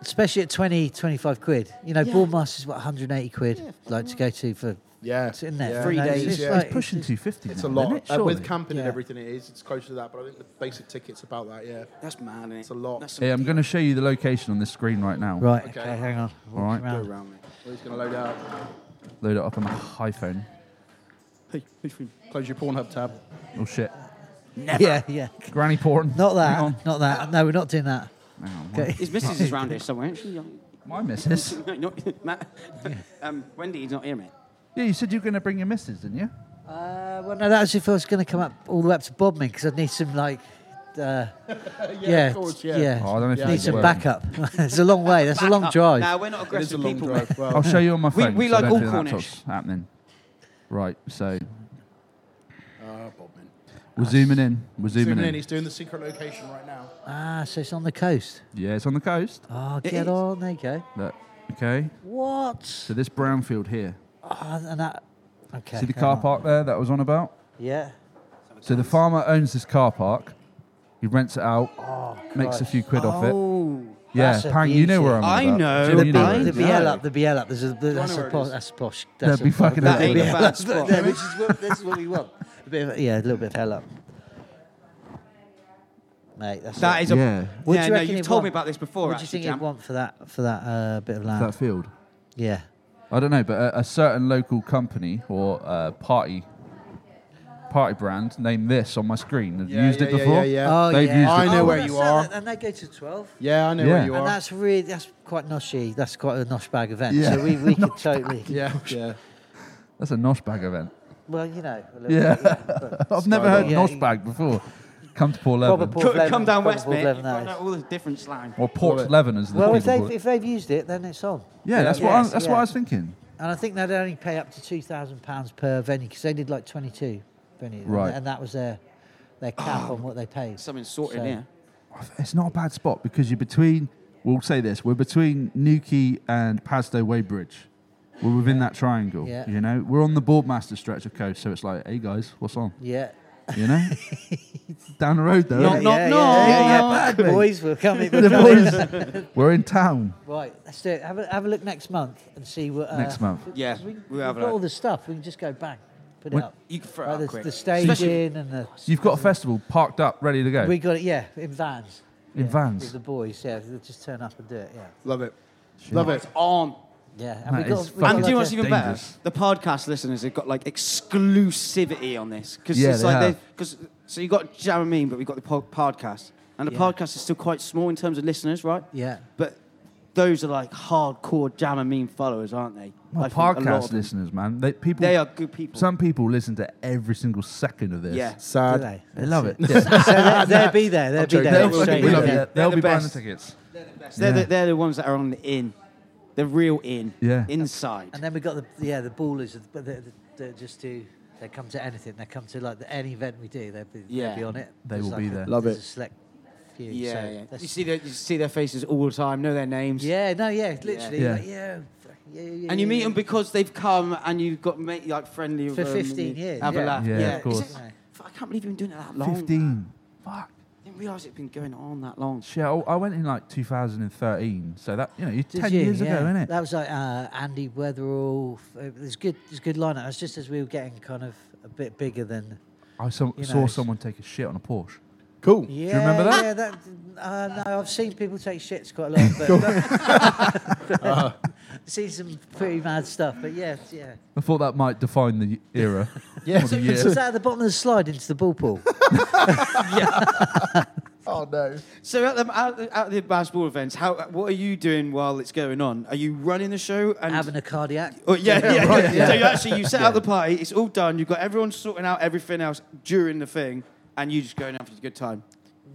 Speaker 4: especially at 20, 25 quid. You know,
Speaker 2: Yeah.
Speaker 4: Bournemouth is what 180 quid like to go to for
Speaker 1: Yeah.
Speaker 4: it's in there.
Speaker 1: Yeah.
Speaker 2: Three
Speaker 4: No,
Speaker 2: days,
Speaker 4: just
Speaker 1: yeah.
Speaker 4: like-
Speaker 3: It's pushing 250
Speaker 1: It's
Speaker 3: now,
Speaker 1: a
Speaker 3: isn't
Speaker 1: lot.
Speaker 3: it?
Speaker 1: Uh, with
Speaker 3: Surely.
Speaker 1: camping and
Speaker 4: Yeah.
Speaker 1: everything, it is. It's closer to that, but I think the basic ticket's about that, yeah.
Speaker 2: That's mad, innit?
Speaker 1: It's a lot.
Speaker 2: That's some-
Speaker 3: Hey, I'm going to show you the location on this screen right now.
Speaker 4: Right, okay,
Speaker 1: Okay.
Speaker 4: hang on.
Speaker 3: All right.
Speaker 1: Go
Speaker 4: Around.
Speaker 1: around me. Well, he's going to load out.
Speaker 3: Load it up on my iPhone.
Speaker 1: Hey, close your Pornhub tab.
Speaker 3: Oh shit.
Speaker 4: Yeah, yeah.
Speaker 3: Granny porn.
Speaker 4: Not that.
Speaker 3: Hang on.
Speaker 4: Not that. No, we're not doing that.
Speaker 3: Hang on.
Speaker 4: Okay.
Speaker 2: His missus is round here somewhere, isn't she?
Speaker 3: My missus.
Speaker 2: No, not- Matt, um, Wendy's not here, mate.
Speaker 3: Yeah, you said you were going to bring your missus, didn't you?
Speaker 4: Uh, well, no, that was if I was going to come up all the way up to Bodmin because I'd need some like. Uh, yeah, yeah,
Speaker 1: of course, yeah.
Speaker 3: Oh, I don't know if
Speaker 1: Yeah,
Speaker 4: need
Speaker 3: it's
Speaker 4: some
Speaker 3: working.
Speaker 4: backup. it's a long way. That's a long drive.
Speaker 2: Now we're not
Speaker 1: It is a
Speaker 2: aggressive
Speaker 1: long
Speaker 2: people,
Speaker 1: drive.
Speaker 2: mate.
Speaker 1: Well,
Speaker 3: I'll show you on my
Speaker 2: We-
Speaker 3: phone.
Speaker 2: we
Speaker 3: so I
Speaker 2: like
Speaker 3: don't
Speaker 2: all
Speaker 3: feel that's
Speaker 2: Cornish.
Speaker 3: what's happening. Right, so
Speaker 1: Ah, Bodmin.
Speaker 3: we're zooming in. We're zooming,
Speaker 1: Zooming in.
Speaker 3: in.
Speaker 1: He's doing the secret location right now.
Speaker 4: Ah, so it's on the coast.
Speaker 3: Yeah, it's on the coast.
Speaker 4: Oh,
Speaker 2: It
Speaker 4: get
Speaker 2: is.
Speaker 4: on. There you go.
Speaker 3: Look, okay.
Speaker 4: What?
Speaker 3: So this brownfield here.
Speaker 4: Oh, and that. Okay.
Speaker 3: See the
Speaker 4: hang
Speaker 3: car
Speaker 4: on.
Speaker 3: park there that I was on about?
Speaker 4: Yeah.
Speaker 3: So the farmer owns this car park. He rents it out, makes a
Speaker 4: Christ.
Speaker 3: few quid off it.
Speaker 2: Oh,
Speaker 3: Yeah,
Speaker 4: that's a
Speaker 3: Pang, you know
Speaker 4: beauty.
Speaker 3: where I'm
Speaker 2: I
Speaker 3: about.
Speaker 2: know,
Speaker 3: Jim,
Speaker 2: the
Speaker 3: you know
Speaker 2: big-
Speaker 3: where it
Speaker 4: The
Speaker 3: is.
Speaker 2: No.
Speaker 4: BL up, the BL up. There's a, that's, a
Speaker 2: where it
Speaker 4: po-
Speaker 2: is.
Speaker 4: that's posh. That's
Speaker 3: That'd be
Speaker 4: a po-
Speaker 3: fucking
Speaker 4: that'd
Speaker 2: That ain't
Speaker 4: be
Speaker 2: a
Speaker 4: a-
Speaker 2: bad spot.
Speaker 4: that- which is what, this is what we want. A bit of, yeah, a little bit of hell up. Mate, that's
Speaker 2: that
Speaker 4: it.
Speaker 2: is a.
Speaker 3: Yeah.
Speaker 4: What do
Speaker 2: yeah,
Speaker 4: you
Speaker 2: no,
Speaker 4: reckon
Speaker 2: you've
Speaker 4: it
Speaker 2: told me
Speaker 4: won?
Speaker 2: about this before.
Speaker 4: What do you
Speaker 2: actually,
Speaker 4: think
Speaker 2: Jam.
Speaker 4: you'd want for that for that uh, bit of land?
Speaker 3: That field.
Speaker 4: yeah.
Speaker 3: I don't know, but a, a certain local company or uh, party party brand named this on my screen. Have used it before.
Speaker 1: yeah, yeah.
Speaker 4: Oh
Speaker 3: They've
Speaker 4: yeah.
Speaker 3: used it I
Speaker 1: know where you
Speaker 4: that's-
Speaker 1: are.
Speaker 4: and they go to twelve.
Speaker 1: Yeah, I know
Speaker 3: Yeah.
Speaker 1: where you
Speaker 4: And
Speaker 1: are.
Speaker 4: that's really that's quite noshy. That's quite a nosh bag event.
Speaker 3: Yeah.
Speaker 4: So we, we could totally.
Speaker 1: Yeah, yeah.
Speaker 3: That's a nosh bag event.
Speaker 4: Well, you know. A little
Speaker 3: Yeah.
Speaker 4: Bit, yeah but
Speaker 3: I've never heard
Speaker 4: Yeah,
Speaker 3: nosh
Speaker 4: you-
Speaker 3: bag before. Come to Port
Speaker 4: proper
Speaker 3: Leven.
Speaker 4: Port
Speaker 2: Come,
Speaker 4: Leven,
Speaker 2: come down
Speaker 4: proper
Speaker 2: west,
Speaker 4: Port
Speaker 2: mate.
Speaker 4: Leven,
Speaker 2: You've
Speaker 4: that
Speaker 2: got
Speaker 4: is.
Speaker 2: all the different slang.
Speaker 3: or Port Leven is the
Speaker 4: Well, if
Speaker 3: people
Speaker 4: they've
Speaker 3: call it.
Speaker 4: if they've used it, then it's on.
Speaker 3: Yeah, that's what
Speaker 4: yeah,
Speaker 3: I, that's what
Speaker 4: yeah.
Speaker 3: I was thinking.
Speaker 4: And I think they'd only pay up to two thousand pounds per venue because they did like twenty-two venues, and-
Speaker 3: Right.
Speaker 4: And that was their their cap on what they paid.
Speaker 2: Something sorted
Speaker 4: So-
Speaker 2: here.
Speaker 3: It's not a bad spot because you're between. We'll say this: we're between Newquay and Padstow Weybridge. We're within that triangle.
Speaker 4: Yeah.
Speaker 3: You know, we're on the Boardmaster stretch of coast, so it's like, hey guys, what's on?
Speaker 4: Yeah.
Speaker 3: You know, down the road though.
Speaker 2: Knock,
Speaker 3: innit?
Speaker 2: knock,
Speaker 4: yeah,
Speaker 2: knock.
Speaker 4: Yeah, yeah,
Speaker 3: Knock.
Speaker 4: Boys, we're coming. We're
Speaker 3: The
Speaker 4: coming.
Speaker 3: boys- we're in town.
Speaker 4: Right, let's do it. Have a, have a look next month and see what. Uh,
Speaker 3: Next month.
Speaker 2: Yeah,
Speaker 4: we,
Speaker 2: we'll
Speaker 4: have
Speaker 2: have a
Speaker 4: got all
Speaker 2: look.
Speaker 4: the stuff. We can just go bang, put
Speaker 3: When-
Speaker 4: it up.
Speaker 2: You can throw it
Speaker 4: Right,
Speaker 2: out
Speaker 4: the,
Speaker 2: quick.
Speaker 4: the
Speaker 2: Especially-
Speaker 4: staging and the.
Speaker 3: You've got a festival parked up, ready to go
Speaker 4: We got it, yeah, in vans.
Speaker 3: in
Speaker 4: With
Speaker 3: vans.
Speaker 4: the boys, yeah, they just turn up and do it, yeah.
Speaker 1: Love it. Love it.
Speaker 2: On.
Speaker 4: Yeah, and
Speaker 3: That
Speaker 4: we got.
Speaker 3: is
Speaker 4: we got
Speaker 3: fucking
Speaker 2: And do you
Speaker 4: like
Speaker 2: know
Speaker 4: a-
Speaker 2: what's even
Speaker 3: dangerous.
Speaker 2: better? The podcast listeners have got like exclusivity on this because
Speaker 3: Yeah,
Speaker 2: it's
Speaker 3: they
Speaker 2: like
Speaker 3: have.
Speaker 2: they because so you got Jeremy, but we got the po- podcast, and the
Speaker 4: Yeah.
Speaker 2: podcast is still quite small in terms of listeners, right?
Speaker 4: Yeah.
Speaker 2: But those are like hardcore Jamamine followers, aren't they?
Speaker 3: Well,
Speaker 2: I think a lot of
Speaker 3: podcast
Speaker 2: them-
Speaker 3: listeners, man. They, people,
Speaker 2: They are good people.
Speaker 3: Some people listen to every single second of this.
Speaker 2: yeah.
Speaker 4: Do
Speaker 1: Sad.
Speaker 4: they?
Speaker 3: They love it.
Speaker 4: So they'll, they'll be there. They'll be
Speaker 1: joking.
Speaker 4: there.
Speaker 1: They'll
Speaker 4: They'll
Speaker 1: be-
Speaker 4: straight
Speaker 1: we
Speaker 4: in
Speaker 1: love
Speaker 4: there.
Speaker 1: you.
Speaker 3: They'll, they'll
Speaker 2: the
Speaker 3: be buying the
Speaker 2: best.
Speaker 3: tickets.
Speaker 2: They're,
Speaker 3: Yeah.
Speaker 2: the, they're the ones that are on the in, the real in,
Speaker 3: Yeah.
Speaker 2: inside.
Speaker 4: And then we got the yeah the ballers, but they, they, they just do. They come to anything. They come to like the, any event we do. They'll be,
Speaker 2: Yeah.
Speaker 4: they'll be on it.
Speaker 3: They
Speaker 4: There's
Speaker 3: will
Speaker 4: like
Speaker 3: be
Speaker 4: a-
Speaker 3: there.
Speaker 1: Love
Speaker 4: there's
Speaker 1: it.
Speaker 4: A select few.
Speaker 2: yeah,
Speaker 4: so
Speaker 2: yeah. You
Speaker 4: that's-
Speaker 2: see their you see their faces all the time, know their names.
Speaker 4: yeah. No. Yeah. Literally.
Speaker 3: Yeah.
Speaker 4: Like, yeah. fucking Yeah, yeah,
Speaker 2: And you
Speaker 4: yeah,
Speaker 2: meet
Speaker 4: yeah.
Speaker 2: them because they've come and you've got mate, like friendly with
Speaker 4: For
Speaker 2: them and
Speaker 4: 15
Speaker 2: you
Speaker 4: years,
Speaker 2: Have a
Speaker 4: yeah.
Speaker 2: laugh.
Speaker 3: Yeah, of
Speaker 2: Is it-
Speaker 3: course.
Speaker 2: I can't believe you've been doing it that long.
Speaker 3: Fifteen. Fuck.
Speaker 2: Didn't realise it'd been going on that long.
Speaker 3: Shit, I, I went in like 2013, so that you know, it's
Speaker 4: Did
Speaker 3: ten
Speaker 4: you?
Speaker 3: years
Speaker 4: Yeah.
Speaker 3: ago, isn't it?
Speaker 4: That was like uh, Andy Weatherall. f- uh, There's good, there's good lineup. It's just as we were getting kind of a bit bigger than.
Speaker 3: I some,
Speaker 4: you
Speaker 3: saw
Speaker 4: know.
Speaker 3: someone take a shit on a Porsche.
Speaker 1: Cool.
Speaker 4: Yeah,
Speaker 3: remember that?
Speaker 4: Yeah, that. Uh, no, I've seen people take shits quite a lot, but
Speaker 2: Uh-huh.
Speaker 4: seen some pretty mad stuff. But yeah, yeah.
Speaker 3: I thought that might define the era.
Speaker 1: Yeah.
Speaker 3: or the
Speaker 4: So was
Speaker 3: year.
Speaker 4: that at the bottom of the slide into the ball pool?
Speaker 1: Oh no.
Speaker 2: So at the at the, at the basketball events, how what are you doing while it's going on? Are you running the show and
Speaker 4: Having a cardiac.
Speaker 2: Oh, yeah, yeah, yeah, So you actually you set out the party, it's all done. You've got everyone sorting out everything else during the thing, and you just going out for a good time.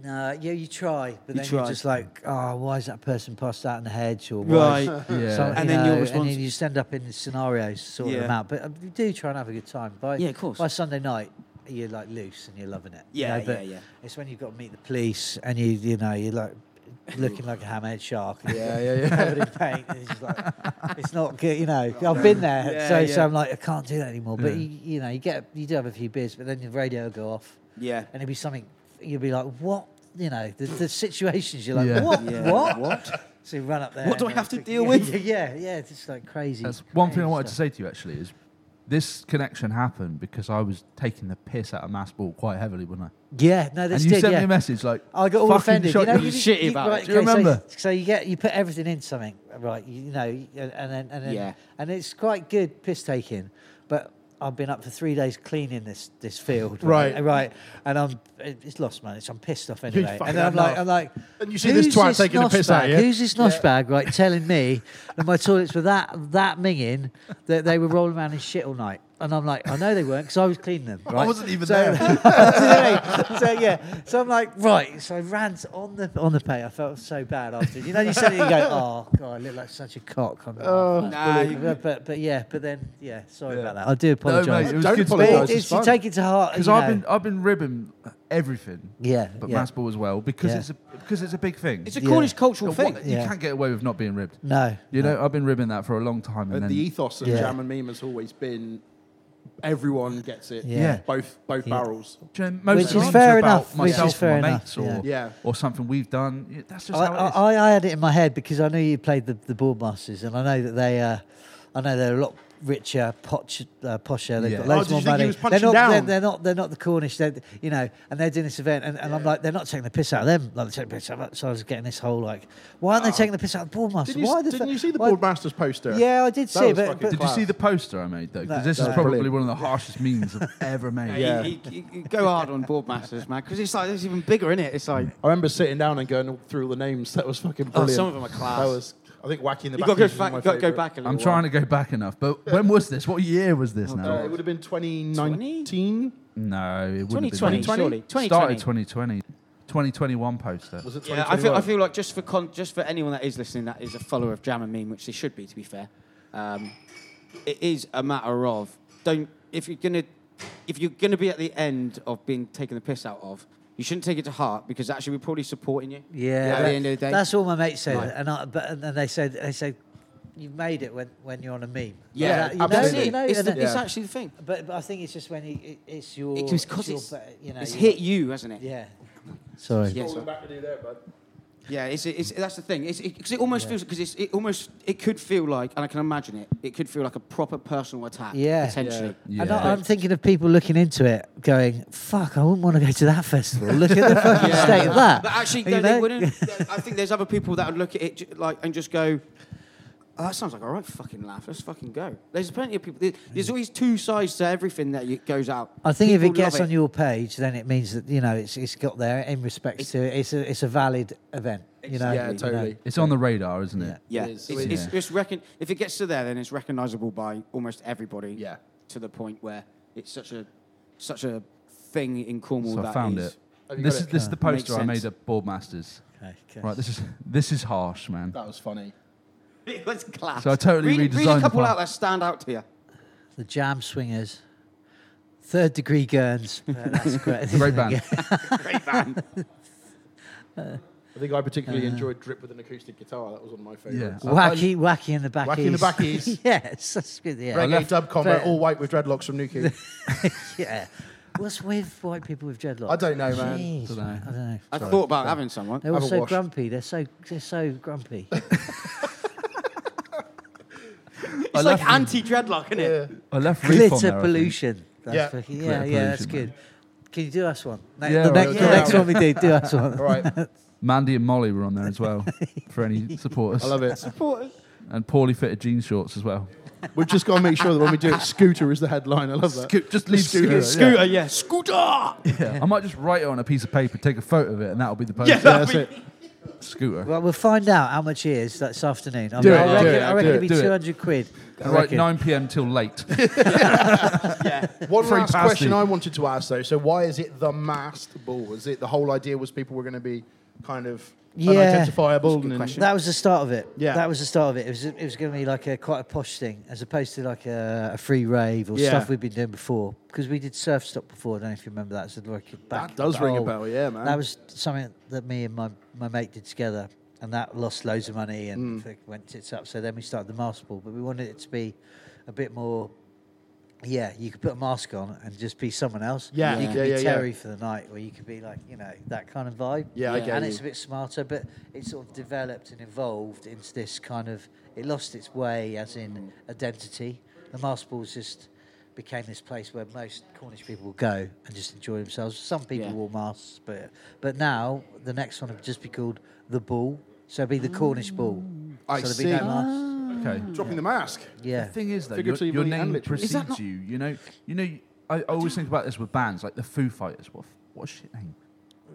Speaker 4: No, yeah, you try, but
Speaker 2: You
Speaker 4: then
Speaker 2: try.
Speaker 4: you're just like, oh, why is that person passed out in the hedge or why? is-
Speaker 3: Yeah.
Speaker 4: So,
Speaker 2: And
Speaker 4: you
Speaker 2: then you're
Speaker 4: know, and
Speaker 2: respons-
Speaker 4: then you just end up in scenarios sorting
Speaker 2: Yeah.
Speaker 4: them out. But uh, you do try and have a good time. By
Speaker 2: Yeah, of course.
Speaker 4: By Sunday night, you're like loose and you're loving it. you
Speaker 2: Yeah,
Speaker 4: know, but
Speaker 2: yeah, yeah.
Speaker 4: It's when you've got to meet the police and you you know you're like looking like a hammerhead shark. and
Speaker 1: Yeah,
Speaker 4: you're
Speaker 1: yeah, yeah.
Speaker 4: Covered in paint. and It's, just like, it's not good, you know. I've been there,
Speaker 2: Yeah,
Speaker 4: so so
Speaker 2: yeah.
Speaker 4: I'm like I can't do that anymore. But
Speaker 3: Yeah.
Speaker 4: you, you know you get you do have a few beers, but then the radio will go off
Speaker 2: Yeah.
Speaker 4: and it'd be something you'd be like, what? You know, the, the situations you're like,
Speaker 3: Yeah.
Speaker 4: what?
Speaker 2: Yeah.
Speaker 4: What? What? So you run up there.
Speaker 2: What do
Speaker 4: and
Speaker 2: I have to
Speaker 4: it's like-
Speaker 2: deal
Speaker 4: yeah,
Speaker 2: with?
Speaker 4: Yeah, yeah, it's just like crazy.
Speaker 3: That's one thing I
Speaker 4: crazy
Speaker 3: wanted to
Speaker 4: stuff.
Speaker 3: say to you actually is this connection happened because I was taking the piss out of mass ball quite heavily, wasn't I?
Speaker 4: Yeah, no, this
Speaker 3: and you
Speaker 4: did.
Speaker 3: sent
Speaker 4: yeah.
Speaker 3: me a message like
Speaker 4: I got all
Speaker 3: fucking
Speaker 4: offended.
Speaker 3: shot
Speaker 4: You know,
Speaker 3: your
Speaker 2: you
Speaker 4: did-
Speaker 2: shitty about it.
Speaker 3: Do you
Speaker 4: okay, so-
Speaker 3: remember?
Speaker 4: So, you get you put everything in something, right? You, you know, and then and then,
Speaker 2: Yeah.
Speaker 4: and it's quite good piss taking, but. I've been up for three days cleaning this this field,
Speaker 1: Right.
Speaker 4: Right, right. and I'm it's lost, man. It's, I'm pissed off anyway,
Speaker 1: fucking
Speaker 4: and then I'm like,
Speaker 1: enough.
Speaker 4: I'm like,
Speaker 1: And you see this twat taking a
Speaker 4: nosh
Speaker 1: piss out of
Speaker 4: bag?
Speaker 1: you.
Speaker 4: Who's this nosh bag, right, telling me that my toilets were that that minging that they were rolling around in shit all night? And I'm like, I know they weren't because I was cleaning them. Right?
Speaker 3: wasn't even
Speaker 4: so,
Speaker 3: there.
Speaker 4: Do you know what I mean? so yeah, so I'm like, right. So I ran to- on the on the pay. I felt so bad after. You know, you suddenly you go, oh god, I look like such a cock. I'm like,
Speaker 1: Oh,
Speaker 2: Nah, you-
Speaker 4: but, but but yeah, but then yeah, sorry
Speaker 3: Yeah.
Speaker 4: about that. I do apologise.
Speaker 3: mate, it was
Speaker 1: Don't
Speaker 3: good
Speaker 4: But it-
Speaker 1: apologise,
Speaker 4: it's-
Speaker 1: it's
Speaker 4: you
Speaker 1: fine.
Speaker 4: take it to heart
Speaker 3: because
Speaker 4: you
Speaker 3: I've
Speaker 4: know.
Speaker 3: been I've been ribbing everything,
Speaker 4: yeah,
Speaker 3: but
Speaker 4: yeah.
Speaker 3: mass ball as well because
Speaker 4: Yeah.
Speaker 3: it's a because it's a big thing.
Speaker 2: It's a
Speaker 4: Yeah.
Speaker 2: Cornish cultural
Speaker 3: What-
Speaker 2: thing.
Speaker 3: You
Speaker 4: Yeah.
Speaker 3: can't get away with not being ribbed.
Speaker 4: no,
Speaker 3: You know, I've been ribbing that for a long time, and,
Speaker 1: And
Speaker 3: then
Speaker 1: the E ethos of
Speaker 4: Yeah.
Speaker 1: Jam and Meme has always been everyone gets it.
Speaker 4: Yeah. Yeah.
Speaker 1: Both both
Speaker 4: Yeah.
Speaker 1: barrels.
Speaker 3: Do you know, most
Speaker 4: Which
Speaker 3: of the
Speaker 4: is
Speaker 3: songs
Speaker 4: fair
Speaker 3: are
Speaker 4: enough,
Speaker 3: about
Speaker 4: which is
Speaker 3: myself
Speaker 4: fair
Speaker 3: and my
Speaker 4: enough,
Speaker 3: mates or,
Speaker 4: yeah.
Speaker 1: Yeah.
Speaker 3: or something we've done. Yeah, That's just
Speaker 4: I,
Speaker 3: how it is.
Speaker 4: I, I had it in my head because I knew you played the, the Boardmasters, and I know that they, uh, I know they're a lot richer, poch, uh, posher. They've
Speaker 3: Yeah.
Speaker 4: got
Speaker 3: Oh,
Speaker 1: did
Speaker 4: loads
Speaker 1: you
Speaker 4: more
Speaker 1: think he
Speaker 4: money.
Speaker 1: was
Speaker 4: they're
Speaker 1: punching
Speaker 4: not, They're,
Speaker 1: down?
Speaker 4: they're not, they're not the Cornish. They're, you know, and they're doing this event, and, and I'm like, they're not taking the piss out of them. Like they're taking the piss out. Of So I was getting this whole like, why aren't they taking the piss out of the Boardmasters?
Speaker 1: Didn't Ah. you,
Speaker 4: why the
Speaker 1: didn't
Speaker 4: fu-
Speaker 1: you see the
Speaker 4: why-
Speaker 1: Boardmasters poster?
Speaker 4: Yeah, I did
Speaker 1: That
Speaker 4: see, it,
Speaker 1: was
Speaker 4: but,
Speaker 1: fucking
Speaker 4: but
Speaker 3: Did you see
Speaker 1: class.
Speaker 3: the poster I made though? Because
Speaker 4: No,
Speaker 3: this is
Speaker 4: no.
Speaker 3: probably
Speaker 1: Brilliant.
Speaker 3: one of the harshest memes I've ever made.
Speaker 1: Yeah.
Speaker 2: You, you- you go hard on board masters, man, because it's like it's even bigger, is it? It's like
Speaker 1: I remember sitting down and going through all the names. That was fucking
Speaker 2: oh,
Speaker 1: brilliant.
Speaker 2: some of them are class.
Speaker 1: That was. I think Wacky in the
Speaker 2: you
Speaker 1: Back.
Speaker 2: got to
Speaker 1: Issues
Speaker 2: go
Speaker 1: was
Speaker 2: back.
Speaker 1: my
Speaker 2: You got to go
Speaker 1: favourite.
Speaker 2: back a little.
Speaker 3: I'm
Speaker 2: while.
Speaker 3: trying to go back enough, but when was this? What year was this
Speaker 1: Uh, it
Speaker 3: now?
Speaker 1: would have been 2019.
Speaker 3: No, it wouldn't
Speaker 2: 2020,
Speaker 3: be.
Speaker 2: surely.
Speaker 3: 2020.
Speaker 2: 2020.
Speaker 3: Started 2020. 2021 poster.
Speaker 1: Was it 2021?
Speaker 2: Yeah, I feel, I feel like just for con- just for anyone that is listening that is a follower of Jam and Meme, which they should be, to be fair, um, it is a matter of don't if you're gonna if you're gonna be at the end of being taken the piss out of, you shouldn't take it to heart because actually we're probably supporting you.
Speaker 4: Yeah,
Speaker 2: At
Speaker 4: that-
Speaker 2: the end of the day.
Speaker 4: that's all my mates said,
Speaker 2: Right.
Speaker 4: and I, but and they said they said you made it when, when you're on a meme.
Speaker 2: Yeah,
Speaker 4: Like that, you know,
Speaker 2: that's
Speaker 1: absolutely.
Speaker 2: it.
Speaker 4: you know,
Speaker 2: it's,
Speaker 4: and
Speaker 2: the-
Speaker 4: then-
Speaker 2: it's
Speaker 1: Yeah.
Speaker 2: actually the thing.
Speaker 4: But, but I think it's just when you, it, it's your.
Speaker 2: It was 'cause
Speaker 4: your
Speaker 2: it's-
Speaker 4: ba- you know,
Speaker 2: It's
Speaker 4: your-
Speaker 2: hit you, hasn't it?
Speaker 4: Yeah. Sorry.
Speaker 2: Yeah.
Speaker 1: Rolling back to do there, bud.
Speaker 2: Yeah, it's, it's that's the thing. It's because it, almost feels because it's it almost it could feel like, and I can imagine it. It could feel like a proper personal attack.
Speaker 4: Yeah.
Speaker 2: potentially.
Speaker 3: Yeah.
Speaker 4: And I, I'm thinking of people looking into it, going, "Fuck, I wouldn't want to go to that festival. Look at the fucking state of that."
Speaker 2: But actually,
Speaker 4: You
Speaker 2: no, they
Speaker 4: know?
Speaker 2: wouldn't. I think there's other people that would look at it ju- like and just go, oh, "That sounds like all right, fucking laugh. Let's fucking go." There's plenty of people. there- There's always two sides to everything that you- goes out.
Speaker 4: I think if
Speaker 2: People
Speaker 4: it gets
Speaker 2: love
Speaker 4: on your page, then it means that you know it's it's got there in respect to it's a it's a valid event. You know.
Speaker 1: Yeah,
Speaker 4: You know?
Speaker 1: totally.
Speaker 3: It's on the radar, isn't it?
Speaker 2: yeah,
Speaker 1: It
Speaker 2: it's,
Speaker 1: is.
Speaker 2: it's
Speaker 3: Yeah.
Speaker 2: just reckon if it gets to there, then it's recognizable by almost everybody.
Speaker 1: Yeah.
Speaker 2: to the point where it's such a such a thing in Cornwall.
Speaker 3: So
Speaker 2: that
Speaker 3: I found
Speaker 2: is-
Speaker 3: it.
Speaker 1: Have you
Speaker 3: This
Speaker 1: got
Speaker 3: is
Speaker 1: it?
Speaker 3: this is the
Speaker 2: Makes
Speaker 3: poster I made
Speaker 2: sense.
Speaker 3: at Boardmasters.
Speaker 4: Okay, okay.
Speaker 3: Right, this is this is harsh, man.
Speaker 1: That was funny.
Speaker 2: It was class.
Speaker 3: So I totally
Speaker 2: read, read
Speaker 3: redesigned
Speaker 2: a
Speaker 3: the
Speaker 2: couple
Speaker 3: part.
Speaker 2: out that stand out to you.
Speaker 4: The Jam Swingers, Third Degree Gurns. Uh, that's great.
Speaker 3: Great band.
Speaker 2: Great band.
Speaker 1: I think I particularly
Speaker 4: Uh,
Speaker 1: enjoyed Drip with an acoustic guitar. That was one of my favorites.
Speaker 3: Yeah.
Speaker 4: Wacky, wacky in the back.
Speaker 1: Wacky in the backies.
Speaker 4: yes, that's good. Yeah,
Speaker 1: Reggae dub combo,
Speaker 4: Fair.
Speaker 1: all white with dreadlocks from Nuki.
Speaker 4: yeah. What's with white people with dreadlocks?
Speaker 1: I don't know, man.
Speaker 4: Jeez,
Speaker 3: Dunno.
Speaker 4: man, I don't know.
Speaker 2: I thought about having someone.
Speaker 4: They're all
Speaker 1: Have a
Speaker 4: so
Speaker 1: wash.
Speaker 4: grumpy. They're so they're so grumpy.
Speaker 2: It's like anti dreadlock, isn't it?
Speaker 1: yeah.
Speaker 3: I left Recon
Speaker 4: Glitter
Speaker 3: there, I think.
Speaker 4: pollution. That's
Speaker 1: Yeah.
Speaker 4: fucking-
Speaker 3: Glitter
Speaker 4: yeah, yeah, that's
Speaker 3: pollution,
Speaker 4: good. Can you do us one? Ne-
Speaker 3: Yeah,
Speaker 4: the
Speaker 3: all
Speaker 1: right,
Speaker 4: next, the
Speaker 1: do
Speaker 4: next
Speaker 1: that
Speaker 4: one we do, do us one.
Speaker 1: All right,
Speaker 3: Mandy and Molly were on there as well for any supporters.
Speaker 1: I love it.
Speaker 3: And poorly fitted jean shorts as well.
Speaker 1: We've just got to make sure that when we do it, Scooter is the headline. I love that.
Speaker 3: Scoot- just leave
Speaker 1: Scooter,
Speaker 3: Scooter.
Speaker 2: Scooter, yeah. Scooter!
Speaker 3: yeah. Yeah. I might just write it on a piece of paper, take a photo of it, and that'll be the poster.
Speaker 2: Yeah, that'd
Speaker 1: That's
Speaker 2: be-
Speaker 1: it.
Speaker 3: Scooter.
Speaker 4: Well, we'll find out how much it is this afternoon. I,
Speaker 1: Do
Speaker 4: mean,
Speaker 1: it,
Speaker 4: I
Speaker 1: do
Speaker 4: reckon,
Speaker 1: it,
Speaker 4: I
Speaker 1: do
Speaker 4: reckon it'd be
Speaker 3: it, do it.
Speaker 4: 200 quid. I
Speaker 3: And write
Speaker 4: reckon.
Speaker 3: 9 p.m. till late.
Speaker 1: One
Speaker 3: Free
Speaker 1: last
Speaker 3: pasty.
Speaker 1: question I wanted to ask though. So why is it the masked ball? Is it the whole idea was people were going to be kind of
Speaker 4: Yeah.
Speaker 1: unidentifiable? And,
Speaker 4: That was the start of it.
Speaker 1: Yeah.
Speaker 4: That was the start of it. It was, it was going to be like a quite a posh thing as opposed to like a, a free rave or
Speaker 1: Yeah.
Speaker 4: stuff we've been doing before. Because we did surf stop before. I don't know if you remember that. So like back
Speaker 1: that does ring a
Speaker 4: oh,
Speaker 1: bell, yeah, man.
Speaker 4: That was something that me and my, my mate did together, and that lost loads of money
Speaker 1: Mm.
Speaker 4: and it went tits up. So then we started the mask ball, but we wanted it to be a bit more. Yeah, you could put a mask on and just be someone else.
Speaker 1: Yeah,
Speaker 4: you
Speaker 1: Yeah.
Speaker 4: could
Speaker 1: yeah,
Speaker 4: be
Speaker 1: yeah, yeah.
Speaker 4: Terry for the night, or you could be like you know that kind of vibe.
Speaker 1: Yeah, I Yeah. get
Speaker 4: and
Speaker 1: you.
Speaker 4: it's a bit smarter, but it sort of developed and evolved into this kind of. It lost its way, as in identity. The mask balls just became this place where most Cornish people will go and just enjoy themselves. Some people
Speaker 2: Yeah.
Speaker 4: wore masks, but but now the next one would just be called the Ball. So it'd be the Cornish Ball.
Speaker 1: I
Speaker 4: so there'd
Speaker 1: see.
Speaker 4: be no masks.
Speaker 3: okay.
Speaker 1: Dropping the mask.
Speaker 4: Yeah.
Speaker 3: The thing is, though, your,
Speaker 1: Figuratively
Speaker 3: your
Speaker 1: and
Speaker 3: name
Speaker 1: literally.
Speaker 2: Is that
Speaker 3: precedes you. You know, you know. I, I always think about this with bands, like the Foo Fighters. What, a- what a shit name?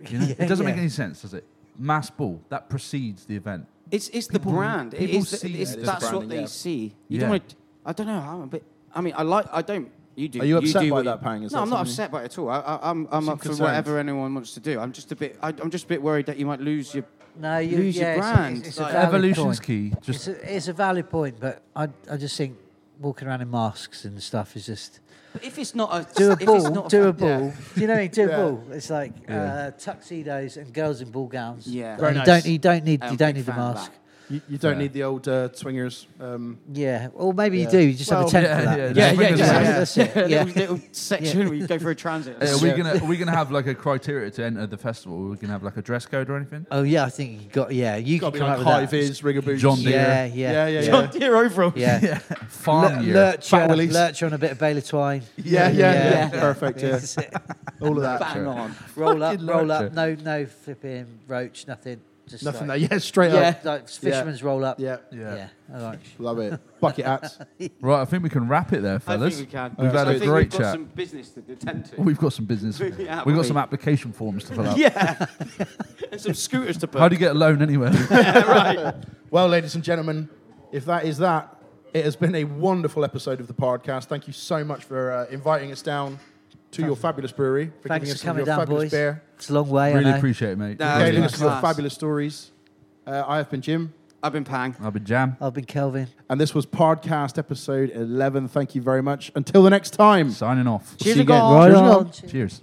Speaker 3: You know?
Speaker 4: Yeah,
Speaker 3: it doesn't make
Speaker 4: yeah.
Speaker 3: any sense, does it? Mass ball that precedes the event.
Speaker 2: It's, it's
Speaker 3: People-
Speaker 2: the brand. It
Speaker 3: people
Speaker 2: is the,
Speaker 3: see
Speaker 2: it's,
Speaker 3: it as
Speaker 2: that's what
Speaker 1: branding,
Speaker 2: they
Speaker 1: yeah.
Speaker 2: see. You don't
Speaker 3: Yeah.
Speaker 2: want to, I don't know how, but I mean, I like, I don't. You do.
Speaker 1: Are you upset
Speaker 2: do
Speaker 1: by
Speaker 2: what
Speaker 1: that, Pang? Is
Speaker 2: no,
Speaker 1: that
Speaker 2: I'm not
Speaker 1: something-
Speaker 2: upset by it at all. I, I, I'm, I'm
Speaker 1: Some
Speaker 2: up
Speaker 1: concerns?
Speaker 2: for whatever anyone wants to do. I'm just a bit. I, I'm just a bit worried that you might lose your.
Speaker 4: No, you
Speaker 2: Lose your
Speaker 4: yeah, it's a-
Speaker 2: brand.
Speaker 4: It's, it's
Speaker 2: Like,
Speaker 4: a valid
Speaker 3: Evolution's
Speaker 4: point.
Speaker 3: key.
Speaker 4: It's
Speaker 3: Just
Speaker 4: a, it's a valid point, but I I just think walking around in masks and stuff is just
Speaker 2: But if it's not a,
Speaker 4: do a
Speaker 2: if
Speaker 4: ball,
Speaker 2: it's not
Speaker 4: do a
Speaker 2: fan- yeah.
Speaker 4: ball. Do you know what I mean? Do
Speaker 1: Yeah.
Speaker 4: a ball. It's like
Speaker 3: Yeah.
Speaker 4: uh, tuxedos and girls in ball gowns.
Speaker 2: Yeah.
Speaker 1: Very
Speaker 4: And you
Speaker 1: nice.
Speaker 4: don't you don't need
Speaker 2: I'm
Speaker 4: you
Speaker 2: a
Speaker 4: don't
Speaker 2: big
Speaker 4: need the
Speaker 2: fan of
Speaker 4: mask.
Speaker 2: that.
Speaker 1: You, you don't
Speaker 3: Yeah.
Speaker 1: need the old uh, swingers. Um,
Speaker 4: Yeah, or maybe
Speaker 1: Yeah.
Speaker 4: you do. You just have
Speaker 1: Well,
Speaker 4: a tent
Speaker 3: yeah,
Speaker 4: for that.
Speaker 3: yeah,
Speaker 2: Yeah, yeah, yeah,
Speaker 3: Fingers
Speaker 2: yeah.
Speaker 4: That's it.
Speaker 2: A
Speaker 4: Yeah.
Speaker 2: Little, little section where you go for a transit.
Speaker 3: Uh, are we gonna are we gonna have like a criteria to enter the festival? Are we gonna have like a dress code or anything?
Speaker 4: Oh yeah, I think you got yeah. You
Speaker 1: got
Speaker 4: got
Speaker 1: to
Speaker 4: can
Speaker 1: be
Speaker 4: come
Speaker 1: like
Speaker 4: up
Speaker 1: high
Speaker 4: with that.
Speaker 1: vis, rigger boots.
Speaker 3: John Deere.
Speaker 4: Yeah, yeah,
Speaker 1: Yeah, yeah,
Speaker 4: yeah.
Speaker 1: yeah.
Speaker 2: Dear overall.
Speaker 4: yeah.
Speaker 3: Farm
Speaker 4: Lu-
Speaker 3: year.
Speaker 1: Fat
Speaker 4: lurcher,
Speaker 1: willies.
Speaker 4: lurcher on a bit of bale of twine.
Speaker 1: Yeah, yeah,
Speaker 2: Yeah.
Speaker 1: yeah.
Speaker 2: Yeah.
Speaker 1: Perfect, yeah.
Speaker 4: That's it.
Speaker 1: All of that.
Speaker 2: Bang on.
Speaker 4: roll up,
Speaker 3: Fucking
Speaker 4: roll
Speaker 3: lurcher.
Speaker 4: up. No, no flipping roach, nothing. Just
Speaker 1: Nothing there.
Speaker 4: Like,
Speaker 1: Yeah, straight
Speaker 4: yeah,
Speaker 1: up.
Speaker 4: like fisherman's roll up.
Speaker 1: Yeah.
Speaker 3: Yeah.
Speaker 4: I like.
Speaker 1: Love it. Bucket hats.
Speaker 3: Right, I think we can wrap it there,
Speaker 2: I
Speaker 3: fellas.
Speaker 2: think we can.
Speaker 3: We've had
Speaker 2: I
Speaker 3: a
Speaker 2: think
Speaker 3: great
Speaker 2: we've got
Speaker 3: chat.
Speaker 2: some business to attend to.
Speaker 3: We've got some business.
Speaker 2: Yeah,
Speaker 3: We've
Speaker 2: we-
Speaker 3: got some application forms to fill out.
Speaker 2: yeah. and some scooters to put.
Speaker 3: How do you get a loan anyway?
Speaker 1: Well, ladies and gentlemen, if that is that, it has been a wonderful episode of the podcast. Thank you so much for uh, inviting us down to your fabulous brewery, for
Speaker 4: Thanks
Speaker 1: giving us
Speaker 4: for
Speaker 1: some of
Speaker 4: coming
Speaker 1: your
Speaker 4: down,
Speaker 1: fabulous
Speaker 4: boys.
Speaker 1: beer,
Speaker 4: It's a long way.
Speaker 3: really
Speaker 4: I know.
Speaker 3: appreciate it, mate.
Speaker 2: No,
Speaker 1: gave
Speaker 3: Really.
Speaker 2: it's
Speaker 1: us
Speaker 2: nice.
Speaker 1: your
Speaker 2: class.
Speaker 1: fabulous stories. Uh, I have been Jim,
Speaker 2: I've been pang.
Speaker 3: I've been jam.
Speaker 4: I've been Kelvin.
Speaker 1: and this was podcast episode 11. Thank you very much. Until the next time.
Speaker 3: Signing off.
Speaker 1: See you again.
Speaker 4: Right
Speaker 1: Cheers,
Speaker 4: on.
Speaker 1: y'all.
Speaker 3: Cheers.